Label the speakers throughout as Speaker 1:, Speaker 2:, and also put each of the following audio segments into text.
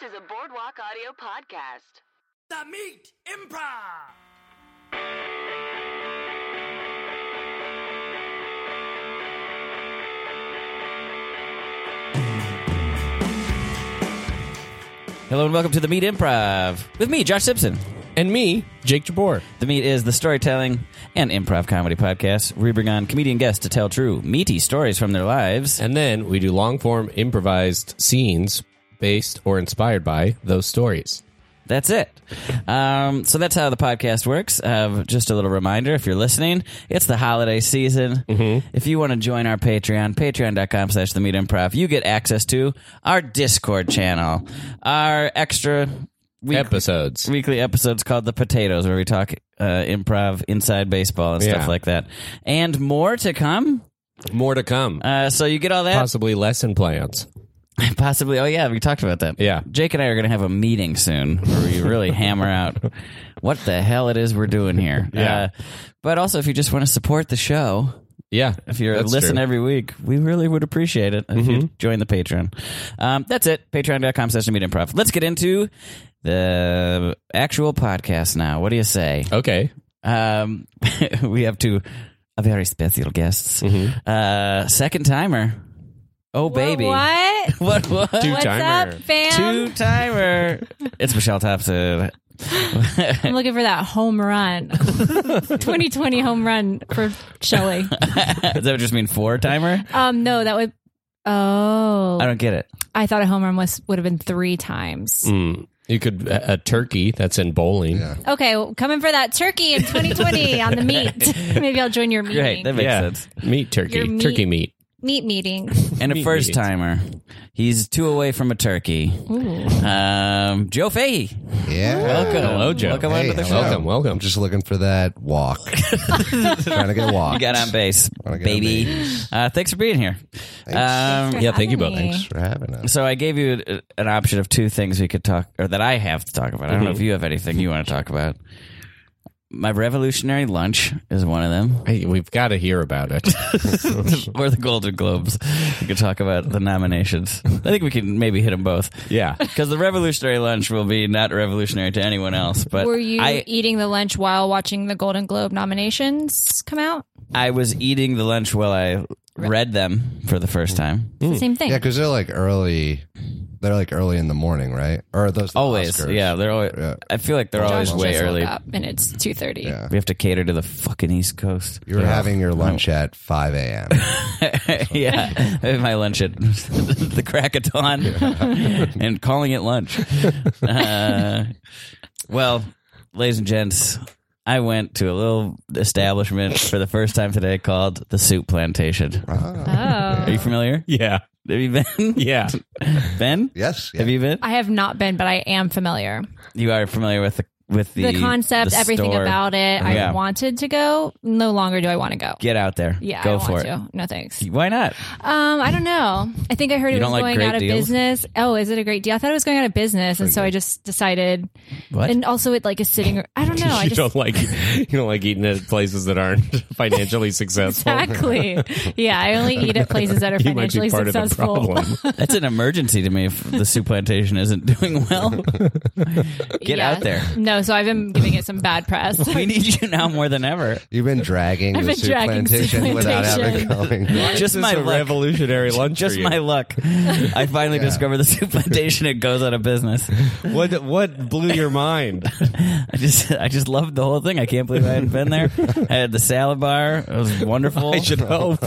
Speaker 1: to the Boardwalk Audio Podcast.
Speaker 2: The Meat Improv!
Speaker 3: Hello and welcome to the Meat Improv with me, Josh Simpson.
Speaker 4: And me, Jake Jabor.
Speaker 3: The Meat is the storytelling and improv comedy podcast. We bring on comedian guests to tell true, meaty stories from their lives.
Speaker 4: And then we do long form improvised scenes based or inspired by those stories.
Speaker 3: That's it. Um, so that's how the podcast works. Uh, just a little reminder if you're listening, it's the holiday season. If you want to join our Patreon, patreon.com slash the meat improv, you get access to our Discord channel, our extra week-
Speaker 4: Episodes.
Speaker 3: weekly episodes called The Potatoes, where we talk uh, improv, inside baseball, and stuff
Speaker 4: Yeah.
Speaker 3: like that. And more to come.
Speaker 4: More to come.
Speaker 3: Uh, so you get all that?
Speaker 4: Possibly lesson plans.
Speaker 3: Possibly. Oh, yeah, we talked about that.
Speaker 4: Yeah.
Speaker 3: Jake and I are going to have a meeting soon where we really hammer out what the hell it is we're doing here.
Speaker 4: Yeah.
Speaker 3: Uh, but also, if you just want to support the show,
Speaker 4: Yeah.
Speaker 3: if you're
Speaker 4: that's
Speaker 3: listening
Speaker 4: true. Mm-hmm.
Speaker 3: every week, we really would appreciate it if you join the Patreon. Um, that's it. Patreon.com slash The Meat improv. Let's get into the actual podcast now. What do you say?
Speaker 4: Okay.
Speaker 3: Um, we have two uh, very special guests. Uh, second timer. Oh, baby.
Speaker 5: What?
Speaker 3: What? what?
Speaker 4: Two
Speaker 5: What's
Speaker 4: timer.
Speaker 5: up, fam?
Speaker 3: Two timer. it's Michelle Thompson.
Speaker 5: I'm looking for that home run. 2020 home run for Shelly.
Speaker 3: Does that just mean four timer?
Speaker 5: Um, no, that would. Oh,
Speaker 3: I don't get it.
Speaker 5: I thought a home run was would have been three times.
Speaker 4: Mm. You could, a, a turkey that's in bowling.
Speaker 3: Mm.
Speaker 5: Okay, well, coming for that turkey in 2020 on the meet. Maybe I'll join your meeting.
Speaker 3: Great. That makes sense.
Speaker 4: Meat turkey.
Speaker 5: Your meat-
Speaker 4: Turkey meat.
Speaker 5: meet meeting.
Speaker 3: And a
Speaker 4: Meat
Speaker 3: first
Speaker 4: meetings.
Speaker 3: timer. He's two away from a turkey.
Speaker 5: Ooh.
Speaker 3: Um, Joe Fahey.
Speaker 6: Yeah.
Speaker 3: Welcome.
Speaker 4: Hello, Joe.
Speaker 3: Welcome
Speaker 6: Hey,
Speaker 3: onto the
Speaker 6: hello.
Speaker 3: show.
Speaker 4: Welcome, welcome.
Speaker 6: Oh, I'm just looking for that walk. Trying to get walked.
Speaker 3: You got on base,
Speaker 6: Wanna get on
Speaker 3: baby. Uh, thanks for being here. Um,
Speaker 5: for
Speaker 4: yeah, thank you
Speaker 5: having
Speaker 4: both.
Speaker 5: me.
Speaker 6: Thanks for having us.
Speaker 3: So I gave you a- an option of two things we could talk, or that I have to talk about. I
Speaker 6: Mm-hmm.
Speaker 3: don't know if you have anything you want to talk about. My revolutionary lunch is one of them,
Speaker 4: Hey, we've got to hear about it.
Speaker 3: or the Golden Globes. We could talk about the nominations. I think we can maybe hit them both
Speaker 4: yeah.
Speaker 3: because the revolutionary lunch will be not revolutionary to anyone else. But
Speaker 5: Were you
Speaker 3: I,
Speaker 5: eating the lunch while watching the Golden Globe nominations come out?
Speaker 3: I was eating the lunch while I read them for the first time.
Speaker 6: Mm-hmm.
Speaker 5: It's the same thing.
Speaker 6: Yeah, because they're like early. They're like early in the morning, right? Or are those the
Speaker 3: Always,
Speaker 6: Oscars?
Speaker 3: yeah. They're always.
Speaker 6: Yeah.
Speaker 3: I feel like they're
Speaker 5: Josh
Speaker 3: always
Speaker 5: just
Speaker 3: way
Speaker 5: woke
Speaker 3: early.
Speaker 5: up and it's 2:30.
Speaker 6: Yeah.
Speaker 3: We have to cater to the fucking East Coast.
Speaker 6: You were having your lunch at 5 a.m.
Speaker 3: yeah, I had my lunch at the crack of dawn and calling it lunch. Uh, well, ladies and gents, I went to a little establishment for the first time today called the Soup Plantation.
Speaker 6: Ah.
Speaker 3: Are
Speaker 5: Oh.
Speaker 3: you familiar?
Speaker 4: Uh-huh. Yeah.
Speaker 3: Have you been?
Speaker 4: Yeah.
Speaker 3: Ben,
Speaker 6: yes. yeah.
Speaker 3: have you been?
Speaker 5: I have not been, but I am familiar.
Speaker 3: You are familiar with the with the
Speaker 5: the, concept,
Speaker 3: the
Speaker 5: everything
Speaker 3: store.
Speaker 5: about it.
Speaker 3: Yeah.
Speaker 5: I wanted to go. No longer do I want to go.
Speaker 3: Get out there.
Speaker 5: Yeah,
Speaker 3: go
Speaker 5: I don't
Speaker 3: for
Speaker 5: want
Speaker 3: it.
Speaker 5: to. No thanks.
Speaker 3: Why not?
Speaker 5: Um, I don't know. I think I heard
Speaker 3: You
Speaker 5: it
Speaker 3: don't like
Speaker 5: was going
Speaker 3: great
Speaker 5: out of
Speaker 3: deals?
Speaker 5: business. Oh, is it a great deal? I thought it was going out of business, and so I just decided.
Speaker 3: What?
Speaker 5: And also, it like is sitting. I don't know. I
Speaker 4: you
Speaker 5: just
Speaker 4: don't like you don't like eating at places that aren't financially successful.
Speaker 5: exactly. yeah, I only eat at places that are
Speaker 4: You might
Speaker 5: financially
Speaker 4: be part of the
Speaker 5: successful.
Speaker 4: problem.
Speaker 3: That's an emergency to me if the soup plantation isn't doing well. Get
Speaker 5: Yeah.
Speaker 3: out there.
Speaker 5: No, so I've been giving it some bad press.
Speaker 3: We need you now more than ever.
Speaker 6: You've been dragging
Speaker 5: I've
Speaker 6: the
Speaker 5: been
Speaker 6: soup
Speaker 5: dragging soup
Speaker 6: plantation without having
Speaker 5: plantation.
Speaker 6: going. to-
Speaker 3: Just
Speaker 4: This is
Speaker 3: my
Speaker 4: a
Speaker 3: luck.
Speaker 4: revolutionary lunch.
Speaker 3: Just
Speaker 4: for you.
Speaker 3: my luck. I finally discovered the soup plantation. It goes out of business.
Speaker 4: What what blew your mind?
Speaker 3: I just, I just loved the whole thing. I can't believe I hadn't been there. I had the salad bar. It was wonderful.
Speaker 4: I should hope.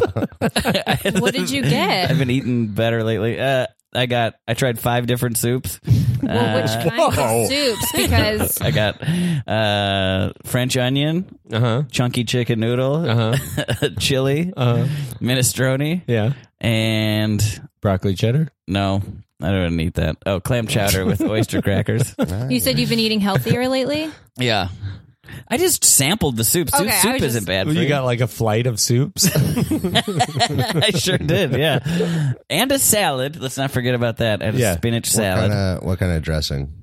Speaker 5: what did you get?
Speaker 3: I've been eating better lately. Uh, I got, I tried five different soups.
Speaker 5: well, which
Speaker 3: Uh,
Speaker 5: kind
Speaker 4: Whoa.
Speaker 5: of soups? Because
Speaker 3: I got uh, French onion,
Speaker 4: Uh huh.
Speaker 3: chunky chicken noodle,
Speaker 4: Uh huh.
Speaker 3: chili,
Speaker 4: Uh huh.
Speaker 3: minestrone,
Speaker 4: Yeah.
Speaker 3: and
Speaker 4: Broccoli cheddar.
Speaker 3: no, I don't eat that. Oh, clam chowder with oyster crackers.
Speaker 5: you said you've been eating healthier lately.
Speaker 3: Yeah. I just sampled the soup. Soup,
Speaker 5: Okay, I
Speaker 3: soup
Speaker 5: was just-
Speaker 3: isn't bad for
Speaker 4: You got like a flight of soups.
Speaker 3: I sure did, yeah. And a salad. Let's not forget about that. And a
Speaker 4: Yeah.
Speaker 3: spinach
Speaker 6: What
Speaker 3: salad.
Speaker 6: kind of what kind of dressing?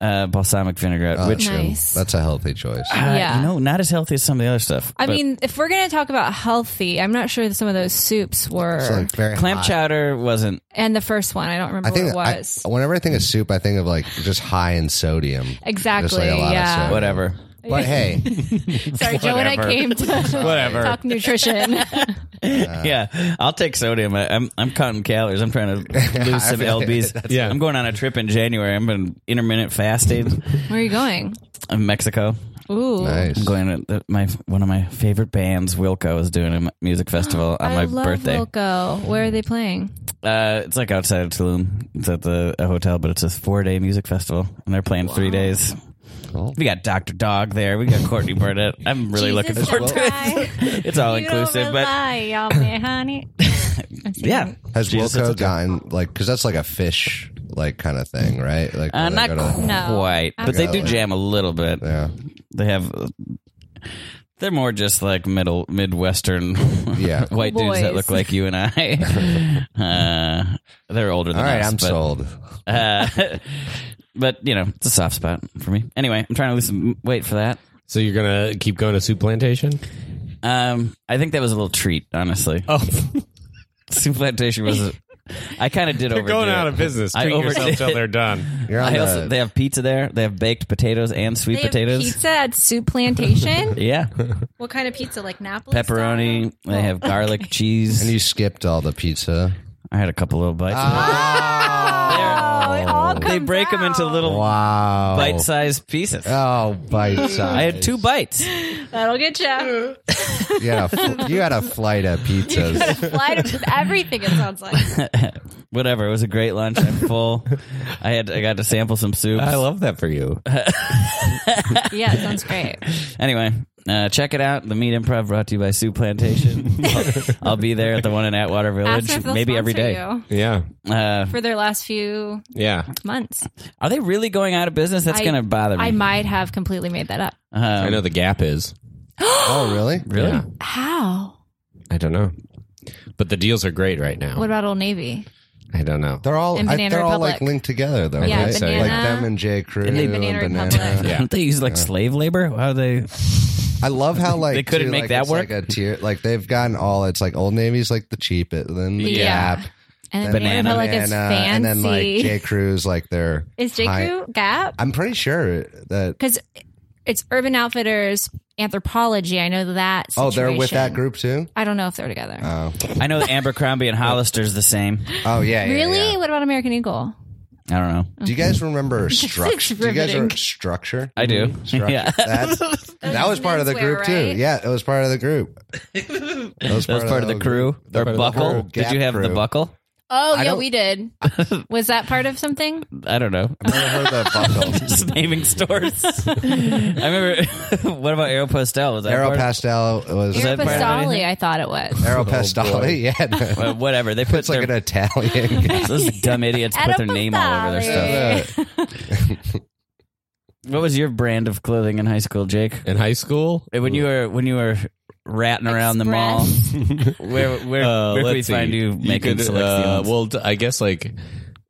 Speaker 3: uh, balsamic vinaigrette,
Speaker 6: Oh,
Speaker 3: which
Speaker 6: that's good.
Speaker 5: Nice.
Speaker 6: That's a healthy choice.
Speaker 3: uh,
Speaker 5: Yeah.
Speaker 3: you know not as healthy as some of the other stuff.
Speaker 5: I
Speaker 3: but
Speaker 5: mean, if we're gonna talk about healthy, I'm not sure that some of those soups were.
Speaker 6: It's like very
Speaker 3: clam
Speaker 6: hot.
Speaker 3: chowder wasn't.
Speaker 5: and the first one, I don't remember
Speaker 6: I think
Speaker 5: what it was.
Speaker 6: I, whenever I think of soup, I think of like just high in sodium.
Speaker 5: exactly.
Speaker 6: a lot of
Speaker 5: yeah.
Speaker 6: soup.
Speaker 3: Whatever.
Speaker 6: But hey,
Speaker 5: Sorry, Joe and I
Speaker 3: Whatever.
Speaker 5: came to
Speaker 3: Whatever.
Speaker 5: talk nutrition.
Speaker 3: Uh, yeah, I'll take sodium. I, I'm I'm counting calories. I'm trying to lose some lbs.
Speaker 4: Yeah.
Speaker 3: I'm going on a trip in January. I'm in intermittent fasting
Speaker 5: Where are you going?
Speaker 3: in Mexico.
Speaker 5: Ooh.
Speaker 6: nice.
Speaker 3: I'm going to the, my one of my favorite bands, Wilco, is doing a m- music festival on
Speaker 5: I
Speaker 3: my
Speaker 5: love
Speaker 3: birthday.
Speaker 5: Wilco. Where are they playing?
Speaker 3: Uh, it's like outside of Tulum. It's at the a hotel, but it's a four day music festival, and they're playing three days. We got Doctor Dog there. We got Courtney Burnett. I'm really looking
Speaker 5: Jesus
Speaker 3: forward to it.
Speaker 5: Christ.
Speaker 3: It's all
Speaker 5: You
Speaker 3: inclusive,
Speaker 5: don't
Speaker 3: but
Speaker 5: rely on me, honey. I'm singing.
Speaker 3: yeah, Uh,
Speaker 6: Has
Speaker 3: Jesus, it's a-
Speaker 6: Wilco gotten like because that's like a fish like kind of thing, right? Like
Speaker 3: Uh,
Speaker 6: when they
Speaker 3: not
Speaker 6: go to-
Speaker 5: No.
Speaker 3: quite, but they do
Speaker 6: Absolutely.
Speaker 3: jam a little bit.
Speaker 6: yeah,
Speaker 3: They have. uh, They're more just like middle midwestern
Speaker 6: yeah.
Speaker 3: white dudes that
Speaker 5: Oh, Boys.
Speaker 3: look like you and I. uh, they're older than
Speaker 6: All right,
Speaker 3: us.
Speaker 6: I'm
Speaker 3: but,
Speaker 6: sold.
Speaker 3: Uh, but you know, it's a soft spot for me. Anyway, I'm trying to lose some weight for that.
Speaker 4: So you're gonna keep going to soup plantation?
Speaker 3: Um, I think that was a little treat, honestly.
Speaker 4: Oh,
Speaker 3: Soup plantation was. a- I kind of did
Speaker 4: they're
Speaker 3: overdo
Speaker 4: going
Speaker 3: it.
Speaker 4: out of business.
Speaker 3: I
Speaker 4: Treat yourself
Speaker 3: overdid
Speaker 4: till
Speaker 3: it.
Speaker 4: they're done.
Speaker 6: You're on
Speaker 3: I
Speaker 6: the,
Speaker 3: also, they have pizza there. They have baked potatoes and sweet
Speaker 5: They have
Speaker 3: potatoes.
Speaker 5: pizza at Soup Plantation.
Speaker 3: Yeah,
Speaker 5: what kind of pizza? Like Napoli?
Speaker 3: pepperoni. They have garlic cheese.
Speaker 6: Oh, and you Ah. skipped all the pizza.
Speaker 3: I had a couple little bites. of it. Oh.
Speaker 5: Oh, all
Speaker 3: they break them into little
Speaker 6: wow!
Speaker 3: bite-sized pieces.
Speaker 6: Oh, bite size.
Speaker 3: I had two bites.
Speaker 5: That'll get you.
Speaker 6: You had a, fl- you had a flight of pizzas.
Speaker 5: Flight of everything. It sounds like.
Speaker 3: Whatever. It was a great lunch. I'm full. I had. I got to sample some soups.
Speaker 4: I love that for you.
Speaker 5: Yeah, it sounds great.
Speaker 3: Anyway, uh, check it out. The Meat Improv brought to you by Sue Plantation. I'll, I'll be there at the one in Atwater
Speaker 5: Ask them
Speaker 3: Village,
Speaker 5: if they'll
Speaker 3: maybe every
Speaker 5: sponsor
Speaker 3: day.
Speaker 5: you
Speaker 4: Yeah,
Speaker 3: Uh,
Speaker 5: for their last few
Speaker 4: yeah.
Speaker 5: months.
Speaker 3: are they really going out of business? That's
Speaker 5: I-
Speaker 3: going to bother me.
Speaker 5: I might have completely made that up.
Speaker 3: Um,
Speaker 4: I know the gap is.
Speaker 6: oh, really?
Speaker 3: Really?
Speaker 4: Yeah.
Speaker 5: How?
Speaker 4: I don't know, but the deals are great right now.
Speaker 5: What about Old Navy?
Speaker 4: I don't know.
Speaker 6: They're all
Speaker 5: And
Speaker 6: I,
Speaker 5: Banana
Speaker 6: they're all like
Speaker 5: Republic.
Speaker 6: linked together though,
Speaker 5: Yeah,
Speaker 6: right?
Speaker 5: Banana-
Speaker 6: Like them and J. Crew and,
Speaker 5: Banana
Speaker 6: banana.
Speaker 5: Republic.
Speaker 4: Yeah.
Speaker 3: Don't they use like slave labor? How they?
Speaker 6: I love how like
Speaker 3: They couldn't
Speaker 6: too,
Speaker 3: make
Speaker 6: like,
Speaker 3: that
Speaker 6: it's
Speaker 3: work?
Speaker 6: Like a tier, like they've gotten all. It's like Old Navy's like the cheap, it- then the
Speaker 5: Yeah.
Speaker 6: Gap,
Speaker 5: And then
Speaker 3: Banana.
Speaker 5: Banana Republic is
Speaker 6: Banana, uh,
Speaker 5: fancy.
Speaker 6: and then like J. Crew's like their
Speaker 5: is J.
Speaker 6: high-
Speaker 5: Crew Gap?
Speaker 6: I'm pretty sure that
Speaker 5: Because it's Urban Outfitters, Anthropology. I know that.
Speaker 6: oh, they're with
Speaker 5: situation.
Speaker 6: that group too.
Speaker 5: I don't know if they're together.
Speaker 6: Oh,
Speaker 3: I know Abercrombie and Hollister's the same.
Speaker 6: oh yeah, yeah,
Speaker 5: really?
Speaker 6: yeah.
Speaker 5: What about American Eagle?
Speaker 3: I don't know.
Speaker 6: Do you guys remember structure? Do you guys
Speaker 5: riveting.
Speaker 6: remember structure? Mm-hmm.
Speaker 3: I do.
Speaker 6: Structure.
Speaker 3: Yeah.
Speaker 6: That's- that was part of the
Speaker 5: menswear,
Speaker 6: group
Speaker 5: right?
Speaker 6: too. Yeah, it was part of the group. That was
Speaker 3: That was part of the crew or
Speaker 6: part of the
Speaker 3: buckle.
Speaker 6: whole
Speaker 3: Did
Speaker 6: Gap
Speaker 3: you have the
Speaker 6: crew.
Speaker 3: buckle?
Speaker 5: Oh, yeah,
Speaker 6: I don't-
Speaker 5: we did. Was that part of something?
Speaker 3: I don't know.
Speaker 6: I heard that buckle.
Speaker 3: Just naming stores. I remember. what about Aeropostale? Was that part Oh, of-
Speaker 6: Aeropostale was
Speaker 3: that part of
Speaker 5: Aeropostale,
Speaker 3: anything?
Speaker 5: I thought it was.
Speaker 6: Aeropostale. yeah,
Speaker 3: Uh, whatever they put
Speaker 6: it's like
Speaker 3: their
Speaker 6: an Italian. guy.
Speaker 3: Those dumb idiots put their name all over their stuff.
Speaker 5: Aeropostale.
Speaker 3: What was your brand of clothing in high school, Jake? Uh,
Speaker 4: in high school?
Speaker 3: When you were when you were ratting around the mall, where where,
Speaker 4: Uh,
Speaker 3: where could we
Speaker 4: let's see.
Speaker 3: find you making
Speaker 4: could, uh,
Speaker 3: selections?
Speaker 4: Well, t- I guess like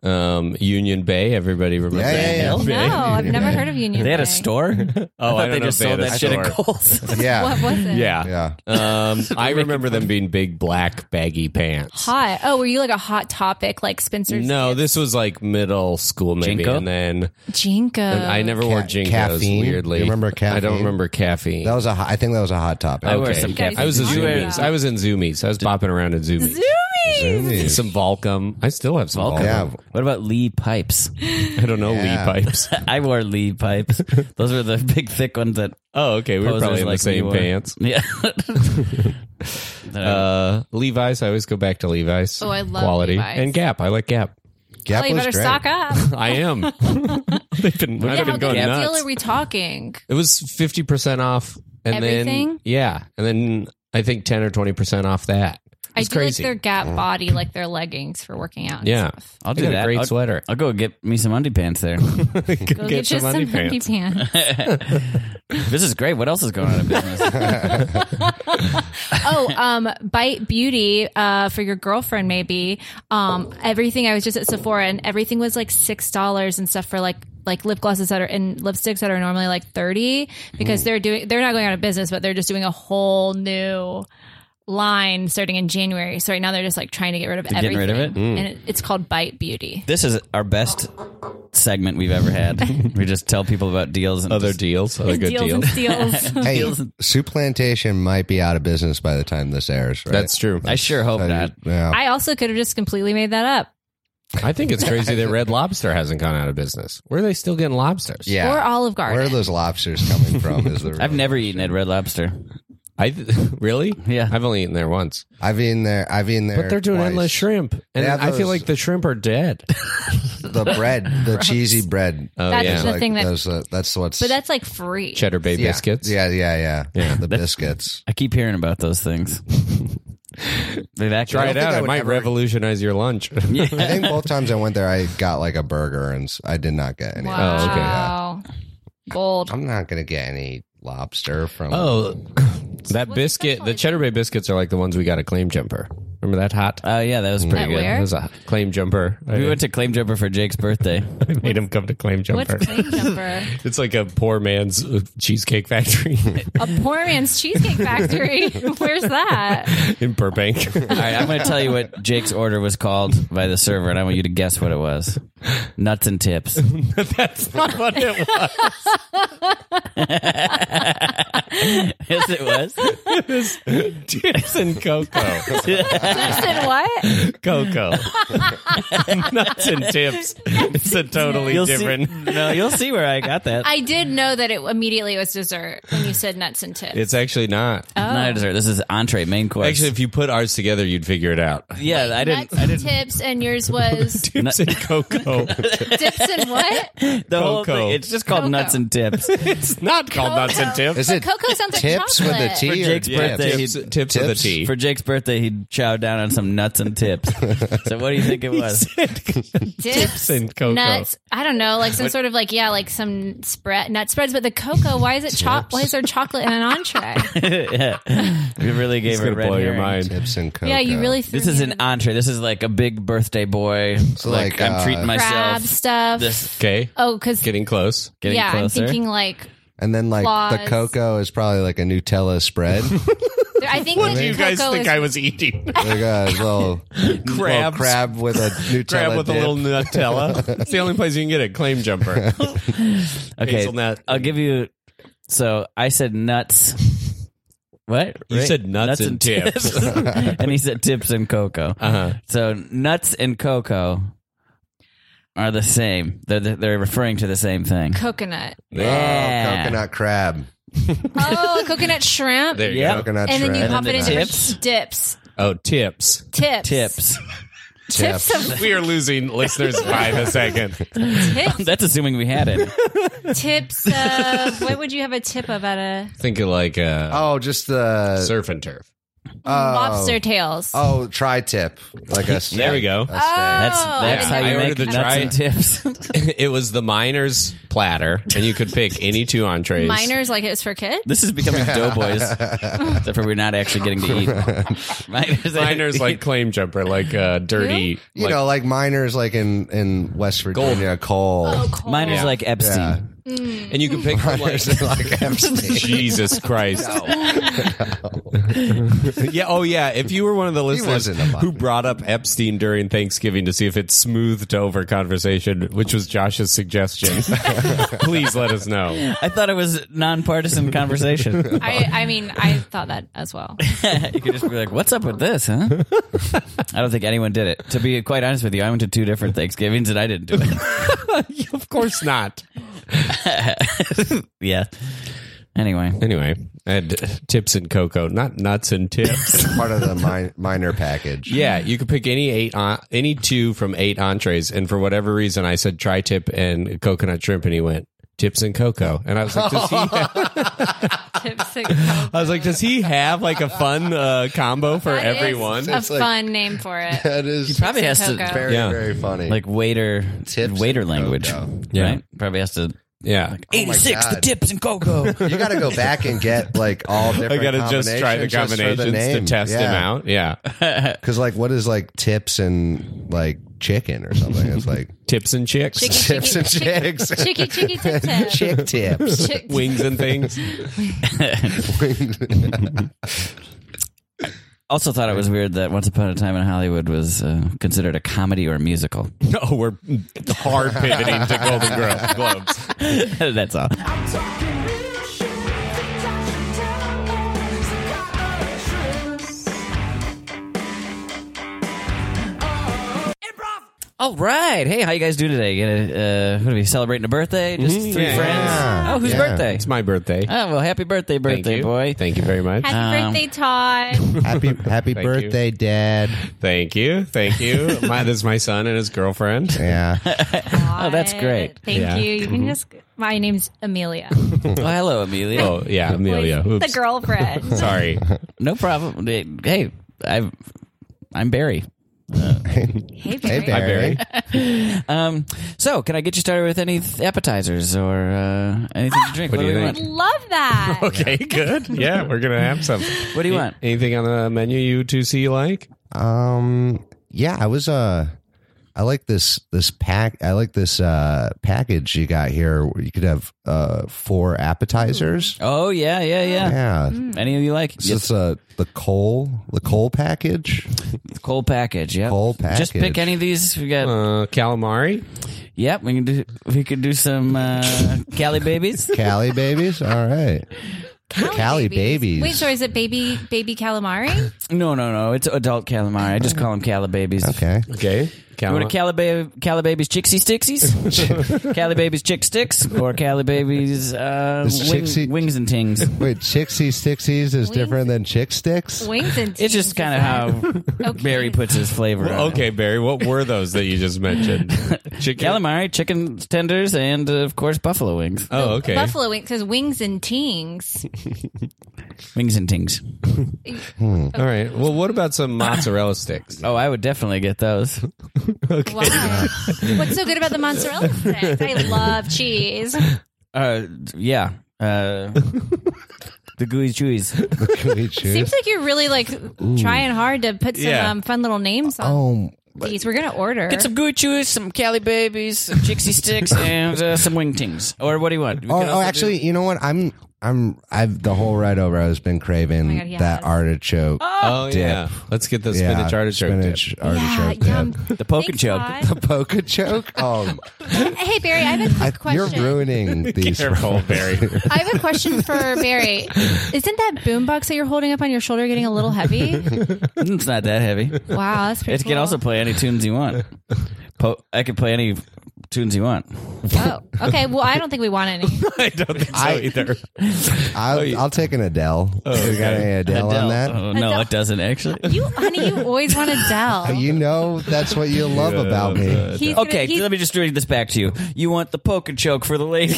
Speaker 4: um, Union Bay. Everybody remembers.
Speaker 6: Yeah, yeah, yeah.
Speaker 4: Union Bay.
Speaker 5: No, I've never heard of Union.
Speaker 3: they had a
Speaker 5: Bay.
Speaker 3: store.
Speaker 4: Oh, I,
Speaker 3: thought
Speaker 4: don't
Speaker 3: they
Speaker 4: know
Speaker 3: just
Speaker 4: if
Speaker 3: sold
Speaker 4: had a
Speaker 3: that shit at
Speaker 4: store.
Speaker 3: Kohl's.
Speaker 5: What
Speaker 6: Yeah,
Speaker 5: was it?
Speaker 4: Yeah.
Speaker 6: yeah.
Speaker 4: Um, I remember them being big black baggy pants.
Speaker 5: Hot. Oh, were you like a hot topic like Spencer's?
Speaker 4: No, this was like middle school maybe,
Speaker 3: Jinko?
Speaker 4: and then
Speaker 5: Jinko.
Speaker 4: and I never wore jinkos.
Speaker 6: caffeine?
Speaker 4: Weirdly,
Speaker 6: You remember
Speaker 4: I
Speaker 6: caffeine?
Speaker 4: don't remember caffeine.
Speaker 6: That was a. hot- I think that was a hot topic.
Speaker 3: I wore some
Speaker 5: guys
Speaker 3: khakis.
Speaker 4: I was in
Speaker 5: Did you wear-
Speaker 4: zoomies. I was in zoomies. I was bopping around in zoomies.
Speaker 6: Zoomies.
Speaker 4: Some Volcom. I still have some Volcom.
Speaker 6: Yeah.
Speaker 3: What about Lee pipes?
Speaker 4: I don't know
Speaker 6: Yeah.
Speaker 4: Lee pipes.
Speaker 3: I wore Lee pipes. Those were the big thick ones that
Speaker 4: Oh, okay. We were
Speaker 3: posers
Speaker 4: probably in
Speaker 3: like
Speaker 4: the same
Speaker 3: me wore.
Speaker 4: pants.
Speaker 3: Yeah.
Speaker 4: Uh, Levi's. I always go back to Levi's.
Speaker 5: Oh, I love
Speaker 4: quality
Speaker 5: Levi's.
Speaker 4: and Gap. I like Gap.
Speaker 6: Gap
Speaker 5: Well, you
Speaker 6: was
Speaker 5: better
Speaker 6: great.
Speaker 5: stock up.
Speaker 4: I am. They've been.
Speaker 5: yeah,
Speaker 4: I've
Speaker 5: how
Speaker 4: been
Speaker 5: big
Speaker 4: going
Speaker 5: a deal
Speaker 4: nuts.
Speaker 5: are we talking?
Speaker 4: It was fifty percent off, and
Speaker 5: Everything?
Speaker 4: then yeah, and then I think ten or twenty percent off that.
Speaker 5: I
Speaker 4: It's
Speaker 5: do
Speaker 4: crazy.
Speaker 5: like their Gap body, like their leggings for working out. and
Speaker 4: yeah,
Speaker 5: stuff.
Speaker 3: I'll
Speaker 4: They
Speaker 3: do
Speaker 4: got
Speaker 3: that.
Speaker 4: A great
Speaker 3: I'll-
Speaker 4: sweater.
Speaker 3: I'll go get me some undie pants there.
Speaker 5: Go get, you some
Speaker 4: undie
Speaker 5: undie pants.
Speaker 3: this is great. What else is going on in business?
Speaker 5: oh, um, Bite Beauty uh, for your girlfriend, maybe. Um, everything. I was just at Sephora, and everything was like six dollars and stuff for like like lip glosses that are and lipsticks that are normally like 30 because they're doing they're not going out of business but they're just doing a whole new line starting in January. So right now they're just like trying to get rid of
Speaker 3: getting
Speaker 5: everything.
Speaker 3: rid of it?
Speaker 5: And it, it's called Bite Beauty.
Speaker 3: This is our best segment we've ever had. we just tell people about deals and
Speaker 4: Other
Speaker 3: just-
Speaker 4: deals, other good
Speaker 5: deals
Speaker 4: deals.
Speaker 5: and steals.
Speaker 6: Hey, Soup Plantation might be out of business by the time this airs. Right?
Speaker 4: That's true.
Speaker 3: I sure hope
Speaker 6: So you-
Speaker 3: not.
Speaker 6: Yeah.
Speaker 5: I also could have just completely made that up.
Speaker 4: I think it's crazy that Red Lobster hasn't gone out of business. Where are they still getting lobsters?
Speaker 6: yeah.
Speaker 5: Or Olive Garden.
Speaker 6: Where are those lobsters coming from? Is the real
Speaker 3: I've never eaten at Red Lobster.
Speaker 4: I really?
Speaker 3: Yeah.
Speaker 4: I've only eaten there once.
Speaker 6: I've been there. I've been there.
Speaker 4: But they're doing
Speaker 6: twice.
Speaker 4: endless shrimp, and
Speaker 6: have
Speaker 4: I feel
Speaker 6: those-
Speaker 4: like the shrimp are dead.
Speaker 6: The bread, the cheesy bread.
Speaker 4: Oh
Speaker 5: That's
Speaker 4: yeah,
Speaker 5: the thing that-
Speaker 6: those, uh, that's what's.
Speaker 5: but that's like free.
Speaker 4: Cheddar Bay
Speaker 6: yeah.
Speaker 4: biscuits.
Speaker 6: Yeah, yeah, yeah.
Speaker 4: Yeah.
Speaker 6: The biscuits.
Speaker 3: I keep hearing about those things. They've actually
Speaker 4: try it
Speaker 6: think
Speaker 4: out.
Speaker 6: I
Speaker 4: It
Speaker 6: would
Speaker 4: might
Speaker 6: ever-
Speaker 4: revolutionize your lunch. Yeah.
Speaker 6: I think both times I went there, I got like a burger, and s- I did not get any.
Speaker 5: Wow.
Speaker 4: okay.
Speaker 5: Bold.
Speaker 6: I'm not gonna get any lobster from.
Speaker 4: oh, that
Speaker 5: What's
Speaker 4: biscuit.
Speaker 5: special
Speaker 4: The
Speaker 5: is-
Speaker 4: Cheddar Bay biscuits are like the ones we got at Claim Jumper. Remember that hot?
Speaker 3: Oh yeah, that was pretty
Speaker 5: At
Speaker 3: good.
Speaker 5: Uh, where?
Speaker 4: It was a Claim Jumper. I
Speaker 3: We went to Claim Jumper for Jake's birthday.
Speaker 4: made him come to Claim
Speaker 5: What's
Speaker 4: Jumper.
Speaker 5: Plain Jumper?
Speaker 4: It's like a poor man's uh, cheesecake factory
Speaker 5: A poor man's cheesecake factory. Where's that?
Speaker 4: in Burbank.
Speaker 3: All right, I'm going to tell you what Jake's order was called by the server, and I want you to guess what it was. Nuts and tips.
Speaker 4: That's not what it was.
Speaker 3: yes, it was.
Speaker 4: Tips and cocoa.
Speaker 5: Listen, what?
Speaker 4: Cocoa. Nuts and tips. It's a totally
Speaker 3: You'll see-
Speaker 4: different.
Speaker 3: no, you'll see where I got that.
Speaker 5: I did know that it immediately was dessert when you said nuts and tips.
Speaker 4: It's actually not.
Speaker 3: Not a dessert. This is entree, main course.
Speaker 4: Actually, if you put ours together, you'd figure it out.
Speaker 3: yeah, I didn't.
Speaker 5: nuts and tips, and yours was
Speaker 4: Tips and cocoa.
Speaker 5: dips and what?
Speaker 3: The whole
Speaker 4: Cocoa.
Speaker 3: thing. It's just called
Speaker 5: Cocoa.
Speaker 3: nuts and tips.
Speaker 4: it's not called nuts and tips.
Speaker 6: is
Speaker 5: But
Speaker 6: it
Speaker 5: cocoa sounds like
Speaker 6: tips with a
Speaker 5: chocolate.
Speaker 6: T?
Speaker 3: For
Speaker 6: or
Speaker 3: Jake's
Speaker 6: yeah,
Speaker 3: birthday,
Speaker 6: tips?
Speaker 4: Tips,
Speaker 3: He-
Speaker 4: tips with a
Speaker 6: tips?
Speaker 4: T.
Speaker 3: For Jake's birthday, he'd chow down on some nuts and tips. so what do you think it was?
Speaker 5: Dips,
Speaker 4: Tips and cocoa.
Speaker 5: Nuts. I don't know, like some sort of like yeah, like some spread nut spreads. But the cocoa, why is it cho- Why is there chocolate in an entree?
Speaker 3: yeah. We really gave
Speaker 4: It's
Speaker 3: it a
Speaker 4: gonna
Speaker 3: red
Speaker 4: blow your
Speaker 3: herring.
Speaker 4: mind.
Speaker 6: Tips and cocoa.
Speaker 5: yeah, you really. Threw
Speaker 3: This is
Speaker 5: me
Speaker 3: an
Speaker 5: in
Speaker 3: entree. This is like a big birthday boy. like,
Speaker 6: like,
Speaker 3: I'm
Speaker 6: uh,
Speaker 3: treating myself.
Speaker 5: crab stuff.
Speaker 3: This
Speaker 4: Okay,
Speaker 5: oh, because
Speaker 4: getting close.
Speaker 3: getting
Speaker 5: yeah,
Speaker 3: closer.
Speaker 5: I'm thinking like
Speaker 6: And then like
Speaker 5: Claws.
Speaker 6: the cocoa is probably like a Nutella spread.
Speaker 5: I think what
Speaker 4: You guys think I was eating
Speaker 6: like a little little
Speaker 4: Crabs.
Speaker 6: crab with a Nutella
Speaker 4: crab with a
Speaker 6: dip.
Speaker 4: little Nutella? It's the only place you can get a claim jumper.
Speaker 3: okay,
Speaker 4: hazelnut.
Speaker 3: I'll give you. So I said nuts. What
Speaker 4: You
Speaker 3: Right?
Speaker 4: said nuts and tips.
Speaker 3: and he said tips and cocoa.
Speaker 4: Uh-huh.
Speaker 3: So nuts and cocoa are the same. They're they're referring to the same thing.
Speaker 5: coconut.
Speaker 3: Yeah.
Speaker 6: Oh, coconut crab.
Speaker 5: Oh, coconut shrimp.
Speaker 4: There you
Speaker 3: Yeah.
Speaker 4: go.
Speaker 6: Coconut
Speaker 5: and then
Speaker 6: shrimp.
Speaker 5: you
Speaker 3: And
Speaker 5: pop
Speaker 3: then
Speaker 5: it
Speaker 3: the
Speaker 5: in
Speaker 3: tips.
Speaker 5: dips.
Speaker 4: Oh, tips.
Speaker 5: Tips.
Speaker 3: Tips.
Speaker 5: Tips of
Speaker 4: We are losing listeners by the second.
Speaker 5: tips.
Speaker 3: That's assuming we had it.
Speaker 5: tips of what would you have a tip of at a
Speaker 4: Think of like a
Speaker 6: oh, just the uh,
Speaker 4: surf and turf.
Speaker 5: lobster tails? Oh.
Speaker 6: Oh, tri tip. Like a
Speaker 4: There we go.
Speaker 3: That's that's
Speaker 5: okay.
Speaker 3: how you
Speaker 4: I
Speaker 3: make
Speaker 4: ordered the
Speaker 3: nuts
Speaker 4: dry-
Speaker 3: and tips.
Speaker 4: it was the miner's platter, and you could pick any two entrees.
Speaker 5: Minors, like it was for kids.
Speaker 3: This is becoming
Speaker 5: Ah.
Speaker 3: Doughboys, except for we're not actually getting to eat. Miners,
Speaker 4: Miner's like claim jumper, like uh, dirty.
Speaker 6: You
Speaker 4: like-
Speaker 6: know, like miners like in, in West Virginia, coal.
Speaker 5: Oh, cool.
Speaker 3: miners like Epstein.
Speaker 6: Yeah.
Speaker 4: and you could pick from like.
Speaker 6: Miners like Epstein.
Speaker 4: Jesus Christ. yeah. Oh, yeah. If you were one of the listeners
Speaker 6: wasn't a minor.
Speaker 4: who brought up Epstein during Thanksgiving to see if it smoothed over conversation, which was Josh's suggestion, please let us know.
Speaker 3: I thought it was nonpartisan conversation.
Speaker 5: I, I mean, I thought that as well.
Speaker 3: you could just be like, "What's up with this?" Huh? I don't think anyone did it. To be quite honest with you, I went to two different Thanksgivings and I didn't do it.
Speaker 4: of course not.
Speaker 3: yeah. Anyway,
Speaker 4: Anyway, I had tips and cocoa, not nuts and tips.
Speaker 6: Part of the min- miner package.
Speaker 4: Yeah, you could pick any eight, en- any two from eight entrees, and for whatever reason, I said tri-tip and coconut shrimp, and he went tips and cocoa, and I was like, does he have,
Speaker 5: Tips like
Speaker 4: I was like, does he have like a fun uh, combo for
Speaker 5: That is
Speaker 4: everyone?
Speaker 5: a
Speaker 6: It's like-
Speaker 5: fun name for it.
Speaker 6: That is
Speaker 3: probably has
Speaker 5: Cocoa.
Speaker 3: to
Speaker 6: very,
Speaker 4: Yeah.
Speaker 6: very funny.
Speaker 3: like waiter
Speaker 6: Tips
Speaker 3: waiter
Speaker 6: and
Speaker 3: language.
Speaker 6: cocoa.
Speaker 4: Yeah.
Speaker 3: Right? Probably has to
Speaker 4: Yeah.
Speaker 6: my
Speaker 3: 86, the
Speaker 6: God.
Speaker 3: tips and cocoa.
Speaker 6: You got to go back and get like all different.
Speaker 4: I gotta just try the combinations to test him out. Yeah.
Speaker 6: Because like, what is like tips and like chicken or something? It's like
Speaker 4: Tips and chicks,
Speaker 5: Chicky,
Speaker 6: tips
Speaker 5: chicky, chicky,
Speaker 6: and chicks,
Speaker 5: chicky, chicky, tip, tip.
Speaker 6: chick tips.
Speaker 5: Chick-
Speaker 4: wings and things.
Speaker 3: also thought it was weird that Once Upon a Time in Hollywood was uh, considered a comedy or a musical.
Speaker 4: No, we're hard pivoting to Golden Glo- Globes.
Speaker 3: That's all.
Speaker 2: Improv!
Speaker 3: All right. Hey, how you guys doing today? You gonna, uh, what are we celebrating a birthday? Just
Speaker 4: Mhm.
Speaker 3: three
Speaker 4: Yeah.
Speaker 3: friends.
Speaker 6: Yeah.
Speaker 3: Oh, whose
Speaker 6: Yeah.
Speaker 3: birthday?
Speaker 4: It's my birthday.
Speaker 3: Oh well, happy birthday,
Speaker 4: Thank
Speaker 3: birthday
Speaker 4: you.
Speaker 3: boy.
Speaker 4: Thank you very much.
Speaker 5: Uh, Happy
Speaker 3: Um,
Speaker 5: birthday, Todd.
Speaker 6: Happy Happy
Speaker 4: Thank you.
Speaker 6: birthday, Dad.
Speaker 4: Thank you. Thank you. My, this is my son and his girlfriend.
Speaker 6: Yeah,
Speaker 5: Oh,
Speaker 3: that's great.
Speaker 5: Thank
Speaker 4: Yeah.
Speaker 5: you. You can just. My name's Amelia.
Speaker 3: oh, hello, Amelia.
Speaker 4: Oh, yeah, Amelia.
Speaker 5: Was
Speaker 4: Oops.
Speaker 5: The girlfriend.
Speaker 4: Sorry.
Speaker 3: No problem. Hey, I've, I'm Barry.
Speaker 5: hey,
Speaker 6: hey
Speaker 5: Barry.
Speaker 6: Barry.
Speaker 4: Barry.
Speaker 3: Um, so can I get you started with any th- appetizers or uh, anything to drink?
Speaker 4: What do you
Speaker 3: want?
Speaker 4: think?
Speaker 5: Love that.
Speaker 4: Okay, good. Yeah, we're going to have some.
Speaker 3: What do you want?
Speaker 4: Anything on the menu you two see you like?
Speaker 6: Um. Yeah, I was. Uh, I like this this pack. I like this uh package you got here. where You could have uh four appetizers.
Speaker 3: Oh yeah, yeah,
Speaker 5: Mm.
Speaker 3: yeah.
Speaker 6: Yeah.
Speaker 3: Any of you like?
Speaker 6: So it's uh, the coal, the coal package.
Speaker 3: Cold package. Yeah.
Speaker 6: Coal
Speaker 3: Just pick
Speaker 6: package.
Speaker 3: any of these. We got.
Speaker 4: Uh, calamari.
Speaker 3: yep. We can do. We could do some uh, Cali babies.
Speaker 6: Cali babies. All right. Cali, babies.
Speaker 5: Wait, so is it baby baby calamari?
Speaker 3: No, no, no. It's adult calamari. I just call them Cali babies.
Speaker 6: Okay.
Speaker 4: Okay.
Speaker 3: You want a Cali, ba- Cali babies chicksy sticksies? Cali babies chick sticks or Cali babies uh,
Speaker 6: Is
Speaker 3: wing-
Speaker 6: chicksy-
Speaker 3: wings and tings?
Speaker 6: Wait, chicksy sticksies is different than chick sticks.
Speaker 5: Wings and
Speaker 3: It's just kind of how
Speaker 5: Okay.
Speaker 3: Barry puts his flavor. on it.
Speaker 4: okay, Barry, what were those that you just mentioned? Chicken.
Speaker 3: calamari, chicken tenders, and uh, of course buffalo wings,
Speaker 4: Oh, okay.
Speaker 5: buffalo wings because wings and tings.
Speaker 3: wings and tings.
Speaker 4: All right. Well, what about some mozzarella sticks?
Speaker 3: Oh, I would definitely get those.
Speaker 5: Wow. What's so good about the mozzarella sticks? I love cheese.
Speaker 3: Uh, yeah, uh, the gooey chewies.
Speaker 6: Gooey chews.
Speaker 5: Seems like you're really like trying hard to put some
Speaker 4: Yeah.
Speaker 5: um, fun little names on
Speaker 6: oh,
Speaker 5: these. We're gonna order.
Speaker 3: Get some gooey chewies, some Cali babies, some chicksy sticks, and uh, some wing tings. Or what do you want? We
Speaker 6: oh,
Speaker 3: can
Speaker 6: oh,
Speaker 3: also do-
Speaker 6: actually, you know what? I'm, I'm, I've the whole ride over. I've been craving
Speaker 5: Oh my God, yes.
Speaker 6: that artichoke.
Speaker 4: Oh,
Speaker 6: Dip.
Speaker 4: yeah. Let's get the spinach artichoke
Speaker 6: spinach
Speaker 5: yeah,
Speaker 6: artichoke.
Speaker 5: yum.
Speaker 6: dip.
Speaker 3: the poke and
Speaker 5: Thanks,
Speaker 3: choke.
Speaker 5: Todd.
Speaker 6: The poke choke. Oh,
Speaker 5: Hey Barry, I have a quick
Speaker 6: I, you're
Speaker 5: question.
Speaker 6: ruining
Speaker 4: dip.
Speaker 6: these.
Speaker 4: Careful, Barry.
Speaker 5: I have a question for Barry. Isn't that boombox that you're holding up on your shoulder getting a little heavy?
Speaker 3: Mm, It's not that heavy.
Speaker 5: Wow, that's pretty
Speaker 3: It can
Speaker 5: cool.
Speaker 3: also play any tunes you want. Po- I could play any tunes you want.
Speaker 5: Oh, okay. Well, I don't think we want any.
Speaker 4: I don't think so
Speaker 6: I-
Speaker 4: either.
Speaker 6: I'll, I'll take an Adele. You got any Oh, Adele, Uh-huh. on that?
Speaker 3: Oh, no,
Speaker 5: Adele.
Speaker 3: it doesn't actually.
Speaker 5: You, honey, you always want Adele.
Speaker 6: You know that's what you love about me.
Speaker 5: He's gonna-
Speaker 3: Okay,
Speaker 5: he's-
Speaker 3: let me just read this back to you. You want the poke and choke for the lady.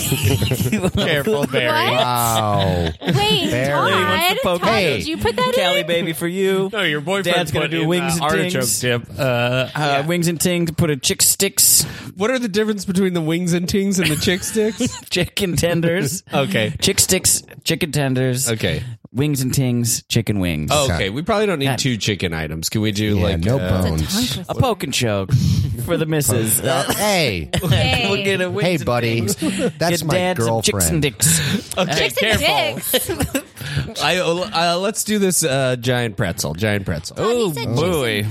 Speaker 4: Careful, Barry.
Speaker 5: What?
Speaker 6: Wow.
Speaker 5: Wait,
Speaker 6: Barry
Speaker 5: Todd,
Speaker 3: wants to poke
Speaker 5: Todd,
Speaker 3: me.
Speaker 5: did you put that
Speaker 3: Cali
Speaker 5: in?
Speaker 3: baby for you.
Speaker 4: No, your boyfriend's
Speaker 3: Dad's gonna
Speaker 4: put
Speaker 3: do
Speaker 4: in
Speaker 3: wings
Speaker 4: the
Speaker 3: and
Speaker 4: artichoke
Speaker 3: tings.
Speaker 4: dip. Uh,
Speaker 3: Uh, Wings and ting to put a chick sticks,
Speaker 4: what are the difference between the wings and tings and the chick sticks?
Speaker 3: chicken tenders.
Speaker 4: okay.
Speaker 3: Chick sticks, chicken tenders.
Speaker 4: Okay.
Speaker 3: Wings and tings, chicken wings.
Speaker 4: Oh, okay. We probably don't need
Speaker 3: God.
Speaker 4: two chicken items. Can we do
Speaker 6: Yeah,
Speaker 4: like
Speaker 6: no
Speaker 4: uh,
Speaker 6: bones.
Speaker 3: A poke and choke for the missus.
Speaker 6: Uh, hey,
Speaker 5: Hey.
Speaker 3: We'll get a wings
Speaker 6: hey,
Speaker 3: and
Speaker 6: buddy.
Speaker 3: tings.
Speaker 6: That's
Speaker 3: Get
Speaker 6: my
Speaker 3: dad some chicks and
Speaker 6: girlfriend.
Speaker 3: dicks.
Speaker 4: Okay,
Speaker 5: Chicks and
Speaker 4: careful.
Speaker 5: dicks.
Speaker 4: I, uh, let's do this uh, giant pretzel. Giant pretzel.
Speaker 5: Oh, he said chicks
Speaker 3: boy.
Speaker 5: and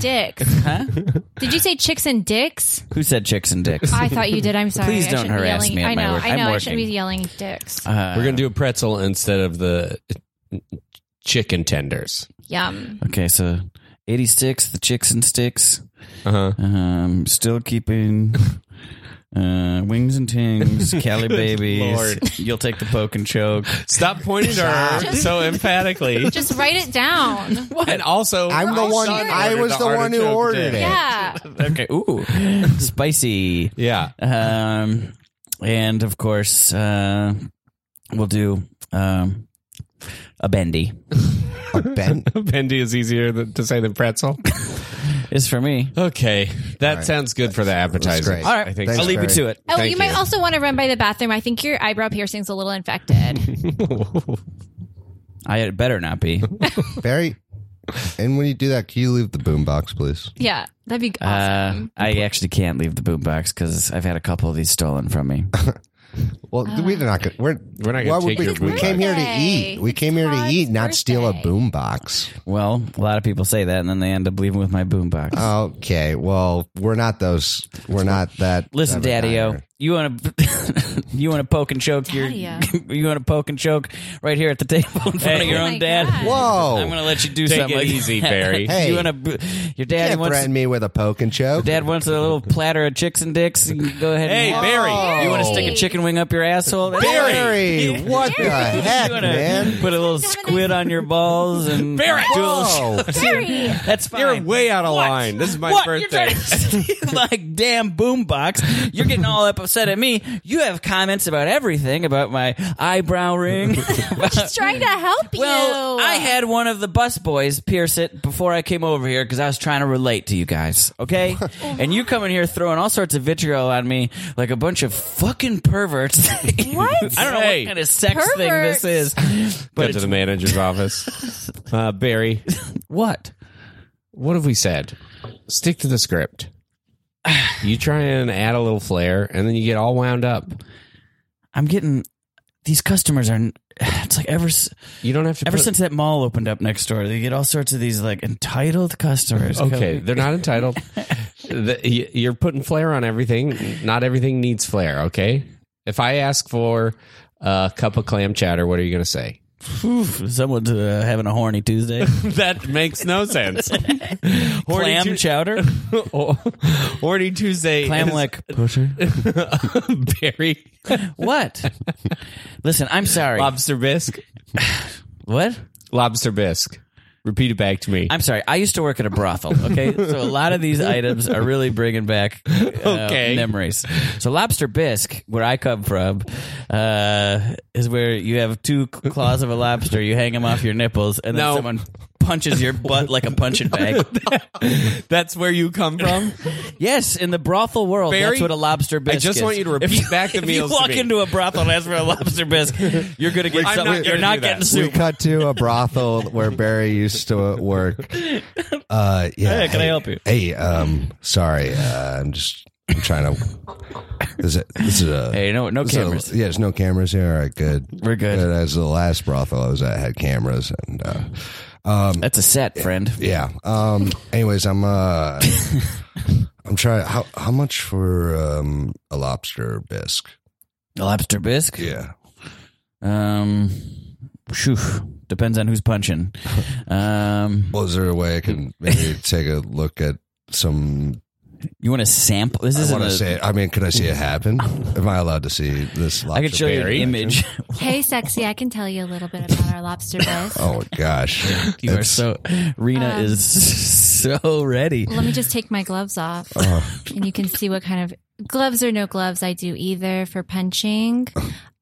Speaker 5: dicks. Did you say chicks and dicks?
Speaker 3: Who said chicks and dicks?
Speaker 5: I thought you did. I'm sorry.
Speaker 3: Please
Speaker 5: I
Speaker 3: don't
Speaker 5: shouldn't be
Speaker 3: harass
Speaker 5: yelling.
Speaker 3: me at
Speaker 5: I
Speaker 3: my
Speaker 5: know.
Speaker 3: work.
Speaker 5: I know.
Speaker 3: I'm
Speaker 5: I shouldn't
Speaker 3: working. Uh,
Speaker 5: be yelling dicks.
Speaker 4: We're gonna do a pretzel instead of the uh, chicken tenders.
Speaker 5: Yum.
Speaker 3: Okay, so 86, the chicks and sticks.
Speaker 4: Uh-huh.
Speaker 3: Um, still keeping uh, wings and tings, Cali babies.
Speaker 4: Lord.
Speaker 3: You'll take the poke and choke.
Speaker 4: Stop pointing to her so emphatically.
Speaker 5: Just write it down.
Speaker 4: And also,
Speaker 6: I'm the
Speaker 5: Well,
Speaker 6: one.
Speaker 5: sorry.
Speaker 6: I was the one who
Speaker 4: artichoke
Speaker 6: ordered
Speaker 4: dip.
Speaker 6: it.
Speaker 5: Yeah.
Speaker 3: Okay, ooh, spicy.
Speaker 4: Yeah.
Speaker 3: Um, and of course, uh, we'll do um, a bendy.
Speaker 6: Ben,
Speaker 4: Bendy is easier than, to say than pretzel.
Speaker 3: is for me.
Speaker 4: Okay, that sounds good for the appetizer.
Speaker 6: great.
Speaker 3: All right.
Speaker 4: I think
Speaker 6: Thanks,
Speaker 3: I'll leave you
Speaker 6: Barry.
Speaker 3: to it.
Speaker 5: Oh,
Speaker 4: Thank
Speaker 5: you, might
Speaker 4: you.
Speaker 5: also want to run by the bathroom. I think your eyebrow piercing's a little infected.
Speaker 3: I it better not be.
Speaker 6: Barry, and when you do that, can you leave the boombox, please?
Speaker 5: yeah, that'd be
Speaker 3: Uh,
Speaker 5: awesome.
Speaker 3: I actually can't leave the boombox because I've had a couple of these stolen from me.
Speaker 6: Well,
Speaker 5: Uh,
Speaker 6: we're not gonna. We're,
Speaker 4: We're not gonna
Speaker 6: why would
Speaker 4: take
Speaker 6: we,
Speaker 4: your
Speaker 6: we
Speaker 4: boombox.
Speaker 6: came here to
Speaker 5: Birthday.
Speaker 6: eat. We
Speaker 5: It's
Speaker 6: came here to
Speaker 5: Todd's
Speaker 6: eat, not steal a
Speaker 5: birthday.
Speaker 6: boombox.
Speaker 3: Well, a lot of people say that, and then they end up leaving with my boombox.
Speaker 6: Oh, Okay, well, we're not those. We're not that.
Speaker 3: Listen,
Speaker 6: type of
Speaker 3: Daddy-O,
Speaker 6: diner.
Speaker 3: you want to you want to poke and choke your
Speaker 5: Daddy-O.
Speaker 3: you want to poke and choke right here at the table in front of your
Speaker 5: Oh
Speaker 3: own
Speaker 5: my
Speaker 3: dad.
Speaker 5: God.
Speaker 6: Whoa!
Speaker 3: I'm gonna let you do
Speaker 4: Take
Speaker 3: something
Speaker 4: it
Speaker 3: like
Speaker 4: easy,
Speaker 3: that.
Speaker 4: Barry.
Speaker 6: Hey.
Speaker 3: you want to your
Speaker 6: you
Speaker 3: daddy
Speaker 6: can't
Speaker 3: wants
Speaker 6: threaten me with a poke and choke.
Speaker 3: dad wants a little platter of chicks and dicks. You can go ahead.
Speaker 4: Hey,
Speaker 3: and,
Speaker 4: Barry.
Speaker 3: you want to stick a chicken wing up your asshole? That's
Speaker 4: Barry.
Speaker 6: Barry, what the heck,
Speaker 3: You wanna
Speaker 6: man?
Speaker 3: Put a little squid on your balls and
Speaker 4: Barry.
Speaker 3: do a little
Speaker 6: Whoa.
Speaker 5: Barry.
Speaker 3: That's fine.
Speaker 4: You're way out of line. This is my
Speaker 3: what? You're
Speaker 4: birthday.
Speaker 3: trying to steal my damn boombox. You're getting all up upset at me. You have comments about everything, about my eyebrow ring.
Speaker 5: Just trying to help
Speaker 3: well,
Speaker 5: you.
Speaker 3: I had one of the bus boys pierce it before I came over here because I was trying to relate to you guys, okay?
Speaker 4: Oh,
Speaker 3: and you come in here throwing all sorts of vitriol on me like a bunch of fucking perverts.
Speaker 5: What?
Speaker 3: I don't know
Speaker 4: Hey.
Speaker 3: what kind of sex thing
Speaker 5: Perverts.
Speaker 3: this is,
Speaker 4: Go
Speaker 3: but
Speaker 4: to
Speaker 3: it's,
Speaker 4: the manager's office. Uh, Barry,
Speaker 3: what?
Speaker 4: what have we said? Stick to the script. You try and add a little flair, and then you get all wound up.
Speaker 3: I'm getting these customers are. It's like ever s-
Speaker 4: You don't have to.
Speaker 3: ever
Speaker 4: put-
Speaker 3: since that mall opened up next door, they get all sorts of these like entitled customers.
Speaker 4: Okay, they're not entitled. The- y- You're putting flair on everything. Not everything needs flair. Okay. If I ask for a cup of clam chowder, what are you going to say?
Speaker 3: Oof, someone's uh, having a horny Tuesday.
Speaker 4: That makes no sense.
Speaker 3: Clam chowder,
Speaker 4: Horny Tuesday.
Speaker 3: clam
Speaker 4: is-
Speaker 3: lick pusher.
Speaker 4: Barry
Speaker 3: What? Listen, I'm sorry.
Speaker 4: lobster bisque.
Speaker 3: what?
Speaker 4: Lobster bisque. Repeat it back to me.
Speaker 3: I'm sorry. I used to work at a brothel. Okay, so a lot of these items are really bringing back uh,
Speaker 4: Okay.
Speaker 3: memories. So lobster bisque, where I come from, uh, is where you have two claws of a lobster, you hang them off your nipples, and then
Speaker 4: No.
Speaker 3: someone punches your butt like a punching bag.
Speaker 4: That's where you come from.
Speaker 3: yes, in the brothel world,
Speaker 4: Barry,
Speaker 3: that's what a lobster
Speaker 4: I
Speaker 3: bisque.
Speaker 4: just
Speaker 3: is.
Speaker 4: want you to
Speaker 3: If
Speaker 4: repeat back the
Speaker 3: if
Speaker 4: meals.
Speaker 3: you walk
Speaker 4: to me.
Speaker 3: into a brothel and ask for a lobster bisque, you're gonna get
Speaker 4: I'm
Speaker 3: something.
Speaker 4: not
Speaker 3: you're
Speaker 4: gonna do
Speaker 3: not
Speaker 4: that.
Speaker 3: getting
Speaker 6: We
Speaker 3: soup.
Speaker 6: cut to a brothel where Barry used to work. Uh, yeah.
Speaker 3: Hey, can I help you?
Speaker 6: Hey, um, sorry. Uh, I'm just. I'm trying to. This is a. This is a
Speaker 3: Hey, no, no
Speaker 6: this is a-
Speaker 3: cameras.
Speaker 6: yeah, there's no cameras here. All right, good.
Speaker 3: We're good.
Speaker 6: That was the last brothel I was at had cameras, and uh, um,
Speaker 3: That's a set, friend.
Speaker 6: yeah. Um. Anyways, I'm uh, I'm trying. How how much for um a lobster bisque?
Speaker 3: A lobster bisque.
Speaker 6: Yeah.
Speaker 3: Um, phew, depends on who's punching. Um,
Speaker 6: Well, is there a way I can maybe take a look at some?
Speaker 3: you want to sample? This
Speaker 6: I
Speaker 3: isn't
Speaker 6: want to
Speaker 3: a-
Speaker 6: say. I mean, could I see it happen? Am I allowed to see this? Lobster
Speaker 3: I could show you an
Speaker 6: berry?
Speaker 3: image.
Speaker 5: hey, sexy, I can tell you a little bit about our lobster bisque.
Speaker 6: Oh my gosh!
Speaker 3: you are
Speaker 6: It's-
Speaker 3: so. Rena
Speaker 5: Um,
Speaker 3: is so ready.
Speaker 5: Let me just take my gloves off,
Speaker 6: Uh,
Speaker 5: and you can see what kind of gloves or no gloves I do either for punching.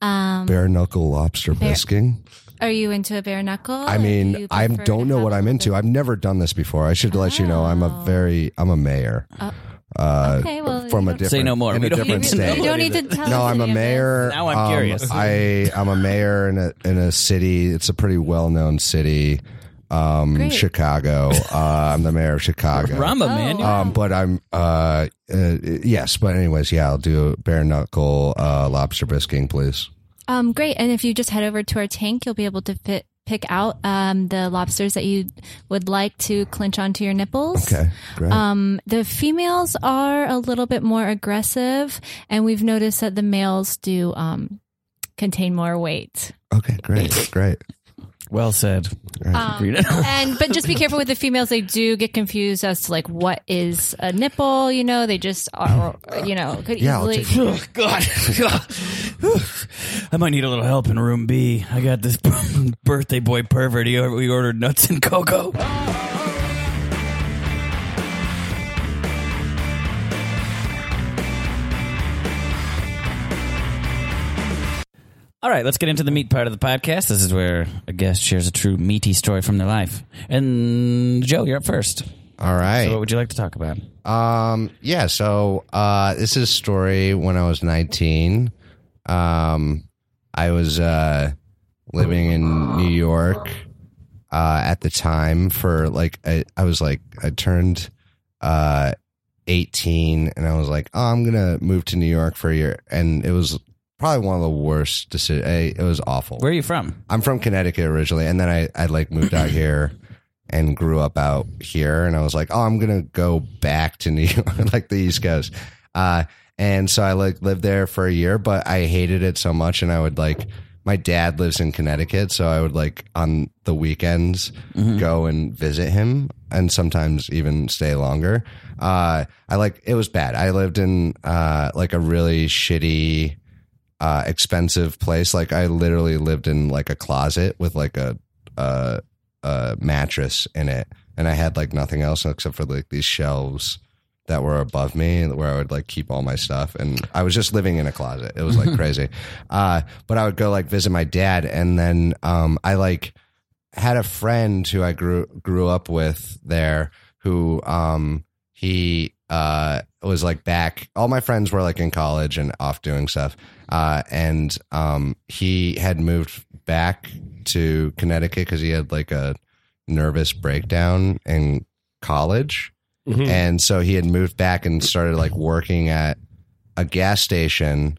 Speaker 5: Um,
Speaker 6: bare knuckle lobster
Speaker 5: Bare-
Speaker 6: bisking.
Speaker 5: are you into a bare knuckle?
Speaker 6: I
Speaker 5: Or do
Speaker 6: mean,
Speaker 5: you
Speaker 6: I
Speaker 5: prefer to
Speaker 6: don't know
Speaker 5: have
Speaker 6: what
Speaker 5: a
Speaker 6: I'm
Speaker 5: little
Speaker 6: into.
Speaker 5: bit-
Speaker 6: I've never done this before. I should let you know I'm a
Speaker 5: Oh.
Speaker 6: very I'm a mayor.
Speaker 5: Oh.
Speaker 6: Uh,
Speaker 5: Okay, well,
Speaker 6: from
Speaker 5: you
Speaker 6: a
Speaker 5: don't-
Speaker 6: different
Speaker 3: Say no more.
Speaker 6: in
Speaker 3: We
Speaker 6: a
Speaker 3: don't
Speaker 6: different
Speaker 3: need to know.
Speaker 6: state.
Speaker 5: You don't need to tell.
Speaker 6: No,
Speaker 5: us
Speaker 6: I'm
Speaker 5: any
Speaker 6: a
Speaker 5: of this.
Speaker 6: mayor.
Speaker 3: Now I'm
Speaker 6: Um,
Speaker 3: curious.
Speaker 6: I am a mayor in a in a city. It's a pretty well known city, um,
Speaker 5: Great.
Speaker 6: Chicago. Uh, I'm the mayor of Chicago.
Speaker 3: Rama,
Speaker 5: Oh.
Speaker 3: man.
Speaker 5: Uh,
Speaker 6: Um, but I'm uh, uh, yes. But anyways, yeah, I'll do bare knuckle uh, lobster bisking, please.
Speaker 5: Um, great. And if you just head over to our tank, you'll be able to fit, pick out um, the lobsters that you would like to clinch onto your nipples.
Speaker 6: Okay, great.
Speaker 5: Um, the females are a little bit more aggressive, and we've noticed that the males do um, contain more weight.
Speaker 6: okay, great, great.
Speaker 3: well said.
Speaker 5: Um, and but just be careful with the females; they do get confused as to like what is a nipple. You know, they just are. You know, could
Speaker 6: Yeah, I'll
Speaker 5: easily.
Speaker 6: take-
Speaker 3: Oh, God. I might need a little help in room B. I got this birthday boy pervert. He we ordered nuts and cocoa. All right, let's get into the meat part of the podcast. This is where a guest shares a true meaty story from their life. And Joe, you're up first.
Speaker 6: All right.
Speaker 3: So what would you like to talk about?
Speaker 6: Um, yeah, so uh, this is a story when I was 19. Um, I was uh, living in New York uh, at the time for like, I, I was like, I turned uh, 18 and I was like, oh, I'm going to move to New York for a year. And it was probably one of the worst decisions. It was awful.
Speaker 3: Where are you from?
Speaker 6: I'm from Connecticut originally, and then I I like moved out here and grew up out here, and I was like, oh, I'm gonna go back to New York, like the East Coast. Uh, and so I like lived there for a year, but I hated it so much, and I would like. My dad lives in Connecticut, so I would like on the weekends
Speaker 3: Mm-hmm.
Speaker 6: go and visit him, and sometimes even stay longer. Uh, I like it was bad. I lived in uh, like a really shitty uh, expensive place. Like I literally lived in like a closet with like a, a a mattress in it, and I had like nothing else except for like these shelves that were above me where I would like keep all my stuff. And I was just living in a closet. It was like crazy. Uh, but I would go like visit my dad, and then um, I like had a friend who I grew grew up with there who um he uh was like back all my friends were like in college and off doing stuff uh and um he had moved back to Connecticut cuz he had like a nervous breakdown in college
Speaker 4: Mm-hmm.
Speaker 6: and so he had moved back and started like working at a gas station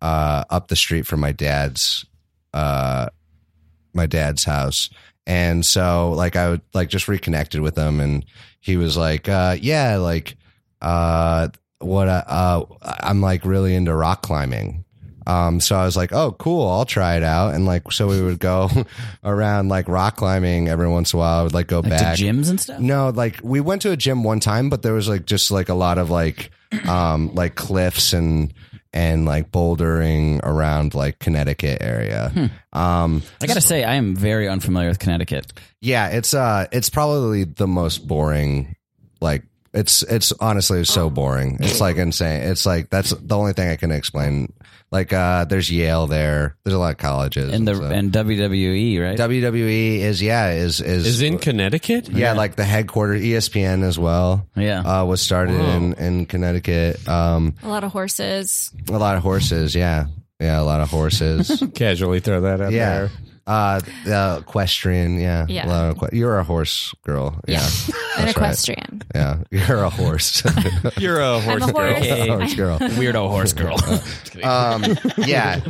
Speaker 6: uh, up the street from my dad's uh, my dad's house. And so like I would like just reconnected with him and he was like, uh, yeah, like uh, what uh, uh, I'm like really into rock climbing. Um, so I was like, oh, cool, I'll try it out. And like, so we would go around like rock climbing every once in a while. I would like go
Speaker 3: Like
Speaker 6: back
Speaker 3: to gyms and stuff?
Speaker 6: no, like we went to a gym one time, but there was like just like a lot of like um like cliffs and and like bouldering around like Connecticut area.
Speaker 3: Hmm.
Speaker 6: Um
Speaker 3: I gotta say, I am very unfamiliar with Connecticut.
Speaker 6: yeah, it's uh it's probably the most boring like it's it's honestly so boring. It's like insane. It's like that's the only thing I can explain. Like uh there's Yale there. There's a lot of colleges.
Speaker 3: And the
Speaker 6: so-
Speaker 3: and WWE, E, right?
Speaker 6: WWE E is yeah, is is,
Speaker 4: Is in Connecticut?
Speaker 6: yeah, like the headquarters E ESPN as well.
Speaker 3: yeah.
Speaker 6: uh, was started in, in Connecticut. Um,
Speaker 5: A lot of horses.
Speaker 6: a lot of horses, yeah, yeah, a lot of horses,
Speaker 4: Casually throw that out
Speaker 6: yeah.
Speaker 4: there.
Speaker 6: Uh, uh, equestrian, yeah,
Speaker 5: Yeah.
Speaker 6: A lot of equ- you're a horse girl, yeah,
Speaker 5: An
Speaker 6: That's right.
Speaker 5: equestrian.
Speaker 6: yeah. You're a horse,
Speaker 4: You're a horse
Speaker 5: I'm a horse.
Speaker 3: Okay.
Speaker 6: horse girl.
Speaker 3: Weirdo horse girl. Just kidding.
Speaker 6: Um, yeah,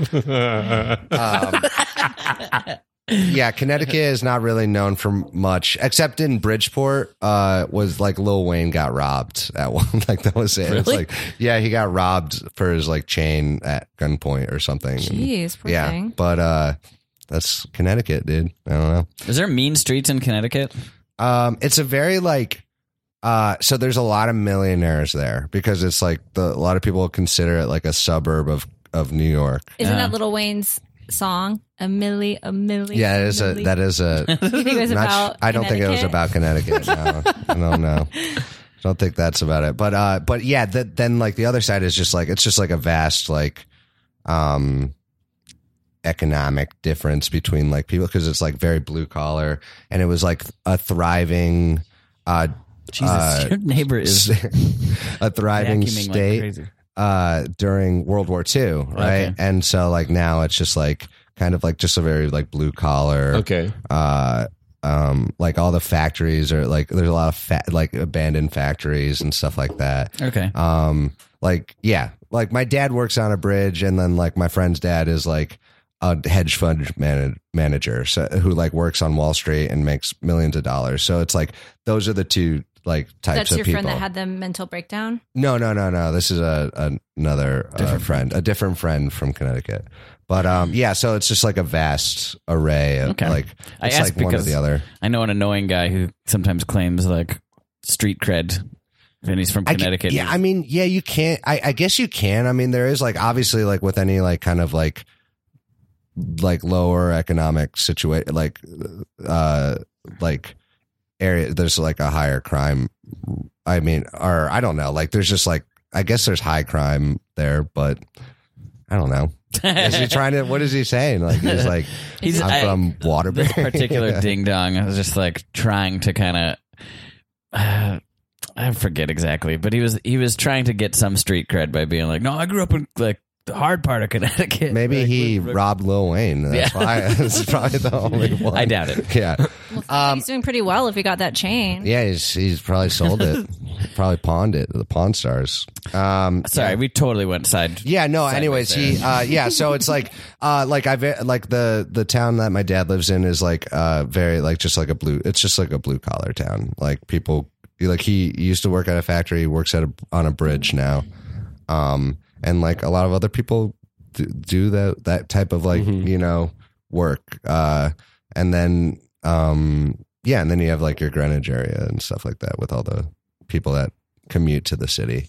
Speaker 6: um, yeah. Connecticut is not really known for much, except in Bridgeport. Uh, was like Lil Wayne got robbed at one. Like that was it. It's
Speaker 3: Really?
Speaker 6: like yeah, he got robbed for his like chain at gunpoint or something. And-
Speaker 5: Jeez, poor
Speaker 6: Mm-hmm. yeah,
Speaker 5: thing.
Speaker 6: but uh, that's Connecticut, dude. I don't know.
Speaker 3: Is there mean streets in Connecticut?
Speaker 6: Um, it's a very like uh so there's a lot of millionaires there because it's like the a lot of people consider it like a suburb of of New York.
Speaker 5: Isn't
Speaker 3: Yeah.
Speaker 5: that Little Wayne's song? A milli, a milli.
Speaker 6: Yeah, it is a
Speaker 5: milli?
Speaker 6: that is a
Speaker 5: You think it was
Speaker 6: not sh-
Speaker 5: about
Speaker 6: I don't think it was
Speaker 5: Connecticut?
Speaker 6: about Connecticut. No, I don't know. I don't think that's about it. But uh, but yeah, that then like the other side is just like it's just like a vast like, um, economic difference between like people because it's like very blue collar and it was like a thriving, uh,
Speaker 3: Jesus,
Speaker 6: Uh,
Speaker 3: your neighbor is
Speaker 6: a
Speaker 3: vacuuming
Speaker 6: thriving
Speaker 3: like
Speaker 6: state
Speaker 3: crazy.
Speaker 6: uh during World War II, right?
Speaker 3: Okay.
Speaker 6: And so like now it's just like kind of like just a very like blue collar
Speaker 4: Okay.
Speaker 6: uh um like all the factories are like there's a lot of fa- like abandoned factories and stuff like that
Speaker 3: Okay.
Speaker 6: um like yeah like my dad works on a bridge and then like my friend's dad is like a hedge fund man- manager so, who like works on wall street and makes millions of dollars so it's like those are the two like types
Speaker 5: That's
Speaker 6: of
Speaker 5: your
Speaker 6: people
Speaker 5: friend that had the mental breakdown.
Speaker 6: no, no, no, no. This is a, a another uh, friend, a different friend from Connecticut. But um, yeah, so it's just like a vast array of
Speaker 3: Okay.
Speaker 6: like
Speaker 3: I
Speaker 6: it's
Speaker 3: asked
Speaker 6: like one or
Speaker 3: because-
Speaker 6: the other.
Speaker 3: I know an annoying guy who sometimes claims like street cred, and he's from
Speaker 6: I ca-
Speaker 3: Connecticut.
Speaker 6: yeah, I mean, yeah, you can't. I, I guess you can. I mean, there is like obviously like with any like kind of like like lower economic situation, like uh, like area. There's like a higher crime. I mean, or I don't know. Like there's just like I guess there's high crime there, but I don't know. Is he trying to? What is he saying? Like he's like
Speaker 3: He's-
Speaker 6: I'm
Speaker 3: I-
Speaker 6: from Waterbury.
Speaker 3: this particular ding dong. I was just like trying to kind of uh, I forget exactly, but he was he was trying to get some street cred by being like, "No, I grew up in like the hard part of Connecticut."
Speaker 6: Maybe
Speaker 3: Like,
Speaker 6: he
Speaker 3: with-
Speaker 6: robbed Lil Wayne. That's
Speaker 3: Yeah.
Speaker 6: why. That's probably the only one.
Speaker 3: I doubt it.
Speaker 6: Yeah, Um,
Speaker 5: he's doing pretty well if he got that chain.
Speaker 6: yeah. He's, he's probably sold it. probably pawned it to the Pawn Stars. Um,
Speaker 3: Sorry, we totally went side.
Speaker 6: Yeah, no. Anyways, he uh, yeah. So it's like uh, like I ve- like the the town that my dad lives in is like uh, very like just like a blue. It's just like a blue collar town. Like people like he used to work at a factory. He works at a, on a bridge now, um, and like a lot of other people do, do that that type of like you know work. Uh, and then um, yeah, and then you have like your Greenwich area and stuff like that with all the people that commute to the city.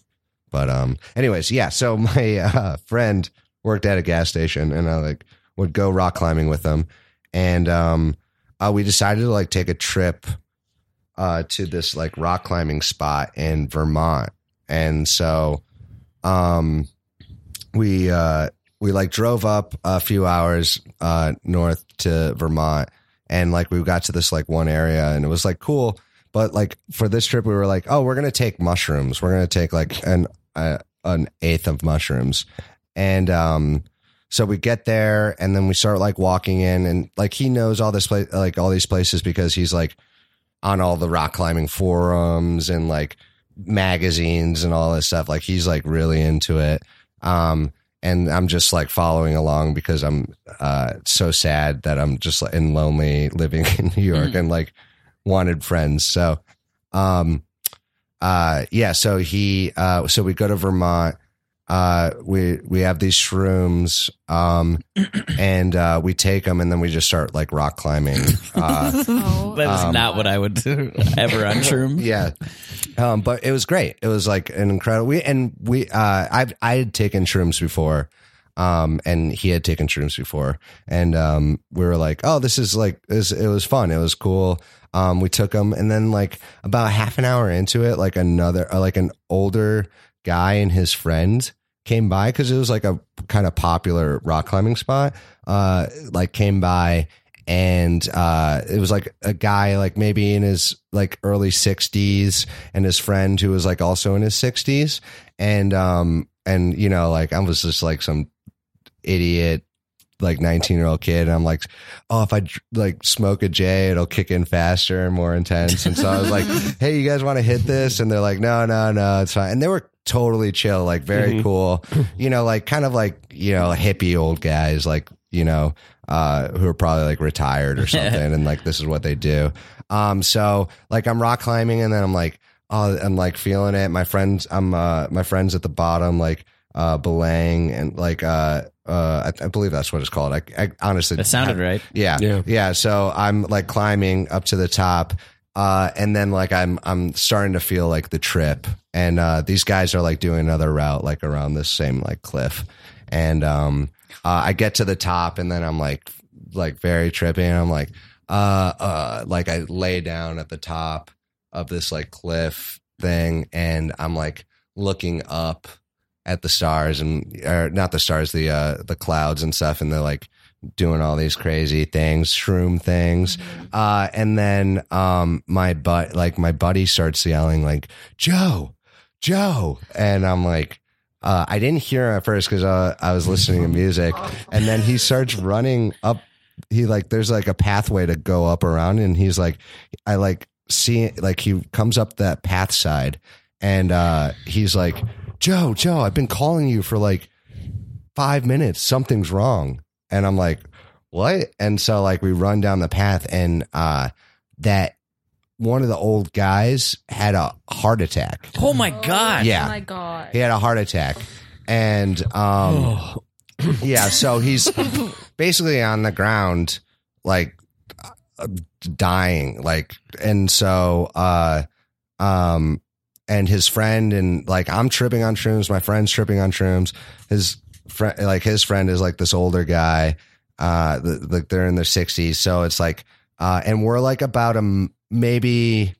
Speaker 6: But um, anyways, yeah. So my uh, friend worked at a gas station, and I like would go rock climbing with them, and um, uh, we decided to like take a trip uh, to this like rock climbing spot in Vermont, and so um, we uh, we like drove up a few hours uh, north to Vermont, and like we got to this like one area, and it was like cool. But like for this trip, we were like, oh, we're gonna take mushrooms. We're gonna take like an uh, an eighth of mushrooms, and um, so we get there, and then we start like walking in, and like he knows all this place, like all these places, because he's like on all the rock climbing forums and like magazines and all this stuff. Like he's like really into it. Um, and I'm just like following along because I'm uh, so sad that I'm just like, and lonely living in New York and like wanted friends. So, um, uh, yeah. So he, uh, so we go to Vermont. Uh, we we have these shrooms, um, and uh, we take them, and then we just start like rock climbing. Uh,
Speaker 5: Oh,
Speaker 3: That is
Speaker 6: Um,
Speaker 3: not what I would do ever on Shroom.
Speaker 6: yeah. Um, but it was great. It was like an incredible we and we uh I've I had taken shrooms before. Um, and he had taken shrooms before. And um we were like, Oh, this is like this it was fun, it was cool. Um, we took them and then like about half an hour into it, like another uh, like an older guy and his friend came by because it was like a kind of popular rock climbing spot. Uh, like came by and uh, it was like a guy like maybe in his like early sixties and his friend who was like also in his sixties and um and you know like I was just like some idiot like 19 year old kid and i'm like oh if i dr- like smoke a j it'll kick in faster and more intense and so i was like hey you guys want to hit this and they're like no no no it's fine and they were totally chill like very cool you know like kind of like you know hippie old guys like you know uh who are probably like retired or something and like this is what they do um so like i'm rock climbing and then i'm like oh i'm like feeling it my friends i'm uh my friends at the bottom like uh belaying and like uh uh I, I believe that's what it's called. I, I honestly
Speaker 3: That sounded right.
Speaker 6: yeah.
Speaker 4: Yeah.
Speaker 6: So I'm like climbing up to the top. Uh, and then like I'm I'm starting to feel like the trip. And uh these guys are like doing another route like around this same like cliff. And um uh, I get to the top and then I'm like like very trippy and I'm like uh uh like I lay down at the top of this like cliff thing and I'm like looking up at the stars and or not the stars the uh the clouds and stuff and they're like doing all these crazy things shroom things
Speaker 5: Mm-hmm.
Speaker 6: uh and then um my but like my buddy starts yelling like joe joe and i'm like uh, I didn't hear him at first because uh, I was listening to music, and then he starts running up. He like there's like a pathway to go up around, and he's like, I like see like he comes up that path side, and uh, he's like, Joe, Joe, I've been calling you for like five minutes. Something's wrong, and I'm like, what? And so like we run down the path, and uh, that one of the old guys had a heart attack.
Speaker 3: Oh my god!
Speaker 6: Yeah.
Speaker 5: my god.
Speaker 6: He had a heart attack. And um yeah, so he's basically on the ground like uh, dying like and so uh um and his friend and like I'm tripping on shrooms, my friend's tripping on shrooms. His friend like his friend is like this older guy uh th- like they're in their 60s, so it's like uh and we're like about a m- maybe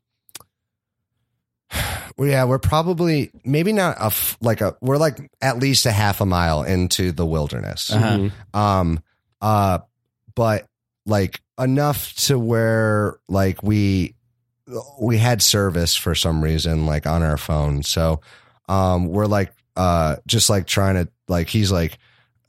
Speaker 6: well, yeah, we're probably maybe not a f- like a we're like at least a half a mile into the wilderness.
Speaker 3: Uh-huh.
Speaker 4: Mm-hmm.
Speaker 6: Um uh but like enough to where like we we had service for some reason, like on our phone. So um, we're like, uh, just like trying to, like, he's like,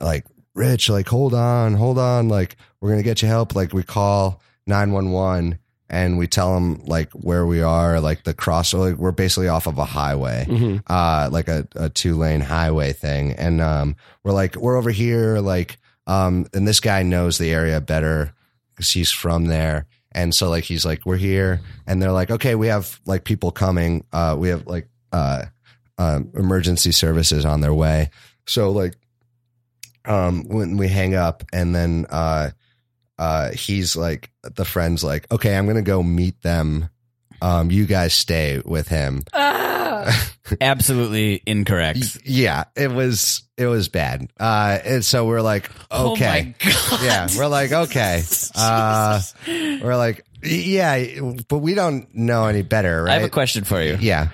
Speaker 6: like, Rich, like, hold on, hold on. Like, we're going to get you help. Like, we call 911 and we tell him, like, where we are, like, the cross, like, we're basically off of a highway
Speaker 4: Mhm.
Speaker 6: uh, like a, a two lane highway thing. And um, we're like, we're over here, like, um, and this guy knows the area better because he's from there. And so like he's like, we're here, and they're like, okay, we have like people coming. Uh, we have like uh, um, emergency services on their way. So like, um, when we hang up, and then uh, uh, he's like, the friend's like, okay, I'm gonna go meet them. Um, you guys stay with him.
Speaker 3: Absolutely incorrect.
Speaker 6: Y- Yeah, it was it was bad. Uh, and so we're like, okay,
Speaker 3: Oh my god.
Speaker 6: yeah, we're like, okay, uh, we're like, yeah, but we don't know any better, right?
Speaker 3: I have a question for you.
Speaker 6: Yeah,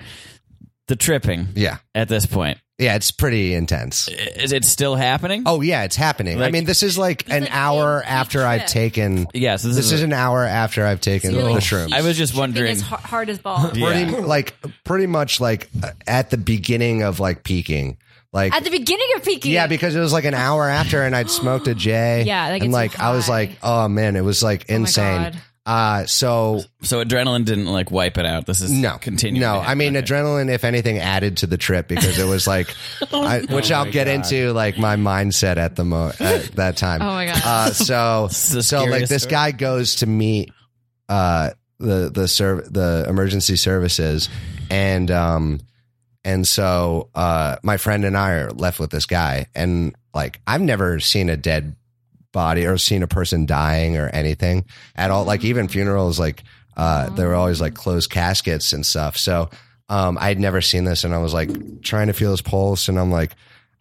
Speaker 3: The tripping
Speaker 6: yeah,
Speaker 3: at this point.
Speaker 6: yeah. It's pretty intense.
Speaker 3: Is it still happening?
Speaker 6: Oh yeah, it's happening. I
Speaker 3: Like-
Speaker 6: mean, this is like an
Speaker 5: like
Speaker 6: hour
Speaker 5: a
Speaker 6: after I've
Speaker 5: trip.
Speaker 6: taken.
Speaker 3: Yes, this,
Speaker 6: This
Speaker 3: is,
Speaker 6: is an hour after I've taken
Speaker 5: So you're
Speaker 6: the
Speaker 5: like-
Speaker 6: shroom.
Speaker 3: I was just
Speaker 5: Being
Speaker 3: wondering.
Speaker 5: as hard, hard as balls.
Speaker 3: Yeah.
Speaker 6: Pretty like pretty much like uh, at the beginning of like peaking, like
Speaker 5: At the beginning of peaking.
Speaker 6: Yeah, because it was like an hour after, and I'd smoked a J.
Speaker 5: Yeah, like,
Speaker 6: and
Speaker 5: it's
Speaker 6: like I was
Speaker 5: high.
Speaker 6: like, oh man, it was like
Speaker 5: Oh my
Speaker 6: insane.
Speaker 5: God.
Speaker 6: uh, so
Speaker 3: So adrenaline didn't like wipe it out. This is
Speaker 6: no,
Speaker 3: continuing.
Speaker 6: No,
Speaker 3: to
Speaker 6: I mean
Speaker 3: happen.
Speaker 6: adrenaline, if anything, added to the trip because it was like, I, which
Speaker 4: Oh
Speaker 6: I'll
Speaker 4: my
Speaker 6: get
Speaker 4: God.
Speaker 6: into like my mindset at the mo at that time.
Speaker 5: Oh my God.
Speaker 6: Uh, so
Speaker 3: This is the
Speaker 6: so like
Speaker 3: scariest
Speaker 6: this
Speaker 3: story.
Speaker 6: guy goes to meet uh the the serv- the emergency services and um and so uh my friend and I are left with this guy and like I've never seen a dead body or seen a person dying or anything at all like even funerals like uh they were always
Speaker 5: Mm-hmm.
Speaker 6: like closed caskets and stuff so um I'd never seen this and I was like trying to feel his pulse and I'm like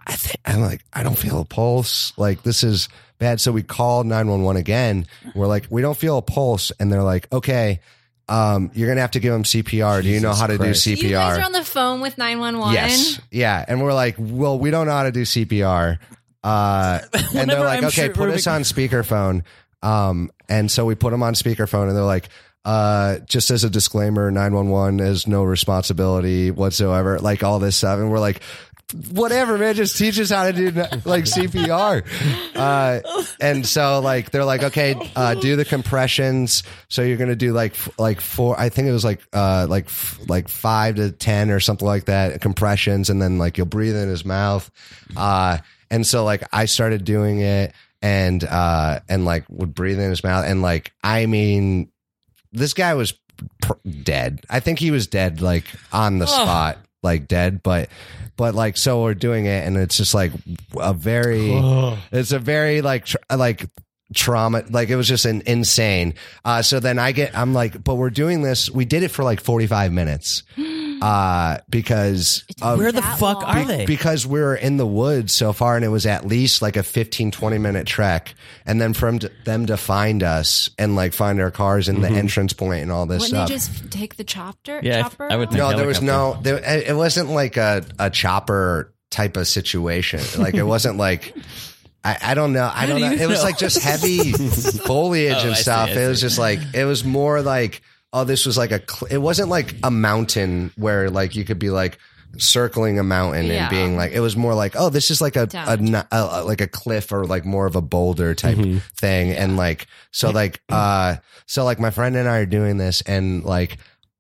Speaker 6: I think I'm like, I don't feel a pulse. Like this is bad. So we called 911 again. We're like, we don't feel a pulse. And they're like, okay, um, you're going to have to give him CPR. Do you know
Speaker 4: Jesus
Speaker 6: how to
Speaker 4: Christ.
Speaker 6: do
Speaker 5: You guys are
Speaker 6: CPR?
Speaker 5: on the phone with 911.
Speaker 6: yes. Yeah. And we're like, well, we don't know how to do CPR. Uh, and they're
Speaker 3: Whenever
Speaker 6: like,
Speaker 3: I'm
Speaker 6: okay,
Speaker 3: sure-
Speaker 6: put us on speakerphone. Um, and so we put them on speakerphone and they're like, uh, just as a disclaimer, 911 has no responsibility whatsoever, like all this stuff. And we're like, whatever, man, just teach us how to do like CPR. Uh, and so like, they're like, okay, uh, do the compressions. So you're going to do like, f- like four, I think it was like, uh, like, f- like five to 10 or something like that compressions. And then like, you'll breathe in his mouth. Uh, and so like, I started doing it and, uh, and like would breathe in his mouth. And like, I mean, this guy was pr- dead. I think he was dead, like on the spot, like dead. But, but like, so we're doing it, and it's just like a very, it's a very like, tr- like trauma. Like it was just an insane. Uh, so then I get, I'm like, but we're doing this. We did it for like 45 minutes, uh, because of-
Speaker 3: where the
Speaker 5: That
Speaker 3: fuck
Speaker 5: long.
Speaker 3: are
Speaker 6: be-
Speaker 3: they?
Speaker 6: Because we were in the woods so far, and it was at least like a 15, 20 minute trek. And then from to, them to find us and like find our cars and
Speaker 3: Mm-hmm.
Speaker 6: the entrance point and all this
Speaker 5: Wouldn't
Speaker 6: stuff.
Speaker 5: they just take the chopper?
Speaker 3: Yeah, I-
Speaker 5: chopper
Speaker 3: I would
Speaker 5: out?
Speaker 3: think-
Speaker 6: no, there was no, there, it- it wasn't like a, a chopper type of situation. Like it wasn't like, I, I don't know. I don't
Speaker 3: do
Speaker 6: know.
Speaker 3: you
Speaker 6: It was
Speaker 3: know?
Speaker 6: like just heavy foliage
Speaker 3: Oh, I
Speaker 6: and
Speaker 3: see,
Speaker 6: stuff.
Speaker 3: I
Speaker 6: it was
Speaker 3: see.
Speaker 6: just like, it was more like, oh, this was like a, cl- it wasn't like a mountain where like you could be like, circling a mountain
Speaker 5: Yeah.
Speaker 6: and being like it was more like oh this is like a, a,
Speaker 5: Down.
Speaker 6: n- a- a- like a cliff or like more of a boulder type thing and like so like uh so like my friend and I are doing this and like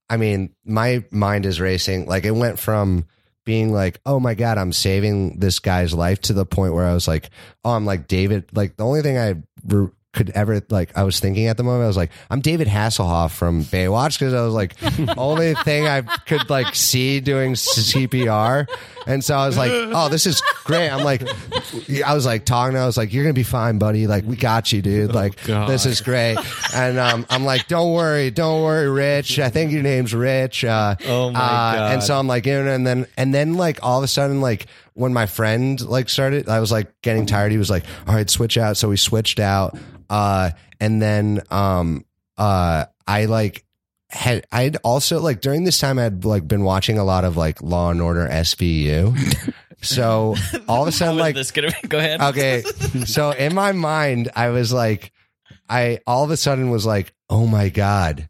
Speaker 6: I mean my mind is racing like it went from being like oh my god I'm saving this guy's life to the point where I was like oh I'm like David like the only thing I re- could ever like I was thinking at the moment I was like I'm David Hasselhoff from Baywatch because I was like only thing I could like see doing CPR and so I was like oh this is great I'm like I was like talking I was like you're gonna be fine buddy like we got you dude like
Speaker 4: Oh, God.
Speaker 6: this is great and um, I'm like don't worry don't worry Rich I think your name's Rich uh,
Speaker 4: Oh, my God.
Speaker 6: and so I'm like, you know, and then and then like all of a sudden, like when my friend like started, I was like getting tired. He was like, all right, switch out. So we switched out. Uh and then um uh I like had I'd also like during this time I'd like been watching a lot of like Law and Order SVU. so all of
Speaker 3: How
Speaker 6: a sudden
Speaker 3: is
Speaker 6: like
Speaker 3: this gonna be? Go ahead.
Speaker 6: okay so in my mind i was like i all of a sudden was like oh my god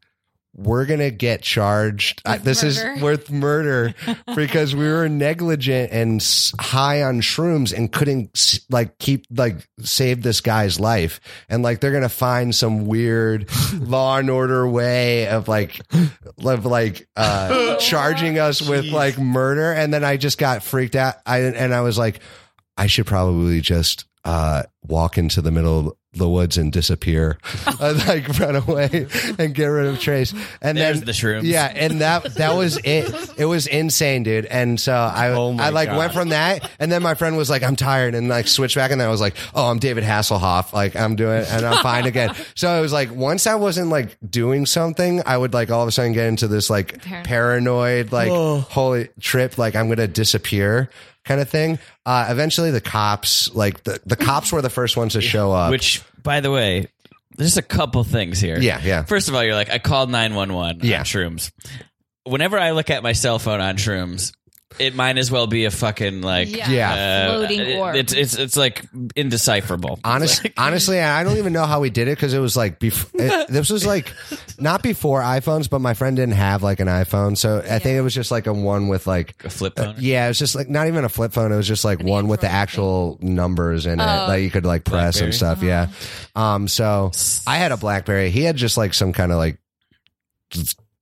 Speaker 6: we're gonna get charged. I,
Speaker 5: With
Speaker 6: this is
Speaker 5: murder.
Speaker 6: worth murder because we were negligent and s- high on shrooms and couldn't s- like keep like save this guy's life. And like they're gonna find some weird law and order way of like of like uh, charging us with like murder. And then I just got freaked out. I and I was like, I should probably just uh, walk into the middle of the woods and disappear, I'd, like run away and get rid of Trace. And
Speaker 3: There's
Speaker 6: then
Speaker 3: the shrooms.
Speaker 6: Yeah, and that that was it. It was insane, dude. And so I
Speaker 4: Oh my
Speaker 6: I like
Speaker 4: God.
Speaker 6: went from that, and then my friend was like, "I'm tired," and like switched back, and then I was like, "Oh, I'm David Hasselhoff. Like I'm doing, and I'm fine again." so it was like once I wasn't like doing something, I would like all of a sudden get into this like
Speaker 5: Paranoid.
Speaker 6: paranoid like holy trip like i'm gonna disappear kind of thing uh eventually the cops like the, the cops were the first ones to show up
Speaker 3: Which, by the way, there's a couple things here.
Speaker 6: Yeah, yeah.
Speaker 3: First of all, you're like, I called 911
Speaker 6: Yeah.
Speaker 3: on shrooms. Whenever I look at my cell phone on shrooms, it might as well be a fucking like
Speaker 5: Yeah.
Speaker 6: Yeah.
Speaker 3: uh,
Speaker 5: Floating
Speaker 3: it-
Speaker 5: orb.
Speaker 3: It's it's it's like indecipherable.
Speaker 6: Honest, honestly, I don't even know how we did it because it was like before. This was like not before iPhones, but my friend didn't have like an iPhone, so I think it was just like a one with like
Speaker 3: a flip phone.
Speaker 6: uh, yeah, it was just like not even a flip phone. It was just like one with the actual numbers in it
Speaker 5: Oh.
Speaker 6: that you could like press and
Speaker 3: Blackberry?
Speaker 6: stuff. Yeah. Um. So I had a BlackBerry. He had just like some kind of like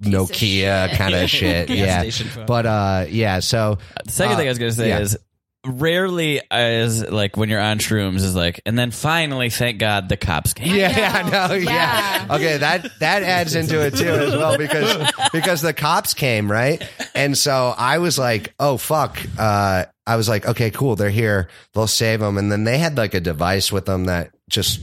Speaker 6: Nokia kind of shit.
Speaker 3: Gas
Speaker 6: Yeah.
Speaker 3: station phone.
Speaker 6: But uh, yeah. So
Speaker 3: The second
Speaker 6: Uh,
Speaker 3: thing I was going to say
Speaker 6: yeah.
Speaker 3: is rarely is like when you're on shrooms is like, and then finally, thank God, the cops came.
Speaker 6: yeah, yeah, I know,
Speaker 5: Yeah.
Speaker 6: yeah. Okay, that that adds into it too as well because because the cops came right, and so I was like, oh fuck. Uh, I was like, okay, cool, they're here, they'll save them, and then they had like a device with them that just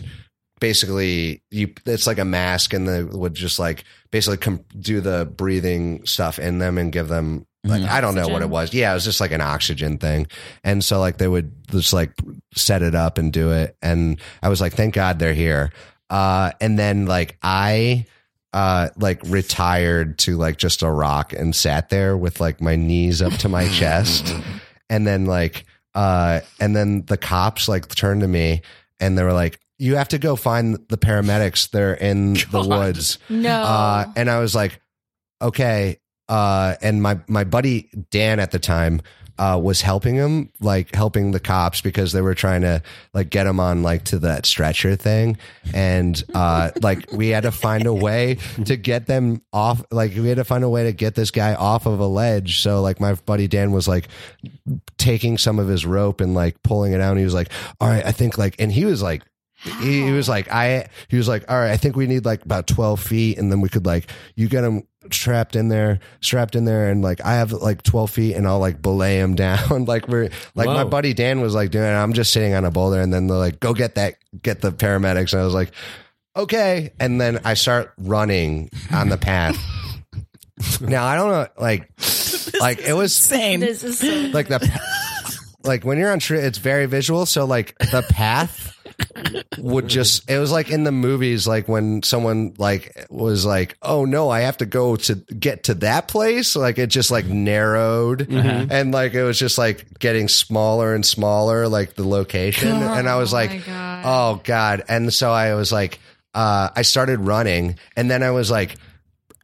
Speaker 6: basically you it's like a mask and they would just like basically com- do the breathing stuff in them and give them like i don't know what it
Speaker 5: Oxygen.
Speaker 6: was yeah it was just like an oxygen thing and so like they would just like set it up and do it and i was like thank god they're here uh and then like i uh like retired to like just a rock and sat there with like my knees up to my chest and then like uh and then the cops like turned to me and they were like you have to go find the paramedics they're in the woods
Speaker 5: No.
Speaker 6: uh, and I was like, okay. Uh, and my my buddy Dan at the time uh, was helping him, like helping the cops because they were trying to like get him on like to that stretcher thing, and uh, like we had to find a way to get them off. Like we had to find a way to get this guy off of a ledge. So like my buddy Dan was like taking some of his rope and like pulling it out. And he was like, all right, I think like, and he was like he, he was like, I, he was like, all right, I think we need like about 12 feet. And then we could like, you get him trapped in there, strapped in there. And like, I have like 12 feet and I'll like belay him down. like we're like, my
Speaker 4: Whoa.
Speaker 6: buddy Dan was like doing it. I'm just sitting on a boulder. And then they're like, go get that, get the paramedics. And I was like, okay. And then I start running on the path. now I don't know, like, like it was
Speaker 3: Insane.
Speaker 5: this is so
Speaker 6: like the like when you're on trip it's very visual so like the path would just it was like in the movies like when someone like was like oh no i have to go to get to that place like it just like narrowed and like it was just like getting smaller and smaller like the location and i was like
Speaker 5: Oh my God.
Speaker 6: oh god and so i was like uh i started running and then i was like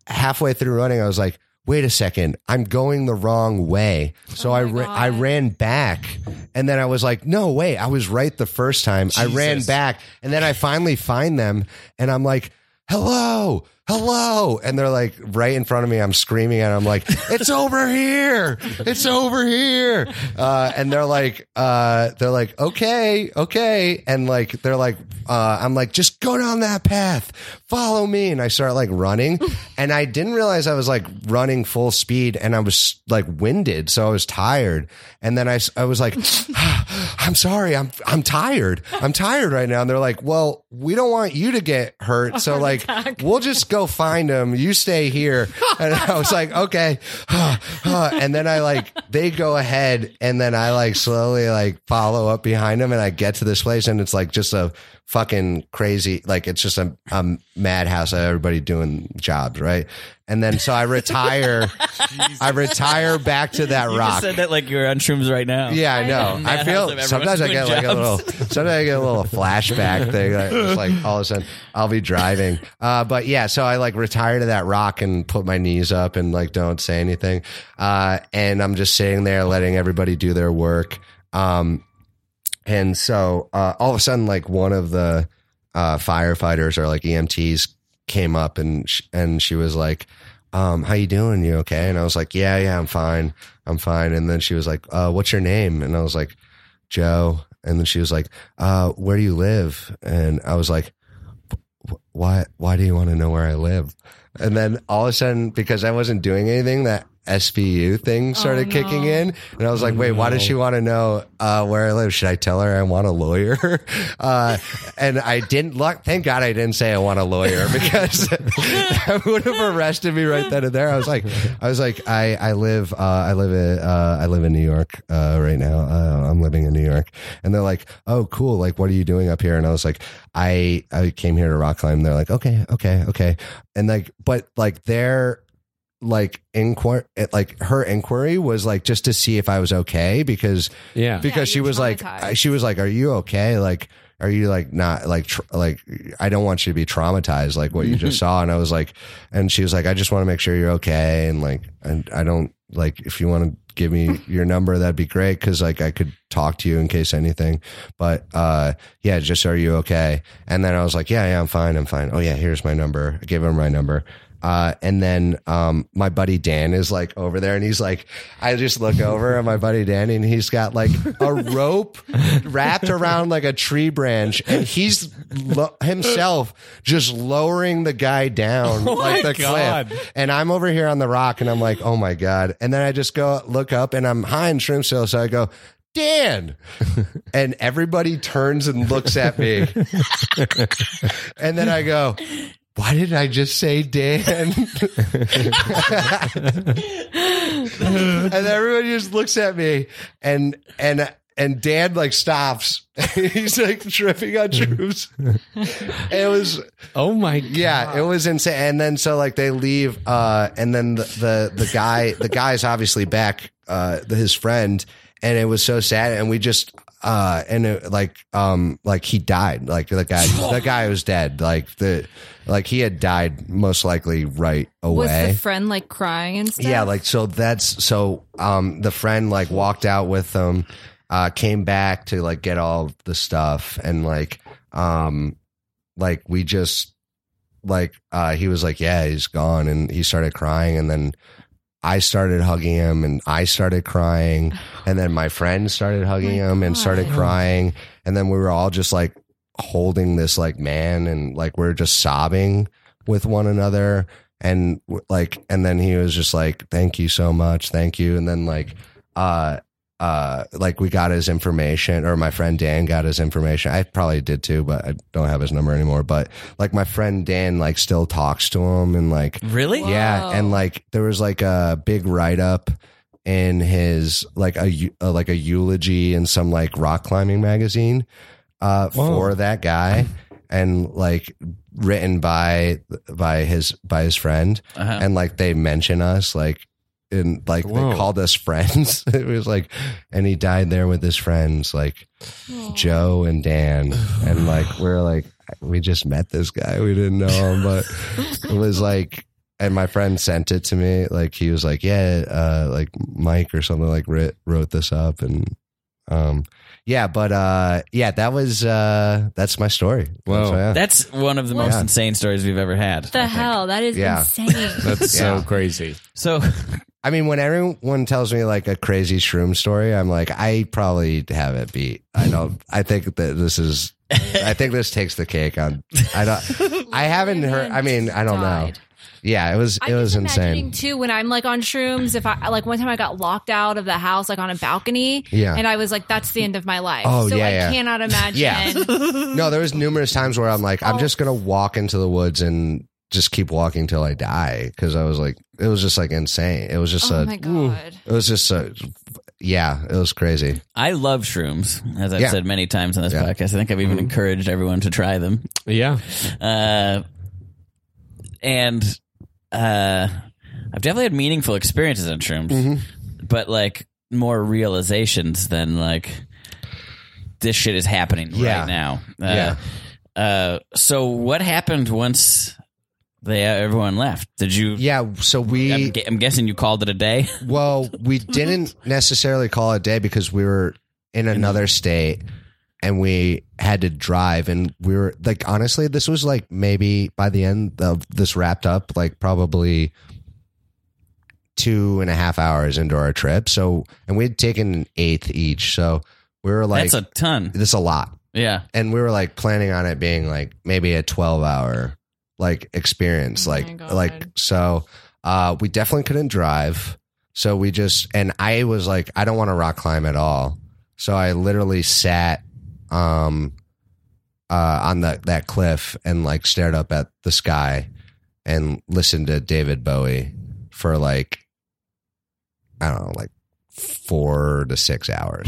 Speaker 6: halfway through running, I was like, wait a second, I'm going the wrong way. So I, ra- I ran back and then I was like, no, wait, I was right the first time. I ran back and then I finally find them and I'm like, hello, hello. And they're like right in front of me. I'm screaming and I'm like, it's over here. It's over here. Uh, and they're like, uh, they're like, okay, okay. And like, they're like, uh, I'm like, just go down that path, follow me. And I start like running and I didn't realize I was like running full speed and I was like winded. So I was tired. And then I, s- I was like, I'm sorry. I'm, I'm tired. I'm tired right now. And they're like, well, we don't want you to get hurt. So like, we'll just go find him. You stay here. And I was like, okay. and then I like, they go ahead and then I like slowly like follow up behind them and I get to this place and it's like just a fucking crazy, like it's just a, a madhouse of everybody doing jobs. Right. And then so I retire. I retire back to that
Speaker 3: You
Speaker 6: rock.
Speaker 3: just said that like you're on shrooms right now.
Speaker 6: Yeah, I
Speaker 5: I
Speaker 6: know.
Speaker 3: am
Speaker 6: I
Speaker 3: mad
Speaker 6: feel
Speaker 3: of everyone
Speaker 6: sometimes I
Speaker 3: doing
Speaker 6: get like a
Speaker 3: jobs.
Speaker 6: little. Sometimes I get a little flashback thing. Like, it's like all of a sudden I'll be driving. Uh, but yeah, so I like retire to that rock and put my knees up and like don't say anything. Uh, and I'm just sitting there letting everybody do their work. Um, and so uh, all of a sudden, like one of the uh, firefighters or like E EMTs came up and sh- and she was like, um, "How you doing? You okay?" And I was like, "Yeah, yeah, I'm fine, I'm fine." And then she was like, uh, "What's your name?" And I was like, "Joe." And then she was like, uh, "Where do you live?" And I was like, "Wh- "Why? Why do you want to know where I live?" And then all of a sudden, because I wasn't doing anything, that SVU thing started
Speaker 5: no.
Speaker 6: kicking in, and I was like, "Wait, why does she want to know uh, where I live? Should I tell her I want a lawyer?" Uh, and I didn't. Luck, thank God I didn't say I want a lawyer because that would have arrested me right then and there. I was like, I was like, I I live uh, I live in, uh, I live in New York uh, right now. Uh, I'm living in New York, and they're like, "Oh, cool! Like, what are you doing up here?" And I was like, "I I came here to rock climb." They're like, "Okay, okay, okay," and like, but like they're like inquire like her inquiry was like just to see if I was okay because
Speaker 4: Yeah.
Speaker 6: because
Speaker 5: Yeah,
Speaker 6: she
Speaker 5: you're
Speaker 6: was like
Speaker 5: traumatized.
Speaker 6: she was like are you okay like are you like not like tr- like I don't want you to be traumatized like what you just saw and I was like and she was like I just want to make sure you're okay and like and I don't like if you want to give me your number that'd be great cuz like I could talk to you in case anything but uh yeah just are you okay and then I was like yeah yeah I'm fine I'm fine oh yeah here's my number I gave her my number uh, and then um, my buddy Dan is like over there, and he's like, I just look over at my buddy Dan, and he's got like a rope wrapped around like a tree branch, and he's lo- himself just lowering the guy down like the
Speaker 4: God.
Speaker 6: cliff. And I'm over here on the rock, and I'm like, oh my god! And then I just go look up, and I'm high in shrimp sales, so I go. Dan, and everybody turns and looks at me, and then I go, why did I just say Dan? and everybody just looks at me and and and Dan like stops. He's like tripping on troops. it was
Speaker 4: Oh my God.
Speaker 6: yeah, it was insane. And then so like they leave, uh, and then the the, the guy the guy's obviously back, uh, the, his friend, and it was so sad. And we just uh, and it, like um, like he died, like the guy the guy was dead, like the like he had died most likely right away.
Speaker 5: Was the friend like crying and stuff?
Speaker 6: Yeah, like so that's so um the friend like walked out with them, uh came back to like get all the stuff and like um like we just like uh he was like, Yeah, he's gone and he started crying and then I started hugging him and I started crying and then my friend started hugging
Speaker 5: My
Speaker 6: him and started
Speaker 5: God.
Speaker 6: crying and then we were all just like holding this like man and like we we're just sobbing with one another and w- like and then he was just like thank you so much thank you and then like uh uh like we got his information or my friend Dan got his information I probably did too but I don't have his number anymore but like my friend Dan like still talks to him and like
Speaker 3: Really?
Speaker 6: yeah,
Speaker 5: Whoa.
Speaker 6: and like there was like a big write up in his like a, eu- uh, like a eulogy in some like rock climbing magazine uh, for that guy, and like written by by his by his friend,
Speaker 3: Uh-huh.
Speaker 6: and like they mention us like. And like
Speaker 4: Whoa.
Speaker 6: they called us friends. It was like, and he died there with his friends, like
Speaker 5: Oh.
Speaker 6: Joe and Dan. And like, we're like, we just met this guy. We didn't know him, but it was like and my friend sent it to me like he was like yeah uh like mike or something like writ, wrote this up and um yeah but uh yeah that was uh that's my story
Speaker 4: Whoa.
Speaker 6: So, yeah.
Speaker 3: That's one of the
Speaker 5: What?
Speaker 3: most
Speaker 6: Yeah.
Speaker 3: insane stories we've ever had.
Speaker 5: The
Speaker 3: I think.
Speaker 5: hell? That is
Speaker 6: Yeah.
Speaker 5: insane.
Speaker 4: That's so
Speaker 6: Yeah.
Speaker 4: crazy.
Speaker 3: So
Speaker 6: i mean when everyone tells me like a crazy shroom story i'm like i probably have it beat i don't i think that this is i think this takes the cake on i don't i haven't heard i mean i don't know
Speaker 5: Died.
Speaker 6: yeah it was it
Speaker 5: I'm
Speaker 6: was
Speaker 5: just imagining,
Speaker 6: insane
Speaker 5: too. When I'm like on shrooms, if I like one time I got locked out of the house like on a balcony,
Speaker 6: Yeah.
Speaker 5: and I was like, "That's the end of my life."
Speaker 6: Oh,
Speaker 5: so
Speaker 6: yeah,
Speaker 5: I
Speaker 6: yeah.
Speaker 5: cannot imagine.
Speaker 6: No, there was numerous times where I'm like, I'm
Speaker 5: Oh.
Speaker 6: just gonna walk into the woods and just keep walking till I die because I was like, it was just like insane. It was just
Speaker 5: oh
Speaker 6: a,
Speaker 5: my
Speaker 6: it
Speaker 5: god!
Speaker 6: was just a, yeah, it was crazy.
Speaker 3: I love shrooms, as I've
Speaker 6: Yeah.
Speaker 3: said many times on this
Speaker 6: Yeah. Mm-hmm.
Speaker 3: podcast. I think I've even encouraged everyone to try them.
Speaker 4: Yeah.
Speaker 3: Uh, and uh, I've definitely had meaningful experiences on shrooms,
Speaker 6: Mm-hmm.
Speaker 3: but like more realizations than like this shit is happening
Speaker 6: Yeah.
Speaker 3: right now.
Speaker 6: Yeah.
Speaker 3: Uh, uh, so what happened once they everyone left? Did you?
Speaker 6: Yeah. So we.
Speaker 3: I'm, gu- I'm guessing you called it a day.
Speaker 6: Well, we didn't necessarily call it a day because we were in another state and we had to drive and we were like honestly this was like maybe by the end of this wrapped up like probably two and a half hours into our trip so and we had taken an eighth each so we were like
Speaker 3: That's a ton.
Speaker 6: this is a lot
Speaker 3: Yeah.
Speaker 6: and we were like planning on it being like maybe a 12 hour like experience
Speaker 5: Oh my
Speaker 6: like
Speaker 5: God.
Speaker 6: like so uh we definitely couldn't drive so we just and i was like i don't want to rock climb at all so i literally sat um uh on the that cliff and like stared up at the sky and listened to david bowie for like i don't know like four to six hours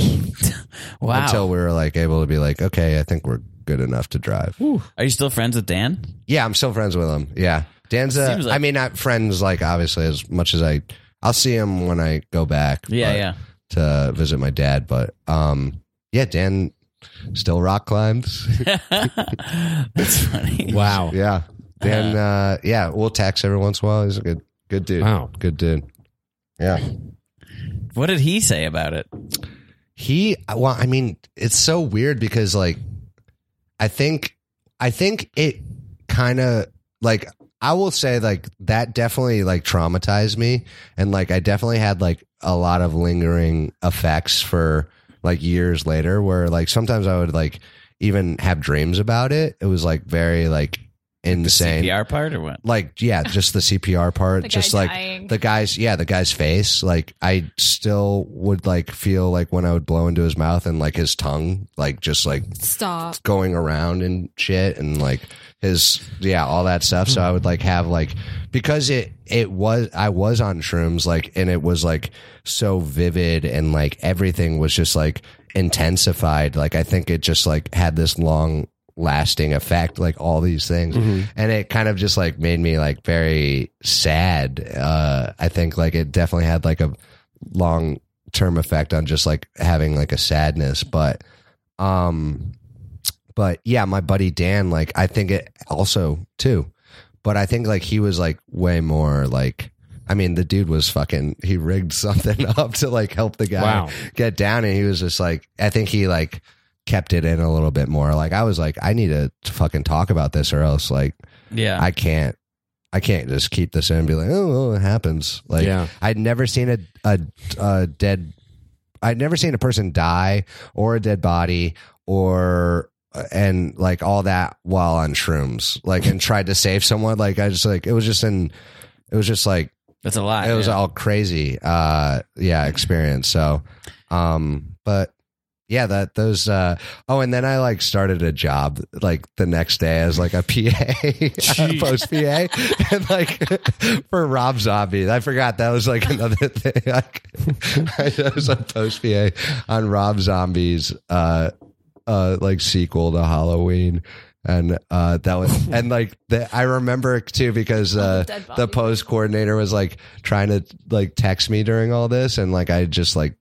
Speaker 3: Wow.
Speaker 6: until we were like able to be like, okay, I think we're good enough to drive.
Speaker 3: Are you still friends with Dan?
Speaker 6: Yeah, I'm still friends with him. Yeah, Dan's. A,
Speaker 3: Seems like-
Speaker 6: I mean, not friends like obviously as much as I. I'll see him when I go back.
Speaker 3: Yeah.
Speaker 6: but-
Speaker 3: yeah.
Speaker 6: To visit my dad, but um, yeah, Dan still rock climbs.
Speaker 3: That's funny.
Speaker 4: Wow.
Speaker 6: yeah,
Speaker 3: Uh-huh.
Speaker 6: Dan. Uh, yeah, we'll text every once in a while. He's a good, good dude.
Speaker 4: Wow.
Speaker 6: good dude. Yeah.
Speaker 3: What did he say about it?
Speaker 6: He well, I mean, it's so weird because like I think I think it kind of like I will say like that definitely like traumatized me and like I definitely had like a lot of lingering effects for like years later where like sometimes I would like even have dreams about it. It was like very like insane.
Speaker 3: CPR part or what?
Speaker 6: Like yeah, just the CPR part,
Speaker 5: The guy
Speaker 6: just like
Speaker 5: dying.
Speaker 6: the guy's yeah the guy's face like i still would like feel like when i would blow into his mouth and like his tongue like just like
Speaker 5: Stop.
Speaker 6: going around and shit and like his yeah all that stuff so i would like have like because it it was i was on shrooms like and it was like so vivid and like everything was just like intensified like i think it just like had this long lasting effect like all these things and it kind of just like made me like very sad uh i think like it definitely had like a long term effect on just like having like a sadness but um but yeah, my buddy Dan, like I think it also too, but I think like he was like way more like. I mean, the dude was fucking. He rigged something up to like help the guy
Speaker 4: Wow.
Speaker 6: get down, and he was just like, I think he like kept it in a little bit more. Like I was like, I need to fucking talk about this, or else like
Speaker 3: Yeah.
Speaker 6: I can't, I can't just keep this in and be like, oh, well, it happens. Like
Speaker 4: Yeah.
Speaker 6: I'd never seen a, a a dead, I'd never seen a person die or a dead body or uh, and like all that while on shrooms, like and tried to save someone. Like I just like it was just in, it was just like
Speaker 3: That's a lot.
Speaker 6: it was
Speaker 3: yeah.
Speaker 6: all crazy uh yeah experience so um but yeah that those uh oh and then i like started a job like the next day as like a pa post pa and like for rob zombie i forgot that was like another thing like i was a post pa on rob zombie's uh uh like sequel to halloween and uh that was and like the, i remember it too because uh
Speaker 5: dead
Speaker 6: the
Speaker 5: body.
Speaker 6: post coordinator was like trying to like text me during all this and like i just like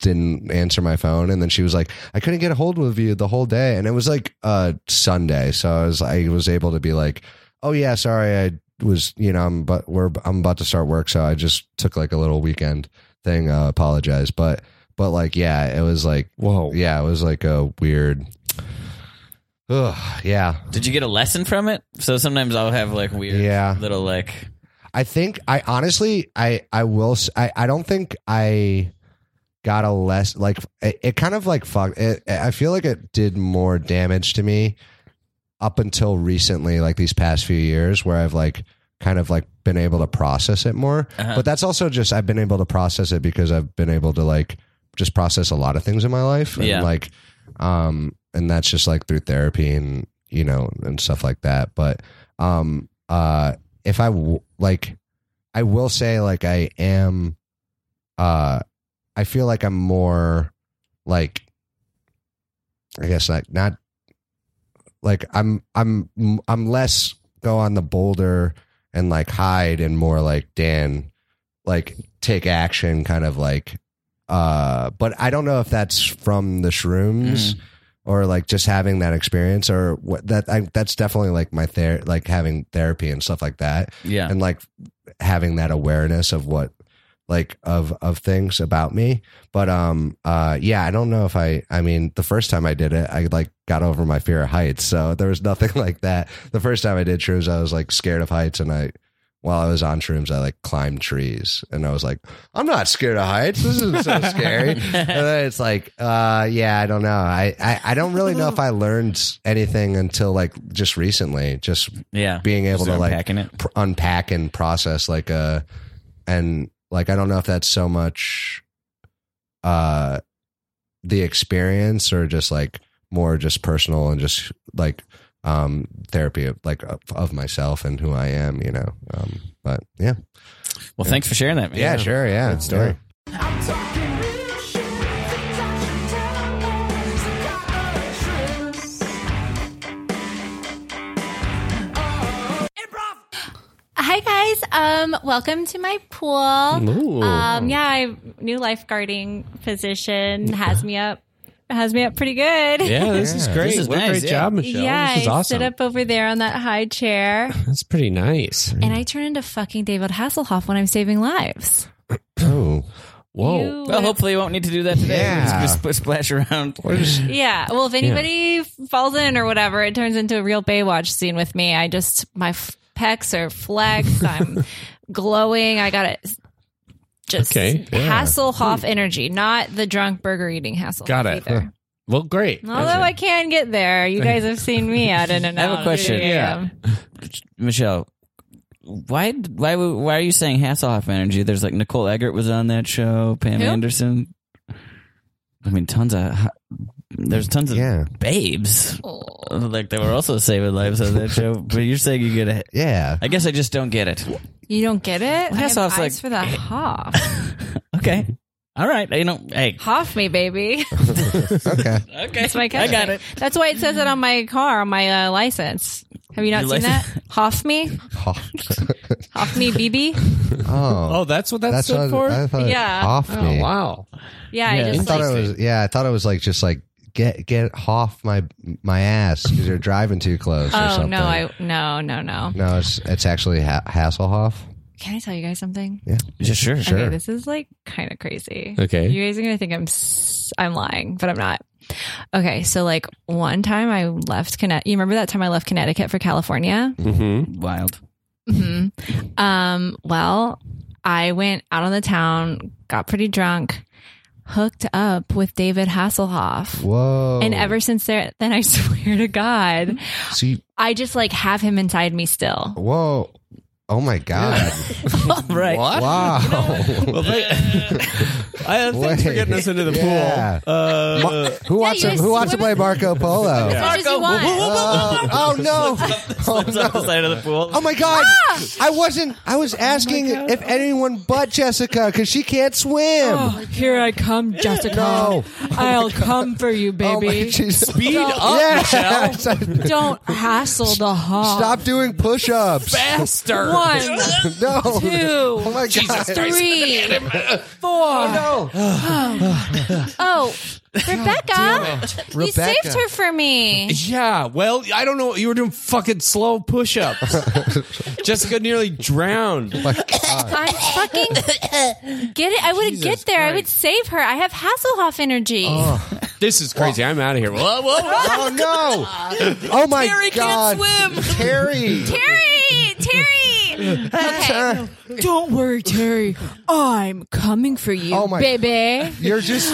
Speaker 6: didn't answer my phone and then she was like i couldn't get a hold of you the whole day and it was like uh sunday so i was i was able to be like oh yeah sorry i was you know i'm but we're i'm about to start work so i just took like a little weekend thing uh apologize but but like yeah it was like
Speaker 4: Whoa.
Speaker 6: yeah it was like a weird Ugh, yeah
Speaker 3: Did you get a lesson from it? So sometimes I'll have like weird
Speaker 6: Yeah.
Speaker 3: little like
Speaker 6: I think I honestly I I will s- I I don't think I got a less like it, it kind of like fucked it, I feel like it did more damage to me up until recently like these past few years where I've like kind of like been able to process it more
Speaker 3: Uh-huh.
Speaker 6: but that's also just I've been able to process it because I've been able to like just process a lot of things in my life and
Speaker 3: Yeah.
Speaker 6: like um and that's just like through therapy and you know and stuff like that but um uh if I w- like, I will say like I am, uh, I feel like I'm more like, I guess like not like I'm I'm I'm less go on the boulder and like hide and more like Dan, like take action kind of like. Uh, but I don't know if that's from the shrooms or like just having that experience or what that I, that's definitely like my ther like having therapy and stuff like that
Speaker 3: Yeah.
Speaker 6: and like having that awareness of what like of of things about me but um uh yeah i don't know if i i mean the first time i did it i like got over my fear of heights so there was nothing like that the first time i did shrooms i was like scared of heights and i while i was on shrooms i like climbed trees and i was like i'm not scared of heights this isn't so scary and then it's like uh yeah i don't know I, I i don't really know if i learned anything until like just recently just
Speaker 3: yeah.
Speaker 6: being able
Speaker 3: Just
Speaker 6: to like
Speaker 3: unpacking it.
Speaker 6: pr- unpack and process like uh and like i don't know if that's so much uh the experience or just like more just personal and just like um therapy of like of, of myself and who i am you know um but yeah
Speaker 3: Well, thanks for sharing that. man.
Speaker 6: yeah, sure yeah
Speaker 4: Good story.
Speaker 6: Yeah.
Speaker 2: Oh.
Speaker 5: Hi guys, um, welcome to my pool.
Speaker 4: Ooh.
Speaker 5: Um, yeah, I new lifeguarding position has me up, has me up pretty good.
Speaker 4: Yeah, this is great.
Speaker 3: This is
Speaker 4: what a
Speaker 3: nice,
Speaker 4: great
Speaker 3: yeah.
Speaker 4: job, Michelle.
Speaker 5: yeah,
Speaker 4: this is
Speaker 5: I
Speaker 4: awesome.
Speaker 5: sit up over there on that high chair,
Speaker 4: That's pretty nice.
Speaker 5: and I turn into fucking David Hasselhoff when I'm saving lives.
Speaker 6: oh
Speaker 4: Whoa.
Speaker 5: You
Speaker 3: Well,
Speaker 5: would've-
Speaker 3: hopefully you won't need to do that today.
Speaker 6: Yeah.
Speaker 3: Just sp- splash around.
Speaker 5: Yeah. Well, if anybody falls in or whatever, it turns into a real Baywatch scene with me. I just my f- pecs are flexed. I'm glowing. I got it. Just
Speaker 4: Okay, yeah.
Speaker 5: Hasselhoff energy, not the drunk burger eating Hasselhoff.
Speaker 4: Got it.
Speaker 5: Either.
Speaker 4: Well, great.
Speaker 5: Although I can get there. You guys have seen me out in and
Speaker 3: I
Speaker 5: out.
Speaker 3: have a question.
Speaker 5: Yeah.
Speaker 3: Michelle, why why w- why are you saying Hasselhoff energy? There's like Nicole Eggert was on that show, Pam
Speaker 5: Who?
Speaker 3: Anderson. I mean, tons of there's tons of
Speaker 6: Yeah.
Speaker 3: babes. Like they were also saving lives on that show, but you're saying you get it.
Speaker 6: yeah
Speaker 3: I guess I just don't get it.
Speaker 5: You don't get it? I have
Speaker 3: Hasselhoff's like-
Speaker 5: eyes for the Hoff.
Speaker 3: Okay, all right. You know, hey,
Speaker 5: Hoff me, baby.
Speaker 6: okay
Speaker 3: okay,
Speaker 5: That's my
Speaker 3: I
Speaker 5: cousin.
Speaker 3: got it.
Speaker 5: That's why it says it on my car, on my uh, license. Have you not
Speaker 3: Your
Speaker 5: seen
Speaker 3: license-
Speaker 5: that? Hoff me?
Speaker 6: oh,
Speaker 5: Off me, BB.
Speaker 4: Oh, that's what that
Speaker 6: that's
Speaker 4: stood for?
Speaker 6: what i thought
Speaker 5: Yeah.
Speaker 6: off
Speaker 4: oh,
Speaker 6: me
Speaker 4: wow.
Speaker 5: Yeah, I
Speaker 6: I
Speaker 5: just
Speaker 6: thought
Speaker 5: like,
Speaker 6: it was yeah. I thought it was like just like get get off my my ass because you're driving too close. or
Speaker 5: oh
Speaker 6: something.
Speaker 5: no, I oh. no no no.
Speaker 6: no. It's it's actually ha- Hasselhoff.
Speaker 5: Can I tell you guys something?
Speaker 3: Yeah, sure, sure.
Speaker 5: Okay, this is like kind of crazy.
Speaker 4: Okay.
Speaker 5: you guys are gonna think I'm s- I'm lying, but I'm not. Okay, so like one time I left Connecticut. You remember that time I left Connecticut for California?
Speaker 4: Mm-hmm.
Speaker 3: Wild.
Speaker 5: hmm Um, well, I went out on the town, got pretty drunk, hooked up with David Hasselhoff.
Speaker 6: Whoa!
Speaker 5: And ever since there, then I swear to God,
Speaker 6: see,
Speaker 5: I just like have him inside me still.
Speaker 6: whoa! Oh my god!
Speaker 3: Right.
Speaker 6: Wow!
Speaker 4: Well, I, thanks for getting us into the
Speaker 6: Yeah.
Speaker 4: pool. Uh,
Speaker 6: who wants
Speaker 5: you
Speaker 6: to Who wants to play
Speaker 5: swim-
Speaker 6: Marco Polo?
Speaker 5: As much as you want.
Speaker 6: Uh, oh no! Oh
Speaker 3: Slips off the
Speaker 6: no!
Speaker 3: side of the pool.
Speaker 6: Oh my god!
Speaker 5: Ah!
Speaker 6: I wasn't. I
Speaker 5: Oh
Speaker 6: was asking if anyone but Jessica because she can't swim.
Speaker 5: Here I come, Jessica.
Speaker 6: No.
Speaker 5: I'll come for you,
Speaker 6: Oh my- she's-
Speaker 4: Speed up,
Speaker 6: Yeah.
Speaker 5: Don't hassle the hog.
Speaker 6: Stop doing push-ups.
Speaker 4: faster.
Speaker 6: No. Oh
Speaker 5: two,
Speaker 6: my god.
Speaker 5: three, four.
Speaker 6: No.
Speaker 5: Oh, Rebecca, you
Speaker 6: Rebecca.
Speaker 5: saved her for me.
Speaker 4: Yeah, well, I don't know. You were doing fucking slow push ups. Jessica nearly drowned.
Speaker 6: My God.
Speaker 5: I'm fucking get it. I would get there. I would save her. I have Hasselhoff energy.
Speaker 4: This is crazy. I'm out of here. Whoa, whoa, whoa.
Speaker 6: Oh no. Oh my
Speaker 5: Terry
Speaker 6: god.
Speaker 5: can't swim.
Speaker 6: Terry.
Speaker 5: Terry, Terry. Okay.
Speaker 6: Ter-
Speaker 5: Don't worry, Terry. I'm coming for you,
Speaker 6: Oh, my-
Speaker 5: baby.
Speaker 6: You're just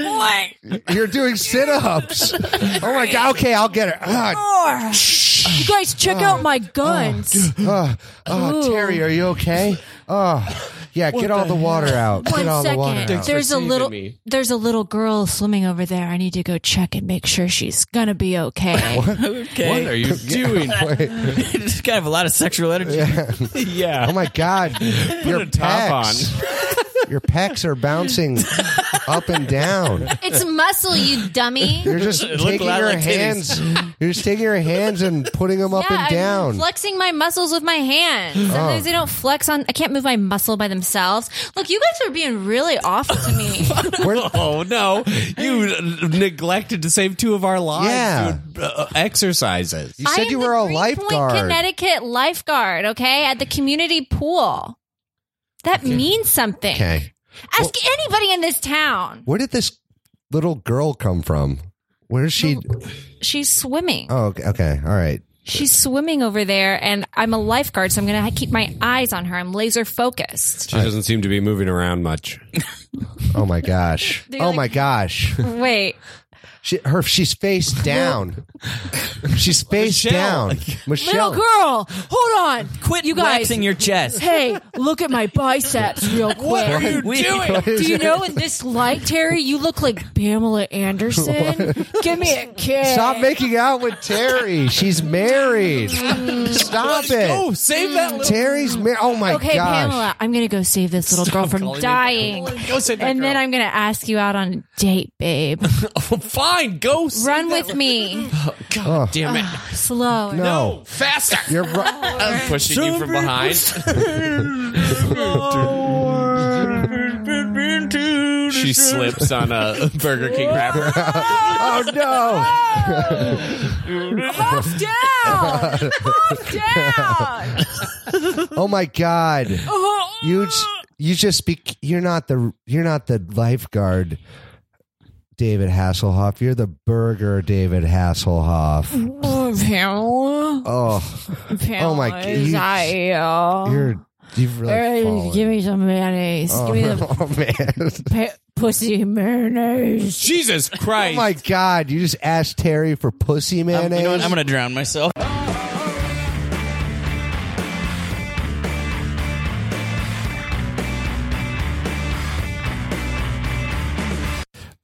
Speaker 6: you're doing sit-ups. Oh my god. Okay, I'll get it.
Speaker 5: Oh.
Speaker 6: Ah,
Speaker 5: You guys, check out
Speaker 6: Oh,
Speaker 5: my guns.
Speaker 6: ah, ah,
Speaker 5: Ooh.
Speaker 6: Terry, are you okay? Oh. Yeah, get all the water out. Get all
Speaker 5: One
Speaker 6: the water
Speaker 5: second.
Speaker 6: out.
Speaker 5: There's a
Speaker 4: saving
Speaker 5: little
Speaker 4: me.
Speaker 5: there's a little girl swimming over there. I need to go check and make sure she's gonna be okay.
Speaker 4: What are you doing?
Speaker 3: Just kind of a lot of sexual energy.
Speaker 4: yeah.
Speaker 6: Oh my god. Put your
Speaker 4: a top
Speaker 6: pecs. Your pecs are bouncing up and down.
Speaker 5: It's muscle, you dummy.
Speaker 6: You're just
Speaker 3: It looked a
Speaker 6: taking
Speaker 3: lot
Speaker 6: your
Speaker 3: like
Speaker 6: hands.
Speaker 3: titties.
Speaker 6: You're just taking your hands and putting them up and down.
Speaker 5: I'm flexing my muscles with my hands. Sometimes they don't flex on. I can't move my muscle by themselves. Look, you guys are being really awful to me.
Speaker 6: We're-
Speaker 4: Oh no! You n- neglected to save two of our lives.
Speaker 6: Yeah.
Speaker 4: doing, uh, exercises.
Speaker 6: you said
Speaker 5: I am
Speaker 6: you
Speaker 5: the
Speaker 6: were a
Speaker 5: Greenpoint,
Speaker 6: lifeguard.
Speaker 5: Connecticut lifeguard. Okay, at the community pool. That means something.
Speaker 6: Okay.
Speaker 5: Ask anybody in this town.
Speaker 6: Where did this little girl come from? Where's she?
Speaker 5: She's swimming.
Speaker 6: Oh, okay. okay. All right.
Speaker 5: She's swimming over there, and I'm a lifeguard, so I'm gonna keep my eyes on her. I'm laser focused.
Speaker 4: She doesn't seem to be moving around much.
Speaker 6: Oh my gosh.
Speaker 5: They're
Speaker 6: Oh
Speaker 5: like-
Speaker 6: my gosh.
Speaker 5: Wait,
Speaker 6: She, her, she's face down. she's face
Speaker 4: Michelle.
Speaker 6: down. Michelle.
Speaker 2: Little girl, hold on. Quit you guys.
Speaker 3: Waxing your chest.
Speaker 2: Hey, look at my biceps real quick.
Speaker 3: you doing?
Speaker 6: What is
Speaker 2: Do you
Speaker 6: it?
Speaker 2: know in this light, Terry, you look like Pamela Anderson? Give me a kiss.
Speaker 6: Stop making out with Terry. She's married. Stop it.
Speaker 4: Oh, save that little.
Speaker 6: Terry's married. Oh my
Speaker 2: Okay,
Speaker 6: gosh.
Speaker 2: Pamela, I'm going to go save this little girl from dying.
Speaker 4: Go save that
Speaker 5: and
Speaker 4: girl.
Speaker 5: then I'm gonna ask you out on a date, babe.
Speaker 4: fine. Go save
Speaker 5: Run
Speaker 4: that
Speaker 5: with me,
Speaker 4: God damn it!
Speaker 5: slow.
Speaker 6: No.
Speaker 4: No, faster!
Speaker 6: You're right.
Speaker 4: I'm pushing you from behind. she slips on a Burger King wrapper.
Speaker 6: Oh no.
Speaker 2: Off down! Off down!
Speaker 6: Oh my god.
Speaker 2: Oh,
Speaker 6: You j- you just speak you're not the you're not the lifeguard David Hasselhoff. You're the burger David Hasselhoff.
Speaker 2: Pamela.
Speaker 6: Oh,
Speaker 2: Pamela,
Speaker 6: my
Speaker 2: is
Speaker 6: God.
Speaker 2: that you?
Speaker 6: you're you've really
Speaker 2: Hey,
Speaker 6: fallen.
Speaker 2: Uh, give me some mayonnaise.
Speaker 6: oh,
Speaker 2: Give me the
Speaker 6: oh, man.
Speaker 2: pa- pussy mayonnaise.
Speaker 4: Jesus
Speaker 6: Oh
Speaker 4: Christ!
Speaker 6: my god, you just asked Terry for pussy
Speaker 3: I'm,
Speaker 6: mayonnaise.
Speaker 3: you know what? I'm gonna drown myself.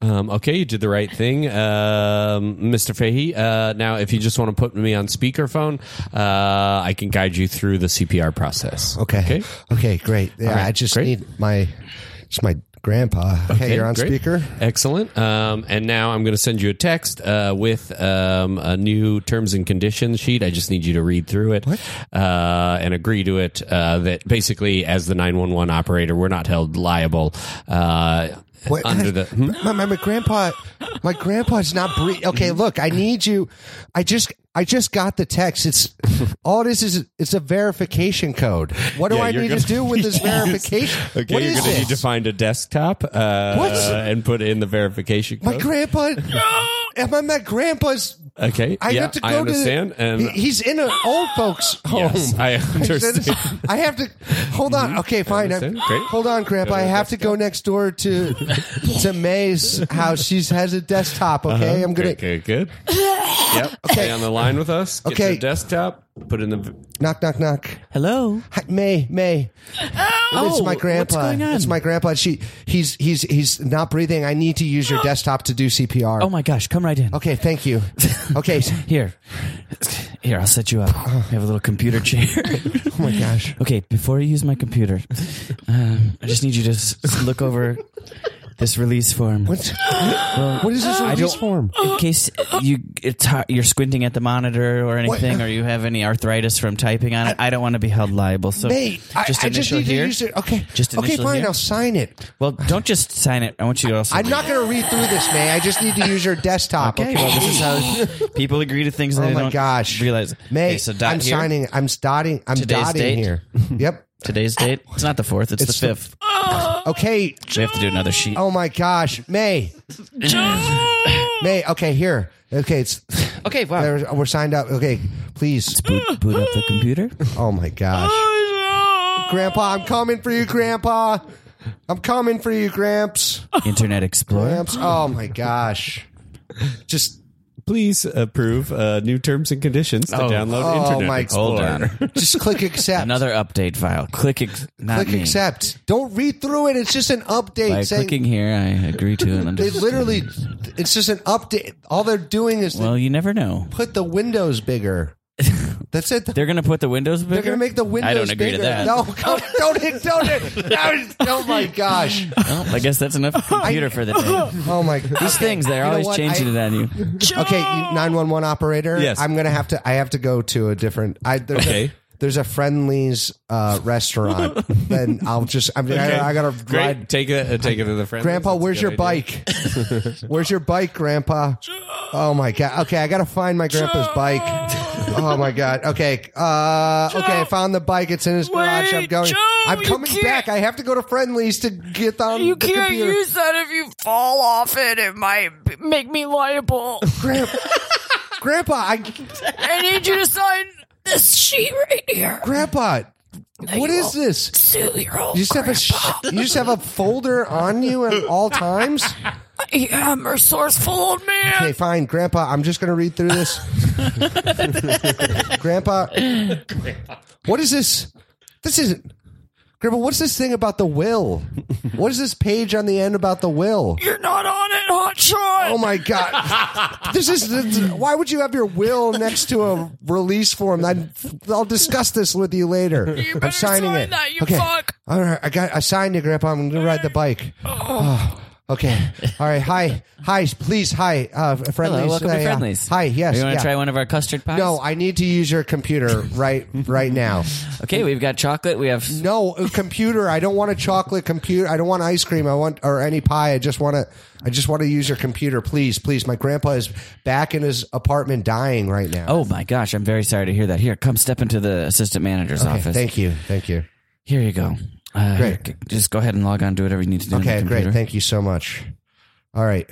Speaker 4: Um, okay, you did the right thing, um, Mr. Fahey. Uh, now, if you just want to put me on speakerphone, uh, I can guide you through the CPR process.
Speaker 6: okay.
Speaker 4: Okay.
Speaker 6: okay. great. Yeah,
Speaker 4: right,
Speaker 6: I just
Speaker 4: great.
Speaker 6: need my it's my grandpa. Okay, you're on
Speaker 4: great.
Speaker 6: speaker.
Speaker 4: Excellent. Um, and now I'm going to send you a text uh, with um, a new terms and conditions sheet. I just need you to read through it uh, and agree to it. Uh, that basically, as the 911 operator, we're not held liable uh,
Speaker 6: What-
Speaker 4: under the. Hmm?
Speaker 6: my, my, my grandpa my grandpa's not breathing okay look i need you i just i just got the text it's all it is is it's a verification code what do
Speaker 4: Yeah,
Speaker 6: i
Speaker 4: you're
Speaker 6: need
Speaker 4: gonna-
Speaker 6: to do with this verification
Speaker 4: Okay,
Speaker 6: what
Speaker 4: you're
Speaker 6: is
Speaker 4: going to need to
Speaker 6: this?
Speaker 4: find a desktop uh,
Speaker 6: What?
Speaker 4: and put in the verification
Speaker 6: my
Speaker 4: code.
Speaker 6: grandpa am i my grandpa's
Speaker 4: okay,
Speaker 6: i
Speaker 4: yeah,
Speaker 6: have to go
Speaker 4: I understand,
Speaker 6: to
Speaker 4: and
Speaker 6: he- he's in an old folks home
Speaker 4: yes, I
Speaker 6: I said-
Speaker 4: understand. Mm-hmm.
Speaker 6: I have to hold on. Okay, fine. I'm-
Speaker 4: understand. Great. Uh,
Speaker 6: Hold on, Grandpa. I have to go next door to to May's house. She has a desktop. Okay, I'm gonna
Speaker 4: Good, good, good. yep. Stay on the line with us. Get
Speaker 6: Okay.
Speaker 4: your desktop. Put in the.
Speaker 6: knock, knock, knock.
Speaker 3: Hello. Oh,
Speaker 6: Hi, May, May. it's my grandpa. It's my grandpa. She, he's, he's, he's not breathing. I need to use your desktop to do CPR.
Speaker 3: Oh my gosh, come right in.
Speaker 6: Okay, thank you. Okay,
Speaker 3: Here. Here, I'll set you up. I have a little computer chair.
Speaker 6: oh my gosh.
Speaker 3: okay, before you use my computer, um, I just need you to s- look over this release form.
Speaker 6: What's, what is this release
Speaker 3: don't-
Speaker 6: form?
Speaker 3: in case you it's hard, you're squinting at the monitor or anything, or you have any arthritis from typing on it, I don't want to be held liable. So
Speaker 6: May, I,
Speaker 3: just
Speaker 6: I just
Speaker 3: initial
Speaker 6: need
Speaker 3: here.
Speaker 6: to use it. Okay,
Speaker 3: Just
Speaker 6: okay,
Speaker 3: initial
Speaker 6: fine.
Speaker 3: here?
Speaker 6: I'll sign it.
Speaker 3: Well, don't just sign it. I want you to also.
Speaker 6: I'm not going to read through this, May. I just need to use your desktop. Okay,
Speaker 3: Okay, well, this is how people agree to things.
Speaker 6: Oh
Speaker 3: they
Speaker 6: my
Speaker 3: don't
Speaker 6: gosh,
Speaker 3: Realize,
Speaker 6: May.
Speaker 3: Okay, so dot
Speaker 6: I'm
Speaker 3: here,
Speaker 6: signing. I'm dotting. I'm
Speaker 3: Today's
Speaker 6: dotting
Speaker 3: date?
Speaker 6: here. Yep.
Speaker 3: today's date. It's not the fourth. It's,
Speaker 6: It's
Speaker 3: the
Speaker 6: the-
Speaker 3: fifth.
Speaker 6: Okay,
Speaker 3: we have to do another sheet.
Speaker 6: Oh my gosh, May. May. Okay, here. Okay, it's
Speaker 3: okay, wow.
Speaker 6: there, we're signed up. Okay, please.
Speaker 3: boot, boot up the computer.
Speaker 6: Oh my gosh, Grandpa, I'm coming for you, Grandpa. I'm coming for you, Gramps.
Speaker 3: Internet Explorer.
Speaker 6: Gramps. Oh my gosh. Just
Speaker 4: Please approve uh, new terms and conditions to
Speaker 3: Oh.
Speaker 4: download
Speaker 6: Oh
Speaker 4: Internet
Speaker 6: my-
Speaker 3: Hold
Speaker 4: Explorer.
Speaker 3: on.
Speaker 6: just click accept.
Speaker 3: Another update file. Click. Ex- not
Speaker 6: click
Speaker 3: me.
Speaker 6: accept. Don't read through it. It's just an update
Speaker 3: By
Speaker 6: saying
Speaker 3: clicking here, I agree to and
Speaker 6: they
Speaker 3: understand.
Speaker 6: literally it's just an update. All they're doing is they
Speaker 3: Well, you never know.
Speaker 6: put the windows bigger. That's it.
Speaker 3: They're gonna put the windows bigger.
Speaker 6: They're going to make the windows.
Speaker 3: I don't agree
Speaker 6: bigger.
Speaker 3: to that.
Speaker 6: No, come, don't don't don't. don't- oh my gosh!
Speaker 3: Well, I guess that's enough computer for the day.
Speaker 6: Oh my.
Speaker 3: These things they're
Speaker 6: You know
Speaker 3: always
Speaker 6: what?
Speaker 3: changing
Speaker 6: I-
Speaker 3: it on you.
Speaker 6: Okay, nine one one operator.
Speaker 3: Yes.
Speaker 6: I'm gonna have to. I have to go to a different. I, there's
Speaker 4: Okay.
Speaker 6: A, there's a friendlies uh, restaurant. then I'll just. I mean, I, I gotta ride.
Speaker 4: Great. Take it. Uh, take it to the friend.
Speaker 6: Grandpa, where's your bike? where's your bike, Grandpa? Oh my god. Okay, I gotta find my grandpa's bike. Oh my god. Okay. Uh, okay, I found the bike. It's in his garage. I'm going. I'm coming back. I have to go to friendlies to get on. You the
Speaker 2: can't
Speaker 6: computer.
Speaker 2: use that if you fall off it. It might b- make me liable.
Speaker 6: Grandpa. Grandpa, I
Speaker 2: I need you to sign this sheet right here.
Speaker 6: Grandpa, what
Speaker 2: you
Speaker 6: is this?
Speaker 2: Sue your old
Speaker 6: You just have a sh- you just have a folder on you at all times.
Speaker 2: Yeah, I'm resourceful old man.
Speaker 6: Okay, fine, Grandpa. I'm just gonna read through this. Grandpa, what is this? This isn't. Grandpa, what's this thing about the will? What is this page on the end about the will?
Speaker 2: You're not on it, hotshot.
Speaker 6: Oh my god! This is this- why would you have your will next to a release form? I, I'll discuss this with you later. I'm signing
Speaker 2: sign
Speaker 6: it.
Speaker 2: that, you
Speaker 6: okay.
Speaker 2: fuck.
Speaker 6: All right, I got. I signed it, Grandpa. I'm gonna ride the bike. Oh, okay. All right. Hi. Hi. Please. Hi. Uh, friendlies.
Speaker 3: Hello, welcome
Speaker 6: Uh,
Speaker 3: to
Speaker 6: yeah.
Speaker 3: Friendlies.
Speaker 6: Hi. Yes.
Speaker 3: You want to
Speaker 6: yeah.
Speaker 3: try one of our custard pies?
Speaker 6: No, I need to use your computer right right now.
Speaker 3: Okay, we've got chocolate. We have
Speaker 6: No, a computer. I don't want a chocolate computer. I don't want ice cream. I want or any pie. I just want to. I just want to use your computer, please, please. My grandpa is back in his apartment, dying right now.
Speaker 3: Oh my gosh, I'm very sorry to hear that. Here, come step into the assistant manager's
Speaker 6: okay,
Speaker 3: office.
Speaker 6: thank you, thank you.
Speaker 3: Here you go. Uh,
Speaker 6: Great.
Speaker 3: g- Just go ahead and log on. Do whatever you need to do. on
Speaker 6: Okay,
Speaker 3: the
Speaker 6: great.
Speaker 3: computer.
Speaker 6: Thank you so much. All right.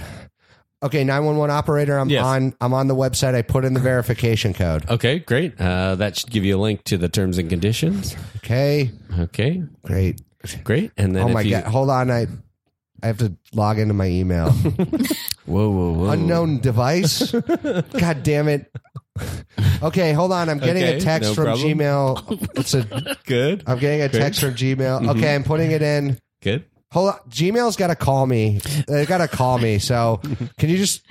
Speaker 6: Okay, nine one one operator. I'm
Speaker 4: Yes.
Speaker 6: on. I'm on the website. I put in the verification code.
Speaker 4: Okay, great. Uh, that should give you a link to the terms and conditions.
Speaker 6: Okay,
Speaker 4: Okay,
Speaker 6: great.
Speaker 4: great. And then
Speaker 6: Oh
Speaker 4: if
Speaker 6: my
Speaker 4: you,
Speaker 6: god! Hold on, I. I have to log into my email.
Speaker 3: Whoa, whoa, whoa.
Speaker 6: unknown device. God damn it. Okay, hold on. I'm getting
Speaker 4: Okay,
Speaker 6: a text
Speaker 4: no
Speaker 6: from
Speaker 4: problem.
Speaker 6: Gmail. It's a,
Speaker 4: good,
Speaker 6: I'm getting a
Speaker 4: Great.
Speaker 6: text from
Speaker 4: Mm-hmm.
Speaker 6: Gmail. Okay, I'm putting it in.
Speaker 4: good.
Speaker 6: Hold on. Gmail's got to call me. They got to call me. So can you just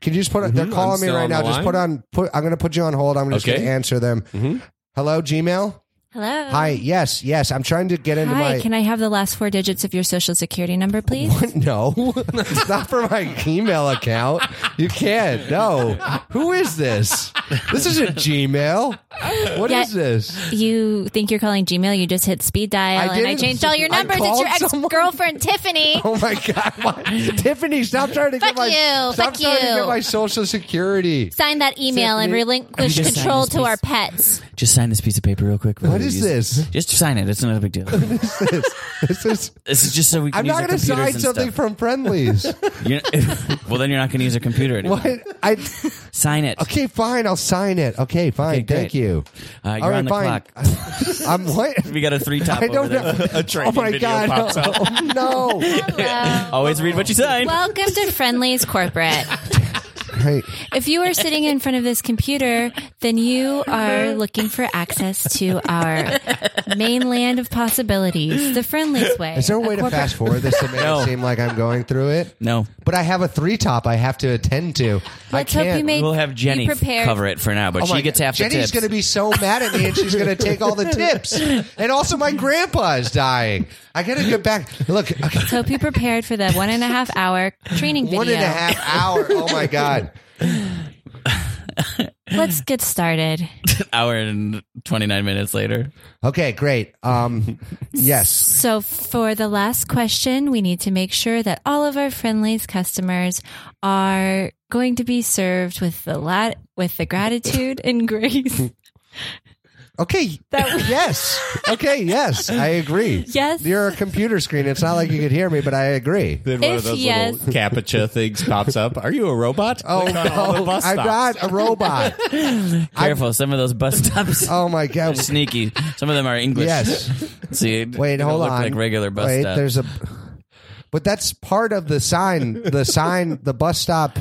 Speaker 6: can you just put? They're calling me
Speaker 4: Mm-hmm. still
Speaker 6: right
Speaker 4: on
Speaker 6: now.
Speaker 4: the
Speaker 6: Just put on. Put. I'm going to put you on hold. I'm just
Speaker 4: Okay. Mm-hmm.
Speaker 6: going to answer them. Hello, Gmail.
Speaker 5: Hello.
Speaker 6: Hi. Yes. Yes. I'm trying to get into
Speaker 5: Hi,
Speaker 6: my.
Speaker 5: can I have the last four digits of your social security number, please?
Speaker 6: No, it's not for my Gmail account. You can't. No. Who is this? This isn't Gmail. What is
Speaker 5: Yeah.
Speaker 6: this?
Speaker 5: You think you're calling Gmail? You just hit speed dial,
Speaker 6: I
Speaker 5: and I
Speaker 6: didn't-
Speaker 5: changed all your
Speaker 6: I
Speaker 5: numbers. It's
Speaker 6: called
Speaker 5: your ex
Speaker 6: someone.
Speaker 5: girlfriend Tiffany.
Speaker 6: Oh my God. What? Tiffany, stop trying to get
Speaker 5: Fuck
Speaker 6: my
Speaker 5: you.
Speaker 6: stop
Speaker 5: Fuck
Speaker 6: trying to
Speaker 5: you.
Speaker 6: get my social security.
Speaker 5: Sign that email and
Speaker 6: Tiffany.
Speaker 5: relinquish
Speaker 3: You just signed
Speaker 5: control
Speaker 3: this
Speaker 5: to our
Speaker 3: piece.
Speaker 5: pets.
Speaker 3: Just sign this piece of paper real quick.
Speaker 6: What is this?
Speaker 3: Just sign it. It's not a big deal.
Speaker 6: This is
Speaker 3: this is just so we can
Speaker 6: I'm
Speaker 3: use
Speaker 6: not
Speaker 3: our
Speaker 6: going to
Speaker 3: computers
Speaker 6: sign
Speaker 3: and
Speaker 6: something
Speaker 3: stuff.
Speaker 6: from friendlies.
Speaker 3: You're- well, then you're not going to use a computer anymore.
Speaker 6: what? I
Speaker 3: Sign it.
Speaker 6: okay, fine. I'll sign it. Okay, fine.
Speaker 3: Okay,
Speaker 6: Thank
Speaker 3: great.
Speaker 6: you.
Speaker 3: Uh, you're
Speaker 6: All right,
Speaker 3: on the
Speaker 6: fine.
Speaker 3: clock.
Speaker 6: I'm what?
Speaker 3: We got a three top
Speaker 6: I don't
Speaker 3: over there.
Speaker 6: know. oh my god! no.
Speaker 5: Hello.
Speaker 3: Always read what you sign.
Speaker 5: Welcome to Friendly's Corporate.
Speaker 6: Hey,
Speaker 5: If you are sitting in front of this computer, then you are looking for access to our mainland of possibilities, the Friendly's way.
Speaker 6: Is there a way to fast forward this to make
Speaker 3: No.
Speaker 6: it seem like I'm going through it?
Speaker 3: no.
Speaker 6: But I have a three top I have to attend to. I
Speaker 5: Let's hope
Speaker 6: can't.
Speaker 5: you make-
Speaker 3: We'll have Jenny
Speaker 5: Be prepared.
Speaker 3: cover it for now, but
Speaker 6: Oh my
Speaker 3: she gets
Speaker 6: God.
Speaker 3: half the
Speaker 6: Jenny's
Speaker 3: tips.
Speaker 6: going to be so mad at me, and she's going to take all the tips. And also, my grandpa is dying. I got to get back. Look, okay,
Speaker 5: Let's hope you prepared for the one and a half hour training video.
Speaker 6: one and a half hour. Oh my god!
Speaker 5: Let's get started.
Speaker 3: hour and 29 minutes later.
Speaker 6: Okay, great. Um, yes.
Speaker 5: So, for the last question, we need to make sure that all of our friendlies customers are going to be served with the lat with the gratitude and grace.
Speaker 6: Okay. yes. Okay. Yes, I agree.
Speaker 5: Yes.
Speaker 6: You're a computer screen. It's not like you could hear me, but I agree.
Speaker 4: Then
Speaker 5: one of If those yes. little
Speaker 4: captcha things pops up. Are you a robot?
Speaker 6: Oh no! I'm not a robot.
Speaker 3: Careful, some of those bus stops.
Speaker 6: Oh my god!
Speaker 3: sneaky. Some of them are English.
Speaker 6: Yes.
Speaker 3: See,
Speaker 6: Wait,
Speaker 3: they
Speaker 6: hold
Speaker 3: look
Speaker 6: on.
Speaker 3: Like regular bus
Speaker 6: Wait,
Speaker 3: stop.
Speaker 6: there's a. But that's part of the sign. The sign. The bus stop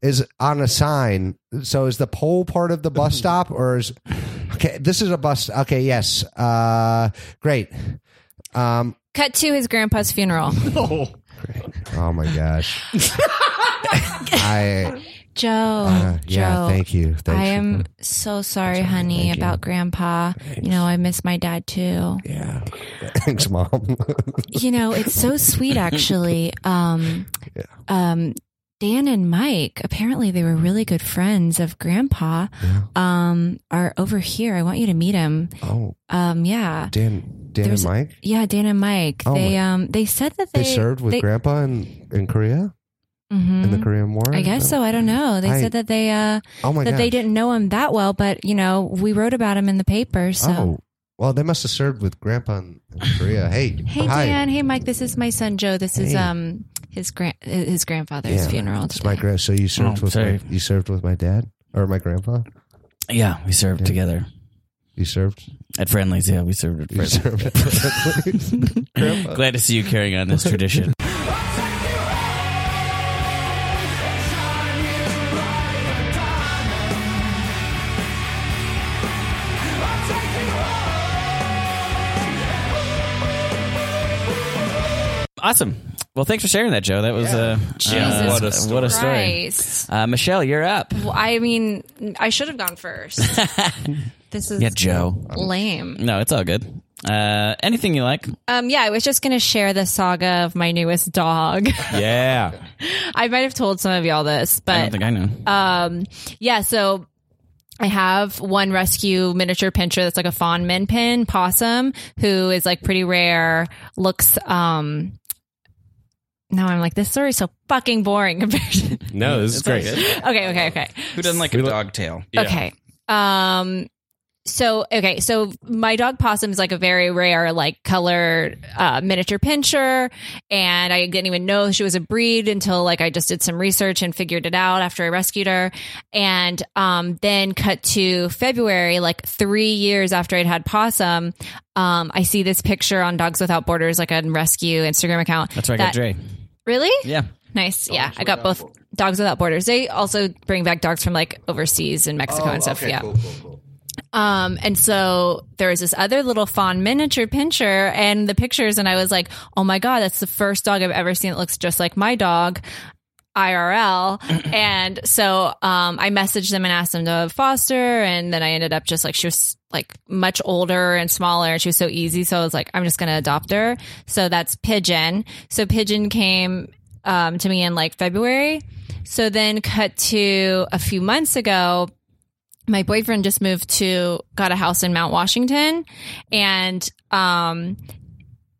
Speaker 6: is on a sign. So is the pole part of the bus stop, or is? Okay, this is a bus. Okay, yes. Uh, great. Um.
Speaker 5: Cut to his grandpa's funeral.
Speaker 6: Oh my gosh. I
Speaker 5: Joe,
Speaker 6: Uh, yeah,
Speaker 5: Joe,
Speaker 6: thank you. Thanks
Speaker 5: I
Speaker 6: for
Speaker 5: am
Speaker 6: coming.
Speaker 5: so sorry,
Speaker 6: That's all right.
Speaker 5: honey,
Speaker 6: Thank you.
Speaker 5: about Grandpa. You know, I miss my dad too.
Speaker 6: Yeah. Thanks, mom.
Speaker 5: you know, it's so sweet actually. Um,
Speaker 6: Yeah.
Speaker 5: um, Dan and Mike, apparently they were really good friends of grandpa,
Speaker 6: Yeah.
Speaker 5: um, are over here. I want you to meet him.
Speaker 6: oh,
Speaker 5: Um, yeah.
Speaker 6: Dan, Dan
Speaker 5: There's-
Speaker 6: and Mike.
Speaker 5: Yeah, Dan and Mike.
Speaker 6: Oh,
Speaker 5: they um they said that
Speaker 6: They,
Speaker 5: they,
Speaker 6: served with
Speaker 5: they-
Speaker 6: Grandpa in, in Korea
Speaker 5: Mhm.
Speaker 6: in the Korean War.
Speaker 5: I guess so. I don't know. They
Speaker 6: I-
Speaker 5: said that they uh
Speaker 6: Oh my
Speaker 5: that
Speaker 6: god.
Speaker 5: they didn't know him that well, but you know, we wrote about him in the paper. So
Speaker 6: Oh, well, they must have served with Grandpa in, in Korea. Hey,
Speaker 5: Hey
Speaker 6: hi.
Speaker 5: Dan, hey Mike, this is my son Joe. This is
Speaker 6: Hey.
Speaker 5: um his grand his grandfather's
Speaker 6: Yeah.
Speaker 5: funeral.
Speaker 6: It's my
Speaker 5: today.
Speaker 6: grand. So you served
Speaker 3: Oh,
Speaker 6: with my,
Speaker 3: sorry.
Speaker 6: you served with my dad or my grandpa.
Speaker 3: Yeah, we served
Speaker 6: Yeah.
Speaker 3: together
Speaker 6: You served.
Speaker 3: at Friendlies. Yeah, we served at
Speaker 6: You
Speaker 3: Friendlies.
Speaker 6: served. Grandpa.
Speaker 3: Glad to see you carrying on this tradition. Awesome. Well, thanks for sharing that, Joe. That was uh, uh, what,
Speaker 5: Jesus
Speaker 3: a, what a story.
Speaker 5: Christ.
Speaker 3: Uh, Michelle, you're up.
Speaker 5: Well, I mean, I should have gone first. this is
Speaker 3: Yeah, Joe.
Speaker 5: lame.
Speaker 3: No, it's all good. Uh, anything you like.
Speaker 5: Um, yeah, I was just going to share the saga of my newest dog.
Speaker 4: Yeah.
Speaker 5: I might have told some of y'all this,
Speaker 3: I don't
Speaker 5: but
Speaker 3: think I know.
Speaker 5: um, yeah, so I have one rescue miniature pincher that's like a fawn min pin possum who is like pretty rare, looks, um, now I'm like, this story's so fucking boring compared to.
Speaker 4: No, this is
Speaker 3: It's all
Speaker 4: great.
Speaker 3: good.
Speaker 5: okay, okay, okay.
Speaker 3: Who doesn't like a dog tail?
Speaker 5: Okay. Um so okay, so my dog possum is like a very rare like color uh, miniature pincher, and I didn't even know she was a breed until like I just did some research and figured it out after I rescued her, and um, then cut to February, like three years after I'd had possum, um, I see this picture on Dogs Without Borders, like a rescue Instagram account.
Speaker 3: That's where I got
Speaker 5: that-
Speaker 3: Dre.
Speaker 5: Really?
Speaker 3: Yeah.
Speaker 5: Nice. yeah, I got both Dogs Without Borders. They also bring back dogs from like overseas and Mexico and stuff. yeah. Um, and so there was this other little fawn miniature pincher and the pictures, and I was like, oh my God, that's the first dog I've ever seen that looks just like my dog. IRL. and so um, I messaged them and asked them to foster. And then I ended up just like, she was like much older and smaller and she was so easy. So I was like, I'm just going to adopt her. So that's Pigeon. So Pigeon came um, to me in like February. So then cut to a few months ago, my boyfriend just moved to got a house in Mount Washington and um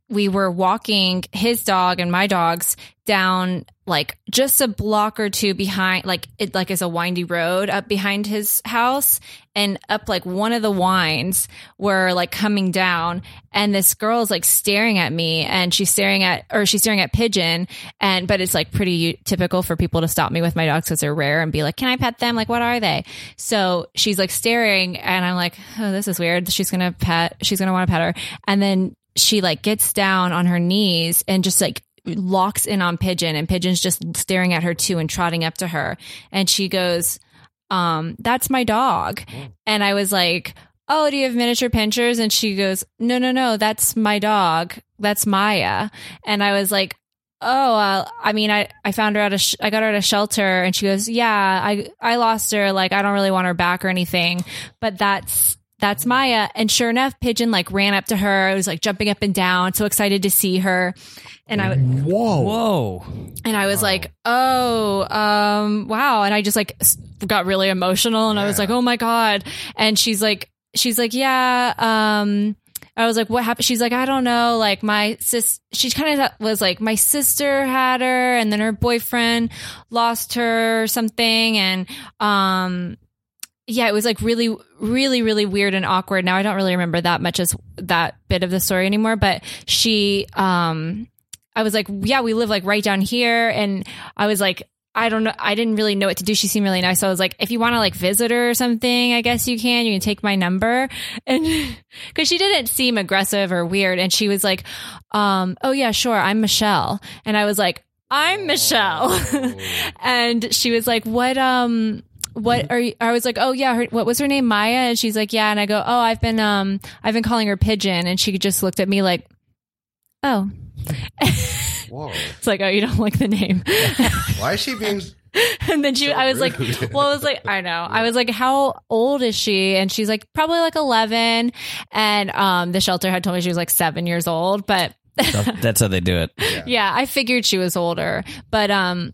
Speaker 5: we were walking his dog and my dogs down like just a block or two behind like it like is a windy road up behind his house and up like one of the winds were like coming down and this girl's like staring at me and she's staring at or she's staring at pigeon and but it's like pretty typical for people to stop me with my dogs because they're rare and be like can i pet them like what are they so she's like staring and i'm like oh this is weird she's gonna pet she's gonna want to pet her and then she like gets down on her knees and just like locks in on pigeon and pigeon's just staring at her too and trotting up to her and she goes um that's my dog and i was like oh do you have miniature pinchers and she goes no no no that's my dog that's maya and i was like oh uh, i mean i i found her at a sh- i got her at a shelter and she goes yeah i i lost her like i don't really want her back or anything but that's that's Maya. And sure enough, Pigeon like ran up to her. I was like jumping up and down, so excited to see her. And I
Speaker 6: Whoa.
Speaker 3: Whoa.
Speaker 5: and I was like, oh, um, wow. And I just like s- got really emotional and I was like, oh my God. And she's like, she's like, yeah, um, I was like, what happened? She's like, I don't know. Like my sis, she kind of was like, my sister had her and then her boyfriend lost her or something. And, um, yeah, it was like really, really, really weird and awkward. Now I don't really remember that much as that bit of the story anymore, but she, um, I was like, yeah, we live like right down here. And I was like, I don't know. I didn't really know what to do. She seemed really nice. So I was like, if you want to like visit her or something, I guess you can. You can take my number. And because she didn't seem aggressive or weird. And she was like, um, oh, yeah, sure. I'm Michelle. And I was like, I'm Michelle. and she was like, what, um, what are you? I was like, oh yeah, her, what was her name? Maya, and she's like, yeah, and I go, oh, I've been, um, I've been calling her Pigeon, and she just looked at me like, oh,
Speaker 6: Whoa.
Speaker 5: It's like, oh, you don't like the name.
Speaker 6: Why is she being
Speaker 5: and then she, I was like,
Speaker 6: rude.
Speaker 5: well, I was like, I know. I was like, how old is she? And she's like, probably like 11. And um, the shelter had told me she was like seven years old, but
Speaker 3: That's how they do it.
Speaker 5: yeah, I figured she was older, but um.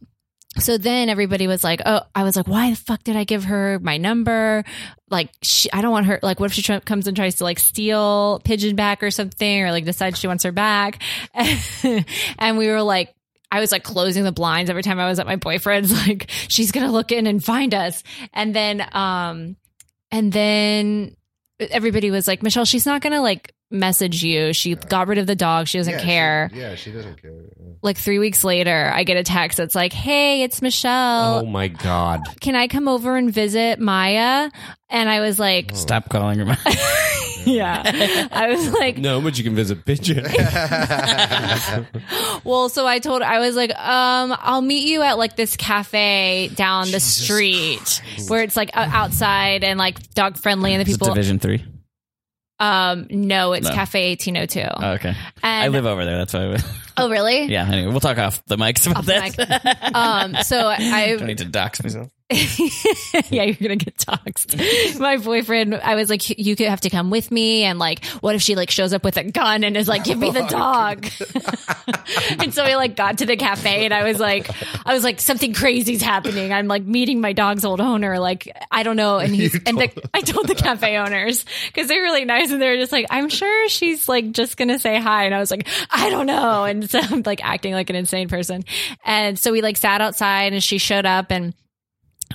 Speaker 5: So then everybody was like, "Oh, I was like, why the fuck did I give her my number? Like, she, I don't want her. Like, what if she tr- comes and tries to like steal Pigeon back or something, or like decides she wants her back?" and we were like, I was like closing the blinds every time I was at my boyfriend's. Like, she's gonna look in and find us. And then, um, and then everybody was like, Michelle, she's not gonna like message you. She got rid of the dog. She doesn't
Speaker 6: Yeah, she-
Speaker 5: care
Speaker 6: yeah, she doesn't care.
Speaker 5: like three weeks later, I get a text that's like, Hey, it's Michelle.
Speaker 4: Oh my god.
Speaker 5: Can I come over and visit Maya? And I was like,
Speaker 3: Stop calling her. mom. Oh,
Speaker 5: Yeah. I was like,
Speaker 4: No, but you can visit Pigeon.
Speaker 6: Oh.
Speaker 5: Well, so I told, I was like, um, I'll meet you at like this cafe down the street where it's like o- outside and like dog friendly and the
Speaker 3: Is it
Speaker 5: people,
Speaker 3: Division Three?
Speaker 5: um, no, it's
Speaker 3: No.
Speaker 5: Cafe 1802.
Speaker 3: Oh, okay.
Speaker 5: and,
Speaker 3: I live over there. That's why. I
Speaker 5: oh, really?
Speaker 3: yeah. Anyway, we'll talk off the mics about
Speaker 5: Off the
Speaker 3: that.
Speaker 5: Um, so I
Speaker 3: don't need to dox myself.
Speaker 5: yeah, you're gonna get doxxed. My boyfriend, I was like, you could have to come with me, and like, what if she like shows up with a gun and is like, give me the dog? and so we like got to the cafe, and I was like, I was like, something crazy's happening. I'm like meeting my dog's old owner. Like, I don't know. And he's and the, I told the cafe owners because they were really nice, and they were just like, I'm sure she's like just gonna say hi, and I was like, I don't know. And so I'm like acting like an insane person, and so we like sat outside, and she showed up, and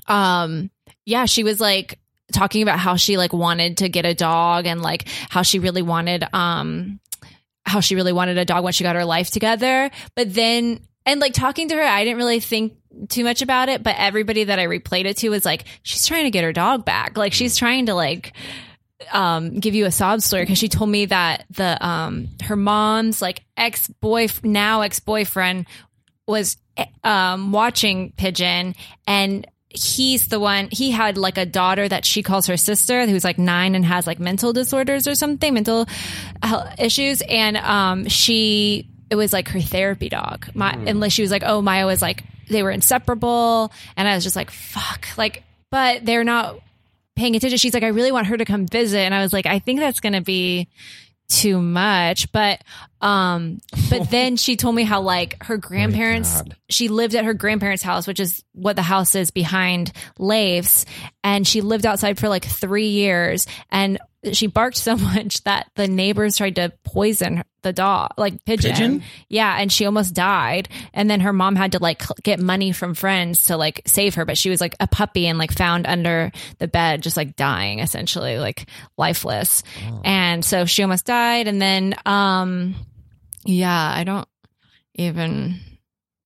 Speaker 5: um yeah she was like talking about how she like wanted to get a dog and like how she really wanted um how she really wanted a dog when she got her life together but then and like talking to her i didn't really think too much about it but everybody that i replayed it to was like she's trying to get her dog back like she's trying to like um give you a sob story because she told me that the um her mom's like ex-boy now ex-boyfriend was eh, um watching pigeon and he's the one he had like a daughter that she calls her sister who's like nine and has like mental disorders or something mental health issues and um she it was like her therapy dog my unless she was like oh maya was like they were inseparable and i was just like fuck like but they're not paying attention she's like i really want her to come visit and i was like i think that's gonna be too much but um but then she told me how like her grandparents she lived at her grandparents house which is what the house is behind Laves and she lived outside for like 3 years and she barked so much that the neighbors tried to poison the dog like pigeon,
Speaker 3: Pigeon?
Speaker 5: yeah and she almost died and then her mom had to like cl- get money from friends to like save her but she was like a puppy and like found under the bed just like dying essentially like lifeless
Speaker 6: Oh.
Speaker 5: and so she almost died and then um yeah i don't even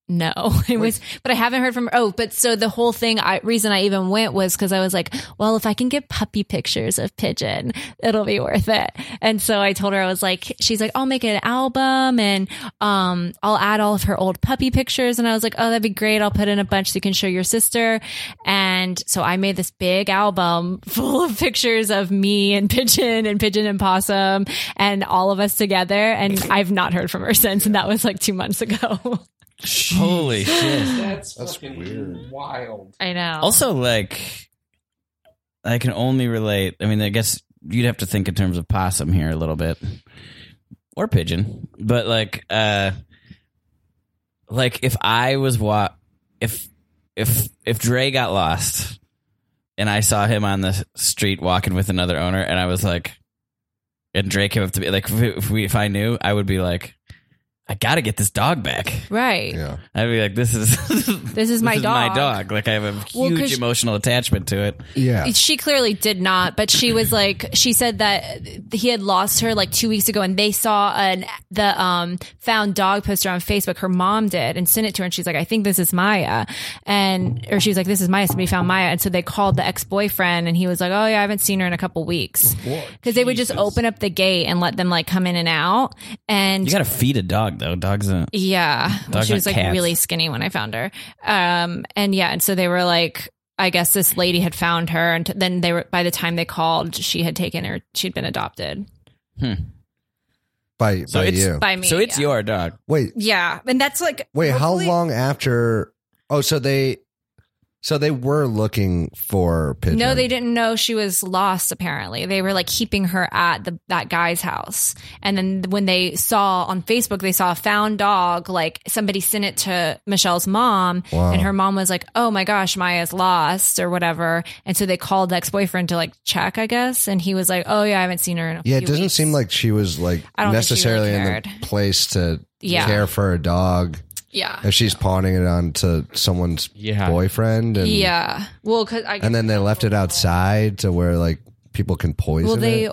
Speaker 5: know. it was but i haven't heard from oh but so the whole thing i reason i even went was because i was like well if i can get puppy pictures of pigeon it'll be worth it and so i told her i was like she's like i'll make an album and um i'll add all of her old puppy pictures and i was like oh that'd be great i'll put in a bunch so you can show your sister and so i made this big album full of pictures of me and pigeon and pigeon and possum and all of us together and i've not heard from her since and that was like two months ago
Speaker 3: Holy shit!
Speaker 6: That's weird.
Speaker 5: I know.
Speaker 3: Also, like, I can only relate. I mean, I guess you'd have to think in terms of possum here a little bit, or pigeon. But like, uh, like if I was wa if if if Dre got lost, and I saw him on the street walking with another owner, and I was like, and Dre came up to me, like, if, if we if I knew, I would be like, I gotta get this dog back.
Speaker 5: right.
Speaker 6: Yeah.
Speaker 3: I'd be like, this is
Speaker 5: This is my dog.
Speaker 3: my dog. Like I have a
Speaker 5: Well,
Speaker 3: huge
Speaker 5: 'cause-
Speaker 3: emotional attachment to it.
Speaker 6: Yeah.
Speaker 5: She clearly did not, but she was like, she said that he had lost her like two weeks ago, and they saw an the um found dog poster on Facebook. Her mom did and sent it to her, and she's like, I think this is Maya, and or she was like, this is Maya. Somebody found Maya, and so they called the ex boyfriend, and he was like, oh yeah, I haven't seen her in a couple weeks because they would just open up the gate and let them like come in and out, and
Speaker 3: You gotta feed a dog though. Dogs a
Speaker 5: Yeah.
Speaker 3: Dogs
Speaker 5: she
Speaker 3: aren't
Speaker 5: was like
Speaker 3: cats.
Speaker 5: really skinny when I found her. Um, and yeah. And so they were like, I guess this lady had found her. And t- then they were, by the time they called, she had taken her, she'd been adopted.
Speaker 6: by,
Speaker 3: So
Speaker 6: by
Speaker 3: it's-
Speaker 6: you.
Speaker 5: by me.
Speaker 3: so it's
Speaker 5: yeah.
Speaker 3: your dog.
Speaker 6: Wait,
Speaker 5: Yeah, and that's like
Speaker 6: wait.
Speaker 5: hopefully-
Speaker 6: How long after? Oh, so they, so they were looking for Pigeon.
Speaker 5: No, they didn't know she was lost. Apparently, they were like keeping her at the that guy's house, and then when they saw on Facebook, they saw a found dog. Like somebody sent it to Michelle's mom,
Speaker 6: Wow.
Speaker 5: and her mom was like, "Oh my gosh, Maya's lost" or whatever. And so they called the ex boyfriend to like check, I guess, and he was like, "Oh yeah, I haven't seen her in a
Speaker 6: Yeah, it
Speaker 5: few
Speaker 6: doesn't
Speaker 5: weeks."
Speaker 6: seem like she was like
Speaker 5: I don't think she
Speaker 6: necessarily
Speaker 5: really
Speaker 6: in
Speaker 5: cared.
Speaker 6: the place to
Speaker 5: Yeah.
Speaker 6: care for a dog.
Speaker 5: yeah,
Speaker 6: If she's pawning it on to someone's
Speaker 4: Yeah.
Speaker 6: boyfriend, and
Speaker 5: yeah. Well, because I
Speaker 6: and then they left it outside to where like people can poison.
Speaker 5: well they
Speaker 6: it.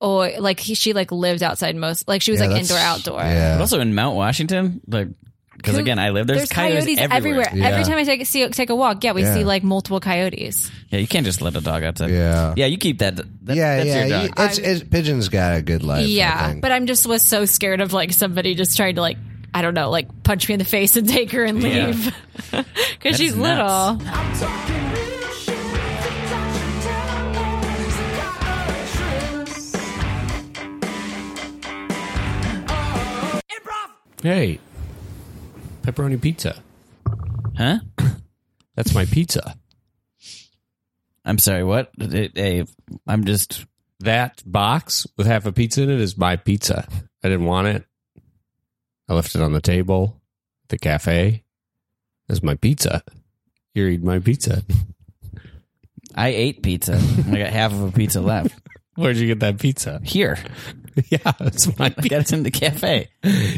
Speaker 5: oh like he, she like lived outside most like she was
Speaker 6: Yeah,
Speaker 5: like
Speaker 6: that's-
Speaker 5: indoor outdoor.
Speaker 3: But
Speaker 6: Yeah,
Speaker 3: also in Mount Washington, like because
Speaker 5: Who-
Speaker 3: again, I live there's,
Speaker 5: There's, coyotes, everywhere.
Speaker 6: Yeah.
Speaker 5: Every time I take see, take a walk, yeah, we
Speaker 6: Yeah.
Speaker 5: see like multiple coyotes.
Speaker 3: Yeah, you can't just let a dog outside.
Speaker 6: yeah,
Speaker 3: yeah, you keep that. that
Speaker 6: yeah,
Speaker 3: that's
Speaker 6: yeah.
Speaker 3: your
Speaker 6: you-
Speaker 3: dog.
Speaker 6: It's, it's pigeon's got a good life. I
Speaker 5: yeah,
Speaker 6: think.
Speaker 5: but I'm just was so scared of like somebody just trying to like I don't know like punch me in the face and take her and
Speaker 3: Yeah.
Speaker 5: leave because she's
Speaker 3: is nuts.
Speaker 5: little.
Speaker 4: Hey, pepperoni pizza.
Speaker 3: huh?
Speaker 4: That's my pizza.
Speaker 3: I'm sorry. What? It- hey, I'm just.
Speaker 4: That box with half a pizza in it is my pizza. I didn't want it. I left it on the table, at the cafe. That's my pizza. Here, eat my pizza.
Speaker 3: I ate pizza. I got half of a pizza left
Speaker 4: Where'd you get that pizza?
Speaker 3: here.
Speaker 4: Yeah, that's my
Speaker 3: I got it in the cafe.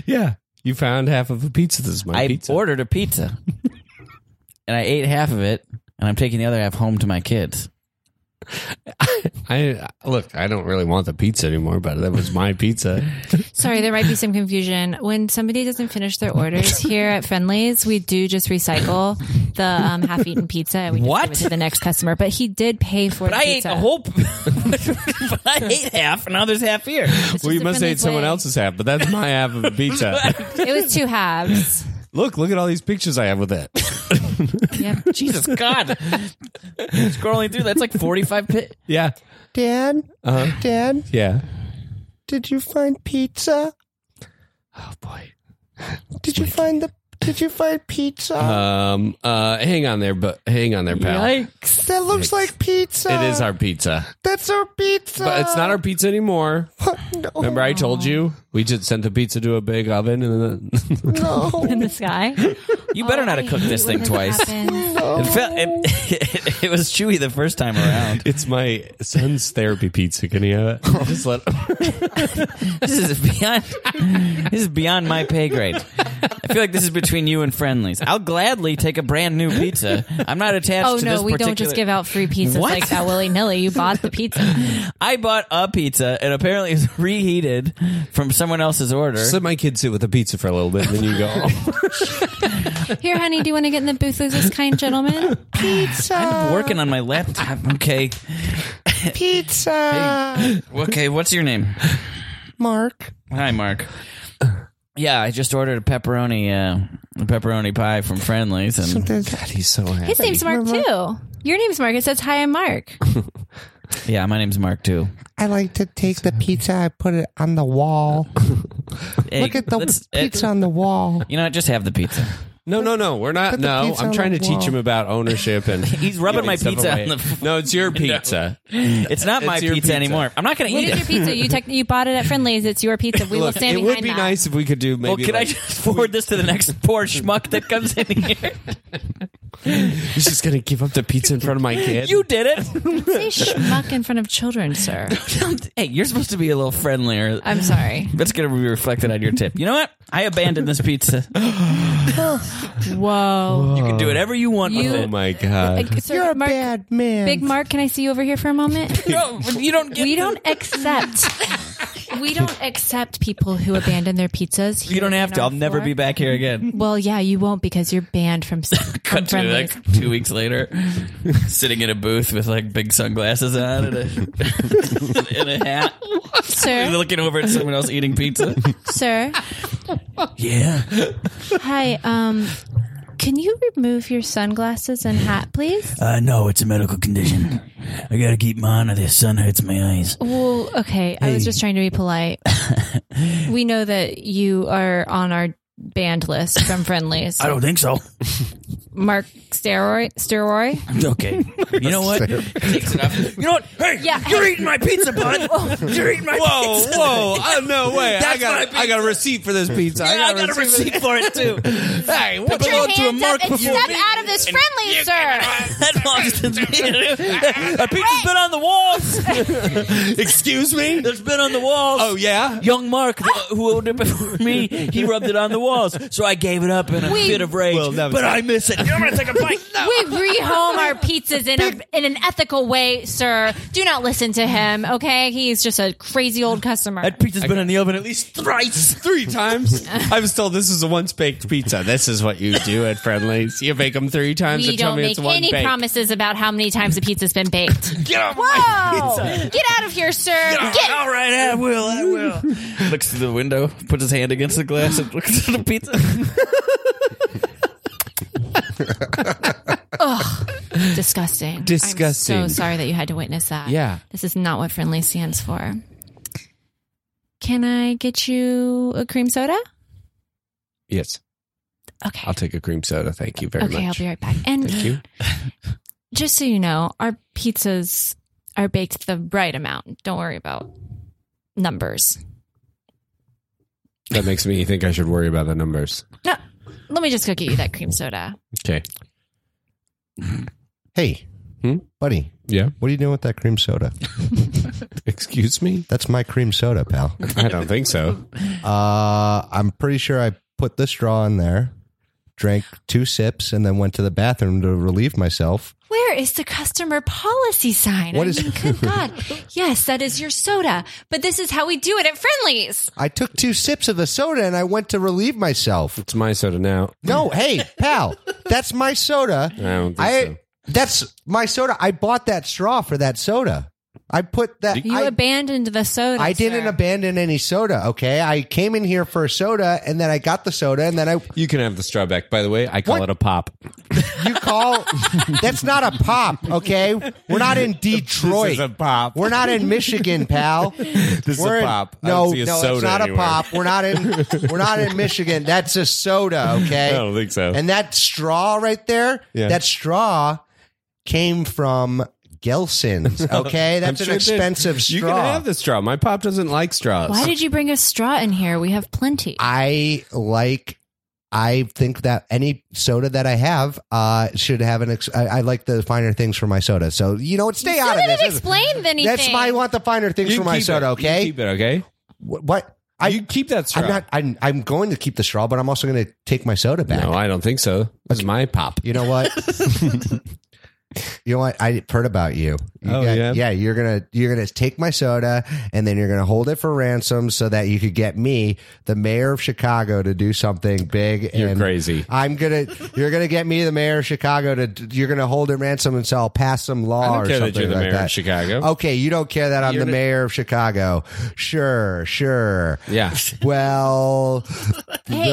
Speaker 4: Yeah. You found half of a pizza. This is my
Speaker 3: I
Speaker 4: pizza.
Speaker 3: ordered a pizza, and I ate half of it, and I'm taking the other half home to my kids.
Speaker 4: I look. I don't really want the pizza anymore, but that was my pizza.
Speaker 5: Sorry, there might be some confusion when somebody doesn't finish their orders here at Friendlies. We do just recycle the um, half-eaten pizza and we just
Speaker 3: What?
Speaker 5: give it to the next customer. But he did pay for.
Speaker 3: But
Speaker 5: the
Speaker 3: I ate
Speaker 5: pizza.
Speaker 3: a whole. but I ate half, and now there's half here.
Speaker 5: It's
Speaker 4: well, you
Speaker 5: just a
Speaker 4: must hate
Speaker 5: Friendly's
Speaker 4: someone
Speaker 5: way.
Speaker 4: else's half, but that's my half of the pizza.
Speaker 5: It was two halves.
Speaker 4: look, look at all these pictures I have with it.
Speaker 5: Yep.
Speaker 3: Jesus God! Scrolling through, that's like 45 pit.
Speaker 4: Yeah, Uh-huh.
Speaker 6: Dad, Dad,
Speaker 4: yeah.
Speaker 6: did you find pizza?
Speaker 4: Oh boy.
Speaker 6: Did you find the? Did you find pizza?
Speaker 4: Um. Uh. Hang on there, but hang on there, pal.
Speaker 6: that looks like pizza.
Speaker 4: It is our pizza,
Speaker 6: That's our pizza.
Speaker 4: but it's not our pizza anymore. Remember, I told you we just sent the pizza to a big oven, and then
Speaker 5: in the sky.
Speaker 3: You better not have cooked this
Speaker 5: Oh,
Speaker 3: thing twice. It, felt, it, it, was chewy the first time around.
Speaker 4: it's my son's therapy pizza. Can you have it? Just let.
Speaker 3: This is beyond. This is beyond my pay grade. I feel like this is between you and friendlies. I'll gladly take a brand new pizza. I'm not attached.
Speaker 5: Oh
Speaker 3: to
Speaker 5: no,
Speaker 3: this
Speaker 5: we don't
Speaker 3: particular-
Speaker 5: just give out free pizzas
Speaker 3: What?
Speaker 5: like that willy nilly. You bought the pizza.
Speaker 3: I bought a pizza and apparently it's reheated from someone else's order.
Speaker 4: Just let my kid sit with the pizza for a little bit, and then you go.
Speaker 5: Here, honey, do you want to get in the booth with this kind gentleman?
Speaker 3: I'm working on my laptop. Okay.
Speaker 6: pizza.
Speaker 3: Okay, what's your name?
Speaker 6: Mark.
Speaker 3: Hi, Mark. Yeah, I just ordered a pepperoni uh, a pepperoni pie from Friendlies and
Speaker 4: God, he's so happy.
Speaker 5: His name's Mark too. Your name's Mark. It says hi, I'm Mark.
Speaker 3: yeah, my name's Mark too.
Speaker 6: I like to take the pizza. I put it on the wall.
Speaker 3: Hey,
Speaker 6: Look at the
Speaker 3: let's- uh,
Speaker 6: pizza on the wall.
Speaker 3: you know, what, just have the pizza.
Speaker 4: No, no, no. We're not.
Speaker 6: Put the
Speaker 4: No,
Speaker 6: pizza
Speaker 4: I'm
Speaker 6: on
Speaker 4: trying
Speaker 6: the
Speaker 4: to teach
Speaker 6: wall.
Speaker 4: him about ownership and.
Speaker 3: He's rubbing my
Speaker 4: giving
Speaker 3: pizza
Speaker 4: stuff
Speaker 3: on
Speaker 4: away.
Speaker 3: the-
Speaker 4: No, it's your pizza.
Speaker 3: It's not my
Speaker 4: It's your
Speaker 3: pizza,
Speaker 4: pizza.
Speaker 3: anymore. I'm not going to
Speaker 5: It
Speaker 3: eat
Speaker 5: is your
Speaker 3: it.
Speaker 5: pizza. You tech you bought it at Friendly's. It's your pizza. We will
Speaker 4: Look,
Speaker 5: stand
Speaker 4: it
Speaker 5: behind
Speaker 4: would be
Speaker 5: that.
Speaker 4: nice if we could do
Speaker 3: Well,
Speaker 4: maybe.
Speaker 3: Oh, can I
Speaker 4: like-
Speaker 3: just forward this to the next poor schmuck that comes in here?
Speaker 4: He's just gonna give up the pizza in front of my kid.
Speaker 3: You did it.
Speaker 5: Say schmuck in front of children, sir.
Speaker 3: hey, you're supposed to be a little friendlier.
Speaker 5: I'm sorry.
Speaker 3: That's going to be reflected on your tip. You know what? I abandoned this pizza.
Speaker 5: Whoa.
Speaker 3: You can do whatever you want
Speaker 5: You-
Speaker 3: with
Speaker 4: Oh
Speaker 3: it.
Speaker 4: my god.
Speaker 5: Like, sir, Mark,
Speaker 6: bad man.
Speaker 5: Big Mark, can I see you over here for a moment?
Speaker 3: No, you don't get.
Speaker 5: we don't accept we don't accept people who abandon their pizzas
Speaker 3: You don't
Speaker 5: here
Speaker 3: have
Speaker 5: in
Speaker 3: to.
Speaker 5: our
Speaker 3: I'll never
Speaker 5: floor.
Speaker 3: be back here again.
Speaker 5: well yeah you won't because you're banned from, from
Speaker 3: Cut to
Speaker 5: friendlies
Speaker 3: like two weeks later, sitting in a booth with like big sunglasses on and a, and a hat,
Speaker 5: sir
Speaker 3: looking over at someone else eating pizza.
Speaker 5: sir
Speaker 3: Yeah,
Speaker 5: hi um Can you remove your sunglasses and hat, please?
Speaker 3: Uh, no, it's a medical condition. I gotta keep mine or the sun hurts my eyes.
Speaker 5: Well, okay. I
Speaker 3: Hey.
Speaker 5: was just trying to be polite. we know that you are on our banned list from friendlies.
Speaker 3: I don't think so.
Speaker 5: Mark Steroid, Steroid.
Speaker 3: Okay. You know what? Takes it off. You know what? Hey,
Speaker 5: Yeah,
Speaker 3: you're
Speaker 5: hey.
Speaker 3: eating my pizza, bud. you're eating my
Speaker 4: Whoa,
Speaker 3: pizza.
Speaker 4: whoa! Uh, no way! I
Speaker 3: That's my
Speaker 4: got
Speaker 3: pizza.
Speaker 4: I got a receipt for this pizza.
Speaker 3: Yeah, I got a receipt for it too. hey, what
Speaker 5: Put your
Speaker 3: belonged to a
Speaker 5: hands
Speaker 3: Mark
Speaker 5: up and
Speaker 3: before
Speaker 5: step
Speaker 3: me?
Speaker 5: out of this friendly, sir.
Speaker 3: That belongs to me. a pizza's been on the walls.
Speaker 4: Excuse me?
Speaker 3: It's been on the walls.
Speaker 4: Oh yeah.
Speaker 3: Young Mark, the- who owned it before me, he rubbed it on the walls, so I gave it up in a
Speaker 5: We-
Speaker 3: fit of rage.
Speaker 4: Well, that was-
Speaker 3: but I miss it. I'm gonna take a bite.
Speaker 5: We rehome our pizzas in a, in an ethical way, sir. Do not listen to him, okay? He's just a crazy old customer.
Speaker 3: That pizza's been in the oven at least thrice.
Speaker 4: Three times. I was told this is a once baked pizza. This is what you do at friendlies. You bake them three times
Speaker 5: We
Speaker 4: and tell
Speaker 5: don't
Speaker 4: me
Speaker 5: make
Speaker 4: it's one
Speaker 5: any
Speaker 4: baked.
Speaker 5: promises about how many times the pizza's been baked.
Speaker 3: Get off
Speaker 5: Whoa! Get out of here, sir. Get
Speaker 3: All right, I will. I will. looks through the window, puts his hand against the glass, and looks at the pizza.
Speaker 5: disgusting. I'm
Speaker 4: Disgusting.
Speaker 5: so sorry that you had to witness that.
Speaker 4: Yeah.
Speaker 5: This is not what friendly stands for. Can I get you a cream soda?
Speaker 4: Yes,
Speaker 5: Okay.
Speaker 4: I'll take a cream soda. Thank you very
Speaker 5: okay, I'll
Speaker 4: much.
Speaker 5: be right back. And
Speaker 4: Thank you.
Speaker 5: just so you know, our pizzas are baked the right amount. Don't worry about numbers.
Speaker 4: That makes me think I should worry about the numbers.
Speaker 5: No, let me just go get you that cream soda.
Speaker 4: Okay.
Speaker 6: Hey,
Speaker 4: Hmm?
Speaker 6: buddy,
Speaker 4: Yeah.
Speaker 6: what are you doing with that cream soda?
Speaker 4: Excuse me.
Speaker 6: That's my cream soda, pal.
Speaker 4: I don't think so.
Speaker 6: Uh, I'm pretty sure I put the straw in there, drank two sips, and then went to the bathroom to relieve myself.
Speaker 5: Where is the customer policy sign?
Speaker 6: What
Speaker 5: I
Speaker 6: is-
Speaker 5: mean, good God. Yes, that is your soda, but this is how we do it at Friendlies.
Speaker 6: I took two sips of the soda and I went to relieve myself.
Speaker 4: It's my soda now.
Speaker 6: No, hey, pal, that's my soda.
Speaker 4: I don't think
Speaker 6: I
Speaker 4: so.
Speaker 6: that's my soda. I bought that straw for that soda. I put that.
Speaker 5: You
Speaker 6: I,
Speaker 5: abandoned the soda.
Speaker 6: I didn't
Speaker 5: sir.
Speaker 6: abandon any soda. Okay, I came in here for a soda, and then I got the soda, and then I
Speaker 4: You can have the straw back. By the way, I call
Speaker 6: What?
Speaker 4: it a pop.
Speaker 6: you call. that's not a pop. Okay, we're not in Detroit.
Speaker 4: This is a pop.
Speaker 6: We're not in Michigan, pal.
Speaker 4: This is
Speaker 6: we're
Speaker 4: a
Speaker 6: in-
Speaker 4: pop. I
Speaker 6: no,
Speaker 4: don't see a
Speaker 6: no, it's
Speaker 4: soda
Speaker 6: not
Speaker 4: anywhere.
Speaker 6: a pop. We're not in. We're not in Michigan. That's a soda. Okay.
Speaker 4: I don't think so.
Speaker 6: And that straw right there,
Speaker 4: Oh, Yeah.
Speaker 6: that straw came from Gelson's. Okay, that's
Speaker 4: I'm
Speaker 6: an
Speaker 4: sure it did.
Speaker 6: expensive
Speaker 4: You
Speaker 6: straw.
Speaker 4: can have the straw. My pop doesn't like straws.
Speaker 5: Why did you bring a straw in here? We have plenty.
Speaker 6: I like. I think that any soda that I have uh, should have an. Ex- I, I like the finer things for my soda. So you know what? Stay
Speaker 5: Still
Speaker 6: out of
Speaker 5: didn't
Speaker 6: this.
Speaker 5: explain anything.
Speaker 6: That's my. I want the finer things
Speaker 4: You
Speaker 6: for my
Speaker 4: keep
Speaker 6: soda.
Speaker 4: it. You
Speaker 6: Okay.
Speaker 4: keep it. Okay.
Speaker 6: Wh- What? I.
Speaker 4: you keep that straw.
Speaker 6: I'm not. I'm, I'm going to keep the straw, but I'm also going to take my soda back.
Speaker 4: No, I don't think so. This is my pop.
Speaker 6: You know what? you know what? I heard about you. You
Speaker 4: Oh,
Speaker 6: got-
Speaker 4: yeah?
Speaker 6: You're gonna you're gonna take my soda and then you're gonna hold it for ransom so that you could get me, the mayor of Chicago, to do something big.
Speaker 4: You're
Speaker 6: and
Speaker 4: crazy.
Speaker 6: I'm gonna. You're gonna get me, the mayor of Chicago, to. You're gonna hold it ransom and so I'll pass some law
Speaker 4: I don't
Speaker 6: or
Speaker 4: care that
Speaker 6: something
Speaker 4: you're the
Speaker 6: like
Speaker 4: mayor of
Speaker 6: that.
Speaker 4: Chicago.
Speaker 6: Okay, you don't care that I'm
Speaker 4: You're
Speaker 6: the
Speaker 4: the-
Speaker 6: mayor of Chicago. Sure, sure.
Speaker 4: Yeah.
Speaker 6: Well,
Speaker 5: Hey.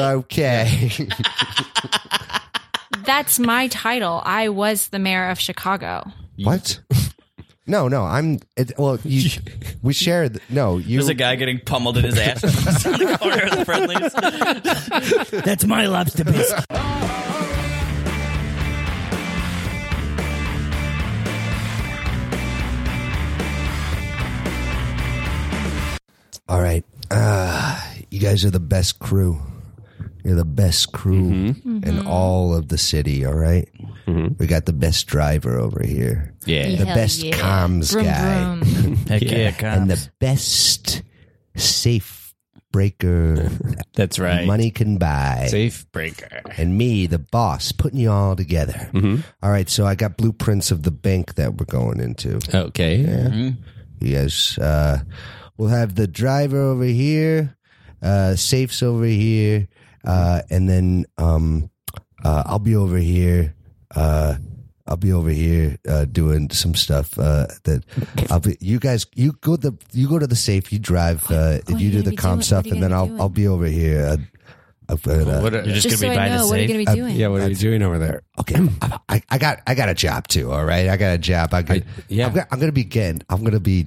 Speaker 6: okay.
Speaker 5: That's my title. I was the mayor of Chicago.
Speaker 6: What? No, no, I'm. It, well, you, we shared. No, you.
Speaker 3: There's a guy getting pummeled in his ass on the corner of the friendlies. That's my lobster bisque.
Speaker 6: All right, uh, you guys are the best crew. You're the best crew
Speaker 4: Mm-hmm.
Speaker 6: in all of the city. All right? we got the best driver over here,
Speaker 4: Yeah.
Speaker 6: the best comms
Speaker 5: Vroom,
Speaker 6: guy,
Speaker 5: vroom.
Speaker 3: Heck yeah,
Speaker 6: and the best safe breaker
Speaker 4: That's right.
Speaker 6: money can buy.
Speaker 4: Safe breaker.
Speaker 6: and me, the boss, putting you all together. All right, so I got blueprints of the bank that we're going into.
Speaker 4: Okay.
Speaker 6: You guys, uh, we'll have the driver over here, uh, safes over here, uh, and then um, uh, I'll be over here. Uh, I'll be over here uh, doing some stuff uh, that I'll be. You guys, you go the you go to the safe. You drive. Uh,
Speaker 5: What are
Speaker 6: you
Speaker 5: Oh, you
Speaker 6: do
Speaker 5: gonna
Speaker 6: the
Speaker 5: be
Speaker 6: comp
Speaker 5: doing?
Speaker 6: stuff,
Speaker 5: What are you
Speaker 6: and then
Speaker 5: gonna
Speaker 6: I'll
Speaker 5: be doing?
Speaker 6: I'll be over here. Uh, I've got, uh,
Speaker 4: What
Speaker 3: You're
Speaker 4: are,
Speaker 3: just,
Speaker 5: Just so
Speaker 3: gonna be by
Speaker 5: I
Speaker 3: the
Speaker 5: know, what are you
Speaker 3: safe.
Speaker 5: going to be doing?
Speaker 4: yeah, what are you doing over there?
Speaker 6: okay, I, I got I got a job too. All right, I got a job. I got,
Speaker 4: I- yeah.
Speaker 6: I'm, gonna, I'm gonna be getting. I'm gonna be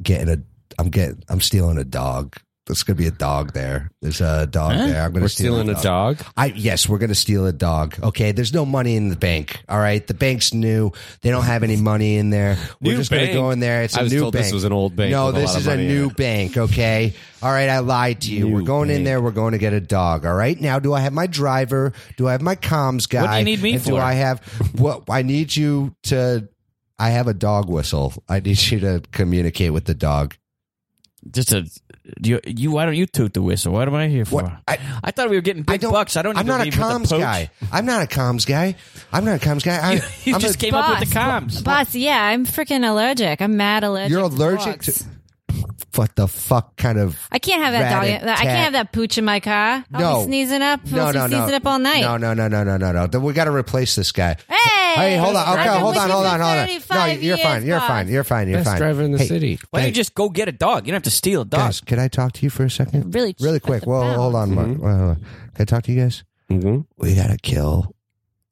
Speaker 6: getting a. I'm getting. I'm stealing a dog. There's gonna be a dog there. There's a dog
Speaker 3: Huh?
Speaker 6: there. I'm gonna
Speaker 4: We're
Speaker 6: steal
Speaker 4: stealing a dog.
Speaker 6: I yes, we're gonna steal a dog. Okay, there's no money in the bank. All right, the bank's new. They don't have any money in there. We're
Speaker 4: New
Speaker 6: just
Speaker 4: bank?
Speaker 6: gonna go in there. It's
Speaker 4: I
Speaker 6: a
Speaker 4: was
Speaker 6: new
Speaker 4: told this
Speaker 6: bank.
Speaker 4: was an old bank
Speaker 6: No,
Speaker 4: with a
Speaker 6: this
Speaker 4: lot of
Speaker 6: is a
Speaker 4: money in
Speaker 6: new
Speaker 4: it.
Speaker 6: bank. Okay, all right. I lied to you.
Speaker 4: New
Speaker 6: we're going in
Speaker 4: bank.
Speaker 6: there. We're going to get a dog. All right. Now, do I have my driver? Do I have my comms guy?
Speaker 3: need me
Speaker 6: and Do
Speaker 3: for?
Speaker 6: I have what? I need you to. I have a dog whistle. I need you to communicate with the dog.
Speaker 3: Just a you, you. Why don't you toot the whistle? What am I here for?
Speaker 6: What? I-
Speaker 3: thought we were getting big bucks. I don't.
Speaker 6: I'm
Speaker 3: need to
Speaker 6: not a
Speaker 3: leave with
Speaker 6: comms
Speaker 3: the poach.
Speaker 6: guy. I'm not a comms guy. I'm not a comms guy. I,
Speaker 3: You
Speaker 6: I'm
Speaker 3: just
Speaker 6: a,
Speaker 3: came up with the comms.
Speaker 5: Boss, yeah, I'm freaking allergic. I'm mad allergic.
Speaker 6: You're
Speaker 5: to
Speaker 6: allergic
Speaker 5: dogs.
Speaker 6: to what the fuck kind of
Speaker 5: I can't have that dog.
Speaker 6: Rat-a-tat.
Speaker 5: I can't have that pooch in my car. I'll
Speaker 6: No.
Speaker 5: be sneezing up.
Speaker 6: no
Speaker 5: I'll
Speaker 6: no
Speaker 5: be sneezing
Speaker 6: no
Speaker 5: up all night.
Speaker 6: no no no no no no no Then we got to replace this guy.
Speaker 5: Hey,
Speaker 6: Hey, hold on.
Speaker 5: I've
Speaker 6: Okay,
Speaker 5: been
Speaker 6: hold
Speaker 5: with
Speaker 6: on,
Speaker 5: you
Speaker 6: hold
Speaker 5: for
Speaker 6: on, hold on. No,
Speaker 5: 35
Speaker 6: you're
Speaker 5: years,
Speaker 6: fine. You're
Speaker 5: boss.
Speaker 6: fine. You're fine. You're
Speaker 4: Best
Speaker 6: fine.
Speaker 4: driver in the
Speaker 6: Hey,
Speaker 4: city.
Speaker 3: Why don't you just go get a dog? You don't have to steal a dog.
Speaker 6: Guys, can I talk to you for a second?
Speaker 5: Really-
Speaker 6: really quick. Well, hold on. Mark.
Speaker 4: Mm-hmm.
Speaker 6: Well, hold on. Can I talk to you guys?
Speaker 4: Mhm.
Speaker 6: We gotta kill.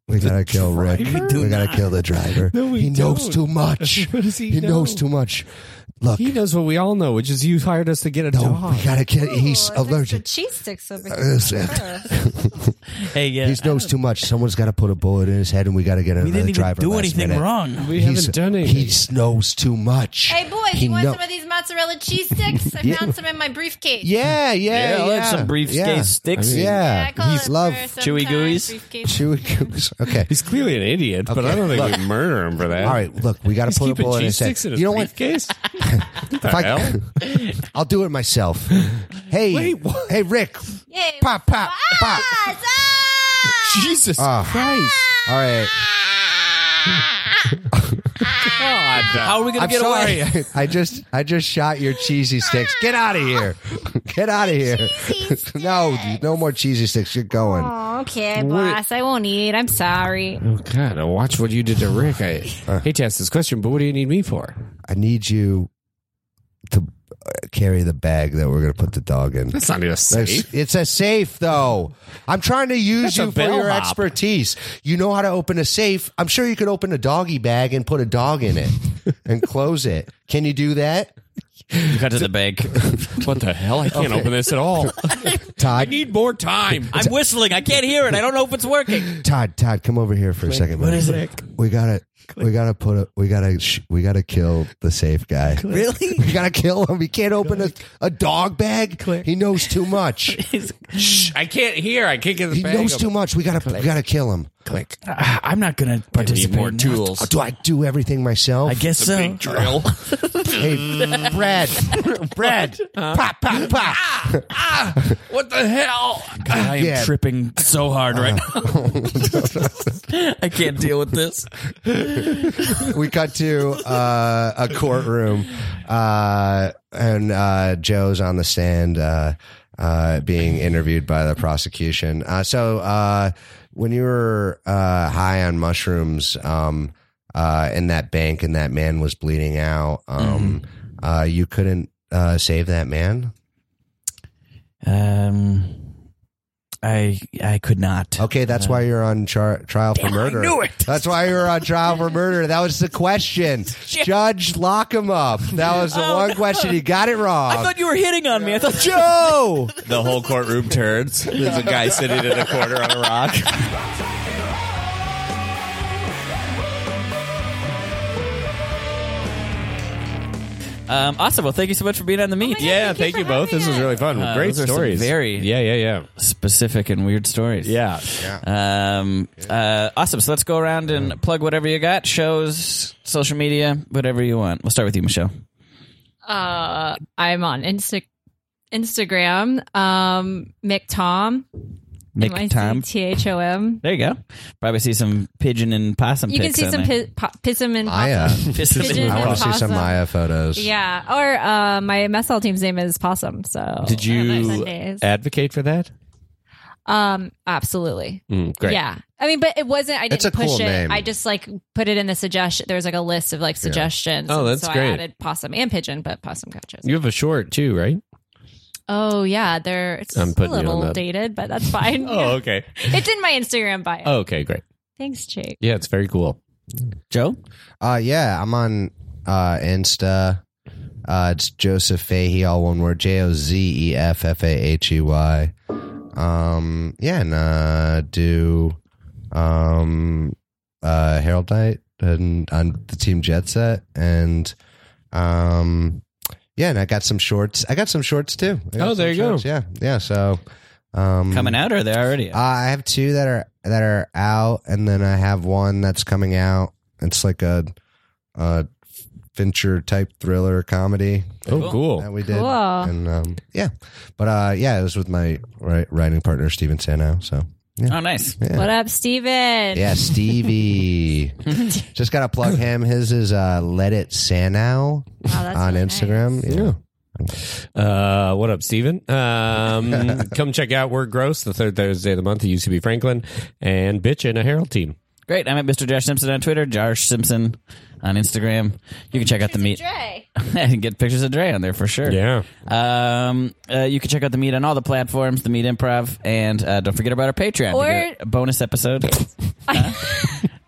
Speaker 6: We gotta kill Rick. We gotta kill the driver.
Speaker 4: No, we
Speaker 6: he knows
Speaker 4: don't.
Speaker 6: too much.
Speaker 4: What does he
Speaker 6: he knows
Speaker 4: know?
Speaker 6: too much. Look,
Speaker 4: He knows what we all know, which is you hired us to get a
Speaker 6: no,
Speaker 4: dog.
Speaker 6: we gotta kill. He's
Speaker 5: Oh, there's
Speaker 6: allergic.
Speaker 5: the cheese sticks over
Speaker 6: Uh,
Speaker 5: here.
Speaker 6: it's-
Speaker 3: Hey, yeah.
Speaker 6: He knows too much. Someone's got to put a bullet in his head, and we got to get another
Speaker 3: we didn't even
Speaker 6: driver.
Speaker 3: do
Speaker 6: last
Speaker 3: anything
Speaker 6: minute.
Speaker 3: wrong.
Speaker 4: We
Speaker 6: He's-
Speaker 4: haven't done anything.
Speaker 6: He knows too much.
Speaker 5: Hey, boys,
Speaker 6: Uh, He
Speaker 5: you want
Speaker 6: know-
Speaker 5: some of these mozzarella cheese sticks? I
Speaker 6: Yeah.
Speaker 5: found some in my briefcase.
Speaker 6: Yeah, yeah,
Speaker 3: Yeah,
Speaker 6: yeah.
Speaker 3: I'll have some briefcase
Speaker 6: yeah.
Speaker 3: sticks.
Speaker 5: Yeah,
Speaker 6: Yeah,
Speaker 5: I call
Speaker 6: he's
Speaker 5: it
Speaker 6: love
Speaker 5: for
Speaker 3: Chewy
Speaker 5: sometimes
Speaker 3: gooeys?
Speaker 5: briefcase.
Speaker 6: chewy goose. Okay.
Speaker 4: He's clearly an idiot, but I don't think we murder him for that.
Speaker 6: All right, look, we got to
Speaker 4: He's
Speaker 6: put a
Speaker 4: keeping
Speaker 6: bullet in
Speaker 4: cheese
Speaker 6: his head.
Speaker 4: sticks in his
Speaker 6: you know what?
Speaker 4: briefcase.
Speaker 6: If I,
Speaker 4: hell?
Speaker 6: I'll do it myself. Hey,
Speaker 4: Wait, what?
Speaker 6: hey, Rick.
Speaker 5: Yay,
Speaker 6: Pop, pop, pop.
Speaker 5: boss, ah!
Speaker 4: Jesus
Speaker 6: Ah.
Speaker 4: Christ!
Speaker 6: All right.
Speaker 3: How are we gonna
Speaker 6: I'm
Speaker 3: get
Speaker 6: sorry.
Speaker 3: away?
Speaker 6: I just I just shot your cheesy sticks. Get out of here. Get out of here. no, dude, no more cheesy sticks. You're going.
Speaker 5: Oh, okay, boss, I won't eat. I'm sorry.
Speaker 4: Oh God! Now Watch what you did to Rick. I hate to ask this question, but what do you need me for?
Speaker 6: I need you to uh, carry the bag that we're going to put the dog in.
Speaker 4: That's not even safe.
Speaker 6: That's- It's a safe, though. I'm trying to use
Speaker 4: That's a
Speaker 6: you for your
Speaker 4: bellhop.
Speaker 6: expertise. You know how to open a safe. I'm sure you could open a doggy bag and put a dog in it and close it. Can you do that,
Speaker 3: You got to the bank.
Speaker 4: What the hell? I can't open this at all. I
Speaker 6: Todd?
Speaker 4: need more time.
Speaker 3: I'm whistling. I can't hear it. I don't know if it's working.
Speaker 6: Todd, Todd, come over here for a second.
Speaker 3: What
Speaker 6: man.
Speaker 3: is it?
Speaker 6: We gotta, we gotta put a, we gotta, sh- we gotta kill the safe guy.
Speaker 3: Really?
Speaker 6: We gotta kill him. He can't open a, a dog bag. He knows too much.
Speaker 4: Shh, I can't hear. I can't get the
Speaker 6: He
Speaker 4: bag.
Speaker 6: knows too much. We gotta, we gotta kill him.
Speaker 4: Click.
Speaker 3: I'm not gonna participate.
Speaker 4: more
Speaker 3: in that.
Speaker 4: tools.
Speaker 6: Oh, do I do everything myself?
Speaker 3: I guess so.
Speaker 4: Big drill.
Speaker 6: Hey, Brad, Brad, pop, pop,
Speaker 3: Ah!
Speaker 6: pop.
Speaker 4: what the hell?
Speaker 3: I am
Speaker 6: Yeah.
Speaker 3: tripping so hard right now. I can't deal with this.
Speaker 6: we cut to uh, a courtroom, uh, and uh, Joe's on the stand uh, uh, being interviewed by the prosecution. Uh, so, uh, when you were uh, high on mushrooms um, uh, in that bank and that man was bleeding out, um, uh, you couldn't uh, save that man?
Speaker 3: Um, I I could not.
Speaker 6: Okay, that's why you're on char- trial for murder.
Speaker 3: knew it.
Speaker 6: That's why you were on trial for murder. That was the question. Judge, lock him up. That was the one question you got it wrong.
Speaker 3: Oh, I thought you were hitting on me. I thought you.
Speaker 6: uh, Joe.
Speaker 4: The whole courtroom turns. There's a guy sitting in a corner on a rock.
Speaker 3: Um, awesome. Well, thank you so much for being on the meet.
Speaker 4: Yeah, thank you both. This was really fun.
Speaker 3: Uh,
Speaker 4: Great
Speaker 3: those are some
Speaker 4: stories.
Speaker 3: very-
Speaker 4: yeah, yeah, yeah,
Speaker 3: Specific and weird stories.
Speaker 4: yeah.
Speaker 3: Um, uh, awesome. So let's go around and plug whatever you got shows, social media, whatever you want. We'll start with you, Michelle.
Speaker 5: Uh, I'm on Insta- Instagram, um, Mick Tom.
Speaker 3: Make time.
Speaker 5: T H O M.
Speaker 3: There you go. Probably see some pigeon and possum
Speaker 5: You can
Speaker 3: pics
Speaker 5: see
Speaker 3: on
Speaker 5: some
Speaker 3: there.
Speaker 5: pi- po- pism and
Speaker 6: Maya.
Speaker 3: Possum and
Speaker 5: pigeon
Speaker 6: I want to see
Speaker 5: Awesome.
Speaker 6: some Maya photos.
Speaker 5: Yeah, or uh, my MSL team's name is Possum. So
Speaker 4: Did
Speaker 5: on
Speaker 4: you
Speaker 5: Sundays.
Speaker 4: advocate for that?
Speaker 5: Um, absolutely.
Speaker 4: Mm, great.
Speaker 5: Yeah, I mean, but it wasn't. I
Speaker 6: It's
Speaker 5: didn't
Speaker 6: a
Speaker 5: push
Speaker 6: cool
Speaker 5: it.
Speaker 6: name.
Speaker 5: I just like put it in the suggestion. There was like a list of like suggestions.
Speaker 4: Oh,
Speaker 5: and
Speaker 4: that's
Speaker 5: so
Speaker 4: great.
Speaker 5: I added possum and pigeon, but possum got chosen.
Speaker 4: You have a short too, right?
Speaker 5: Oh yeah, they're it's
Speaker 4: I'm
Speaker 5: a
Speaker 4: putting you on
Speaker 5: little
Speaker 4: that.
Speaker 5: dated, but that's fine.
Speaker 4: Oh, okay.
Speaker 5: It's in my Instagram bio.
Speaker 4: Oh, okay, great.
Speaker 5: Thanks, Jake.
Speaker 4: Yeah, it's very cool.
Speaker 3: Joe?
Speaker 6: Uh, yeah, I'm on uh, Insta. Uh, it's Joseph Fahey, all one word. J O Z E F F A H E Y. Um, yeah, and uh, do um, uh, Harold Knight and on the team Jet Set, and um, yeah, and I got some shorts. I got some shorts too. I got
Speaker 4: Oh, there
Speaker 6: some
Speaker 4: you go.
Speaker 6: shorts, Yeah, yeah. So um,
Speaker 3: Coming out or are they already?
Speaker 6: uh,
Speaker 3: out?
Speaker 6: I have two that are that are out, and then I have one that's coming out. It's like a, a Fincher type thriller comedy
Speaker 4: Oh, cool.
Speaker 6: that we did,
Speaker 5: Cool.
Speaker 6: and um, yeah, but uh, yeah, it was with my ri- writing partner Steven Sanow. So
Speaker 3: Oh, nice.
Speaker 5: What up, Steven?
Speaker 6: yeah, Stevie, just gotta plug him. His is uh, Let It
Speaker 5: Wow,
Speaker 6: Sanow
Speaker 5: that's
Speaker 6: on
Speaker 5: really
Speaker 6: Instagram.
Speaker 5: nice.
Speaker 6: Yeah.
Speaker 4: Uh, what up, Steven? Um, come check out We're Gross the third Thursday of the month at UCB Franklin and Bitch and a Herald team.
Speaker 3: Great. I'm at Mr. Josh Simpson on Twitter, Josh Simpson on Instagram. You can check out the meet.
Speaker 5: Dre.
Speaker 3: and get pictures of Dre on there for sure.
Speaker 4: Yeah.
Speaker 3: Um, uh, you can check out the meet on all the platforms, the meet improv, and uh, don't forget about our Patreon. You
Speaker 5: Or-
Speaker 3: get a bonus episode. Huh?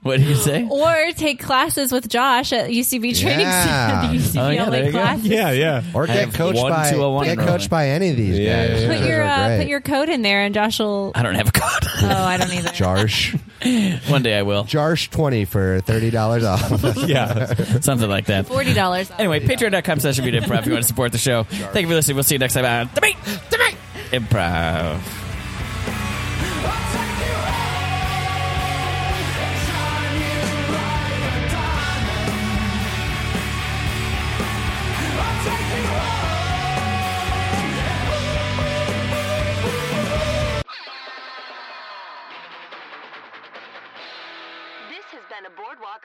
Speaker 3: what do you say?
Speaker 5: Or take classes with Josh at UCB Training
Speaker 6: Yeah.
Speaker 5: Center. The UCB
Speaker 3: Oh, yeah,
Speaker 5: LA
Speaker 3: there you go.
Speaker 5: classes.
Speaker 4: Yeah, yeah.
Speaker 6: Or get
Speaker 3: have
Speaker 6: coached
Speaker 3: one
Speaker 6: by
Speaker 3: 201
Speaker 6: get
Speaker 3: enrollment.
Speaker 6: coached by any of these
Speaker 4: Yeah,
Speaker 6: guys.
Speaker 4: yeah, yeah.
Speaker 6: Those
Speaker 5: Put your
Speaker 6: are
Speaker 5: uh,
Speaker 6: great.
Speaker 5: put your code in there, and Josh will.
Speaker 3: I don't have a code.
Speaker 5: Oh, I don't either.
Speaker 6: Jarsh
Speaker 3: One day I will.
Speaker 6: Jarsh twenty for thirty dollars off.
Speaker 4: Yeah.
Speaker 3: Something like that.
Speaker 5: Forty dollars.
Speaker 3: Anyway, patreon.com slash The Meet improv if you want to support the show. Thank you for listening. We'll see you next time on the meet. The meet. Improv.
Speaker 1: This has been a Boardwalk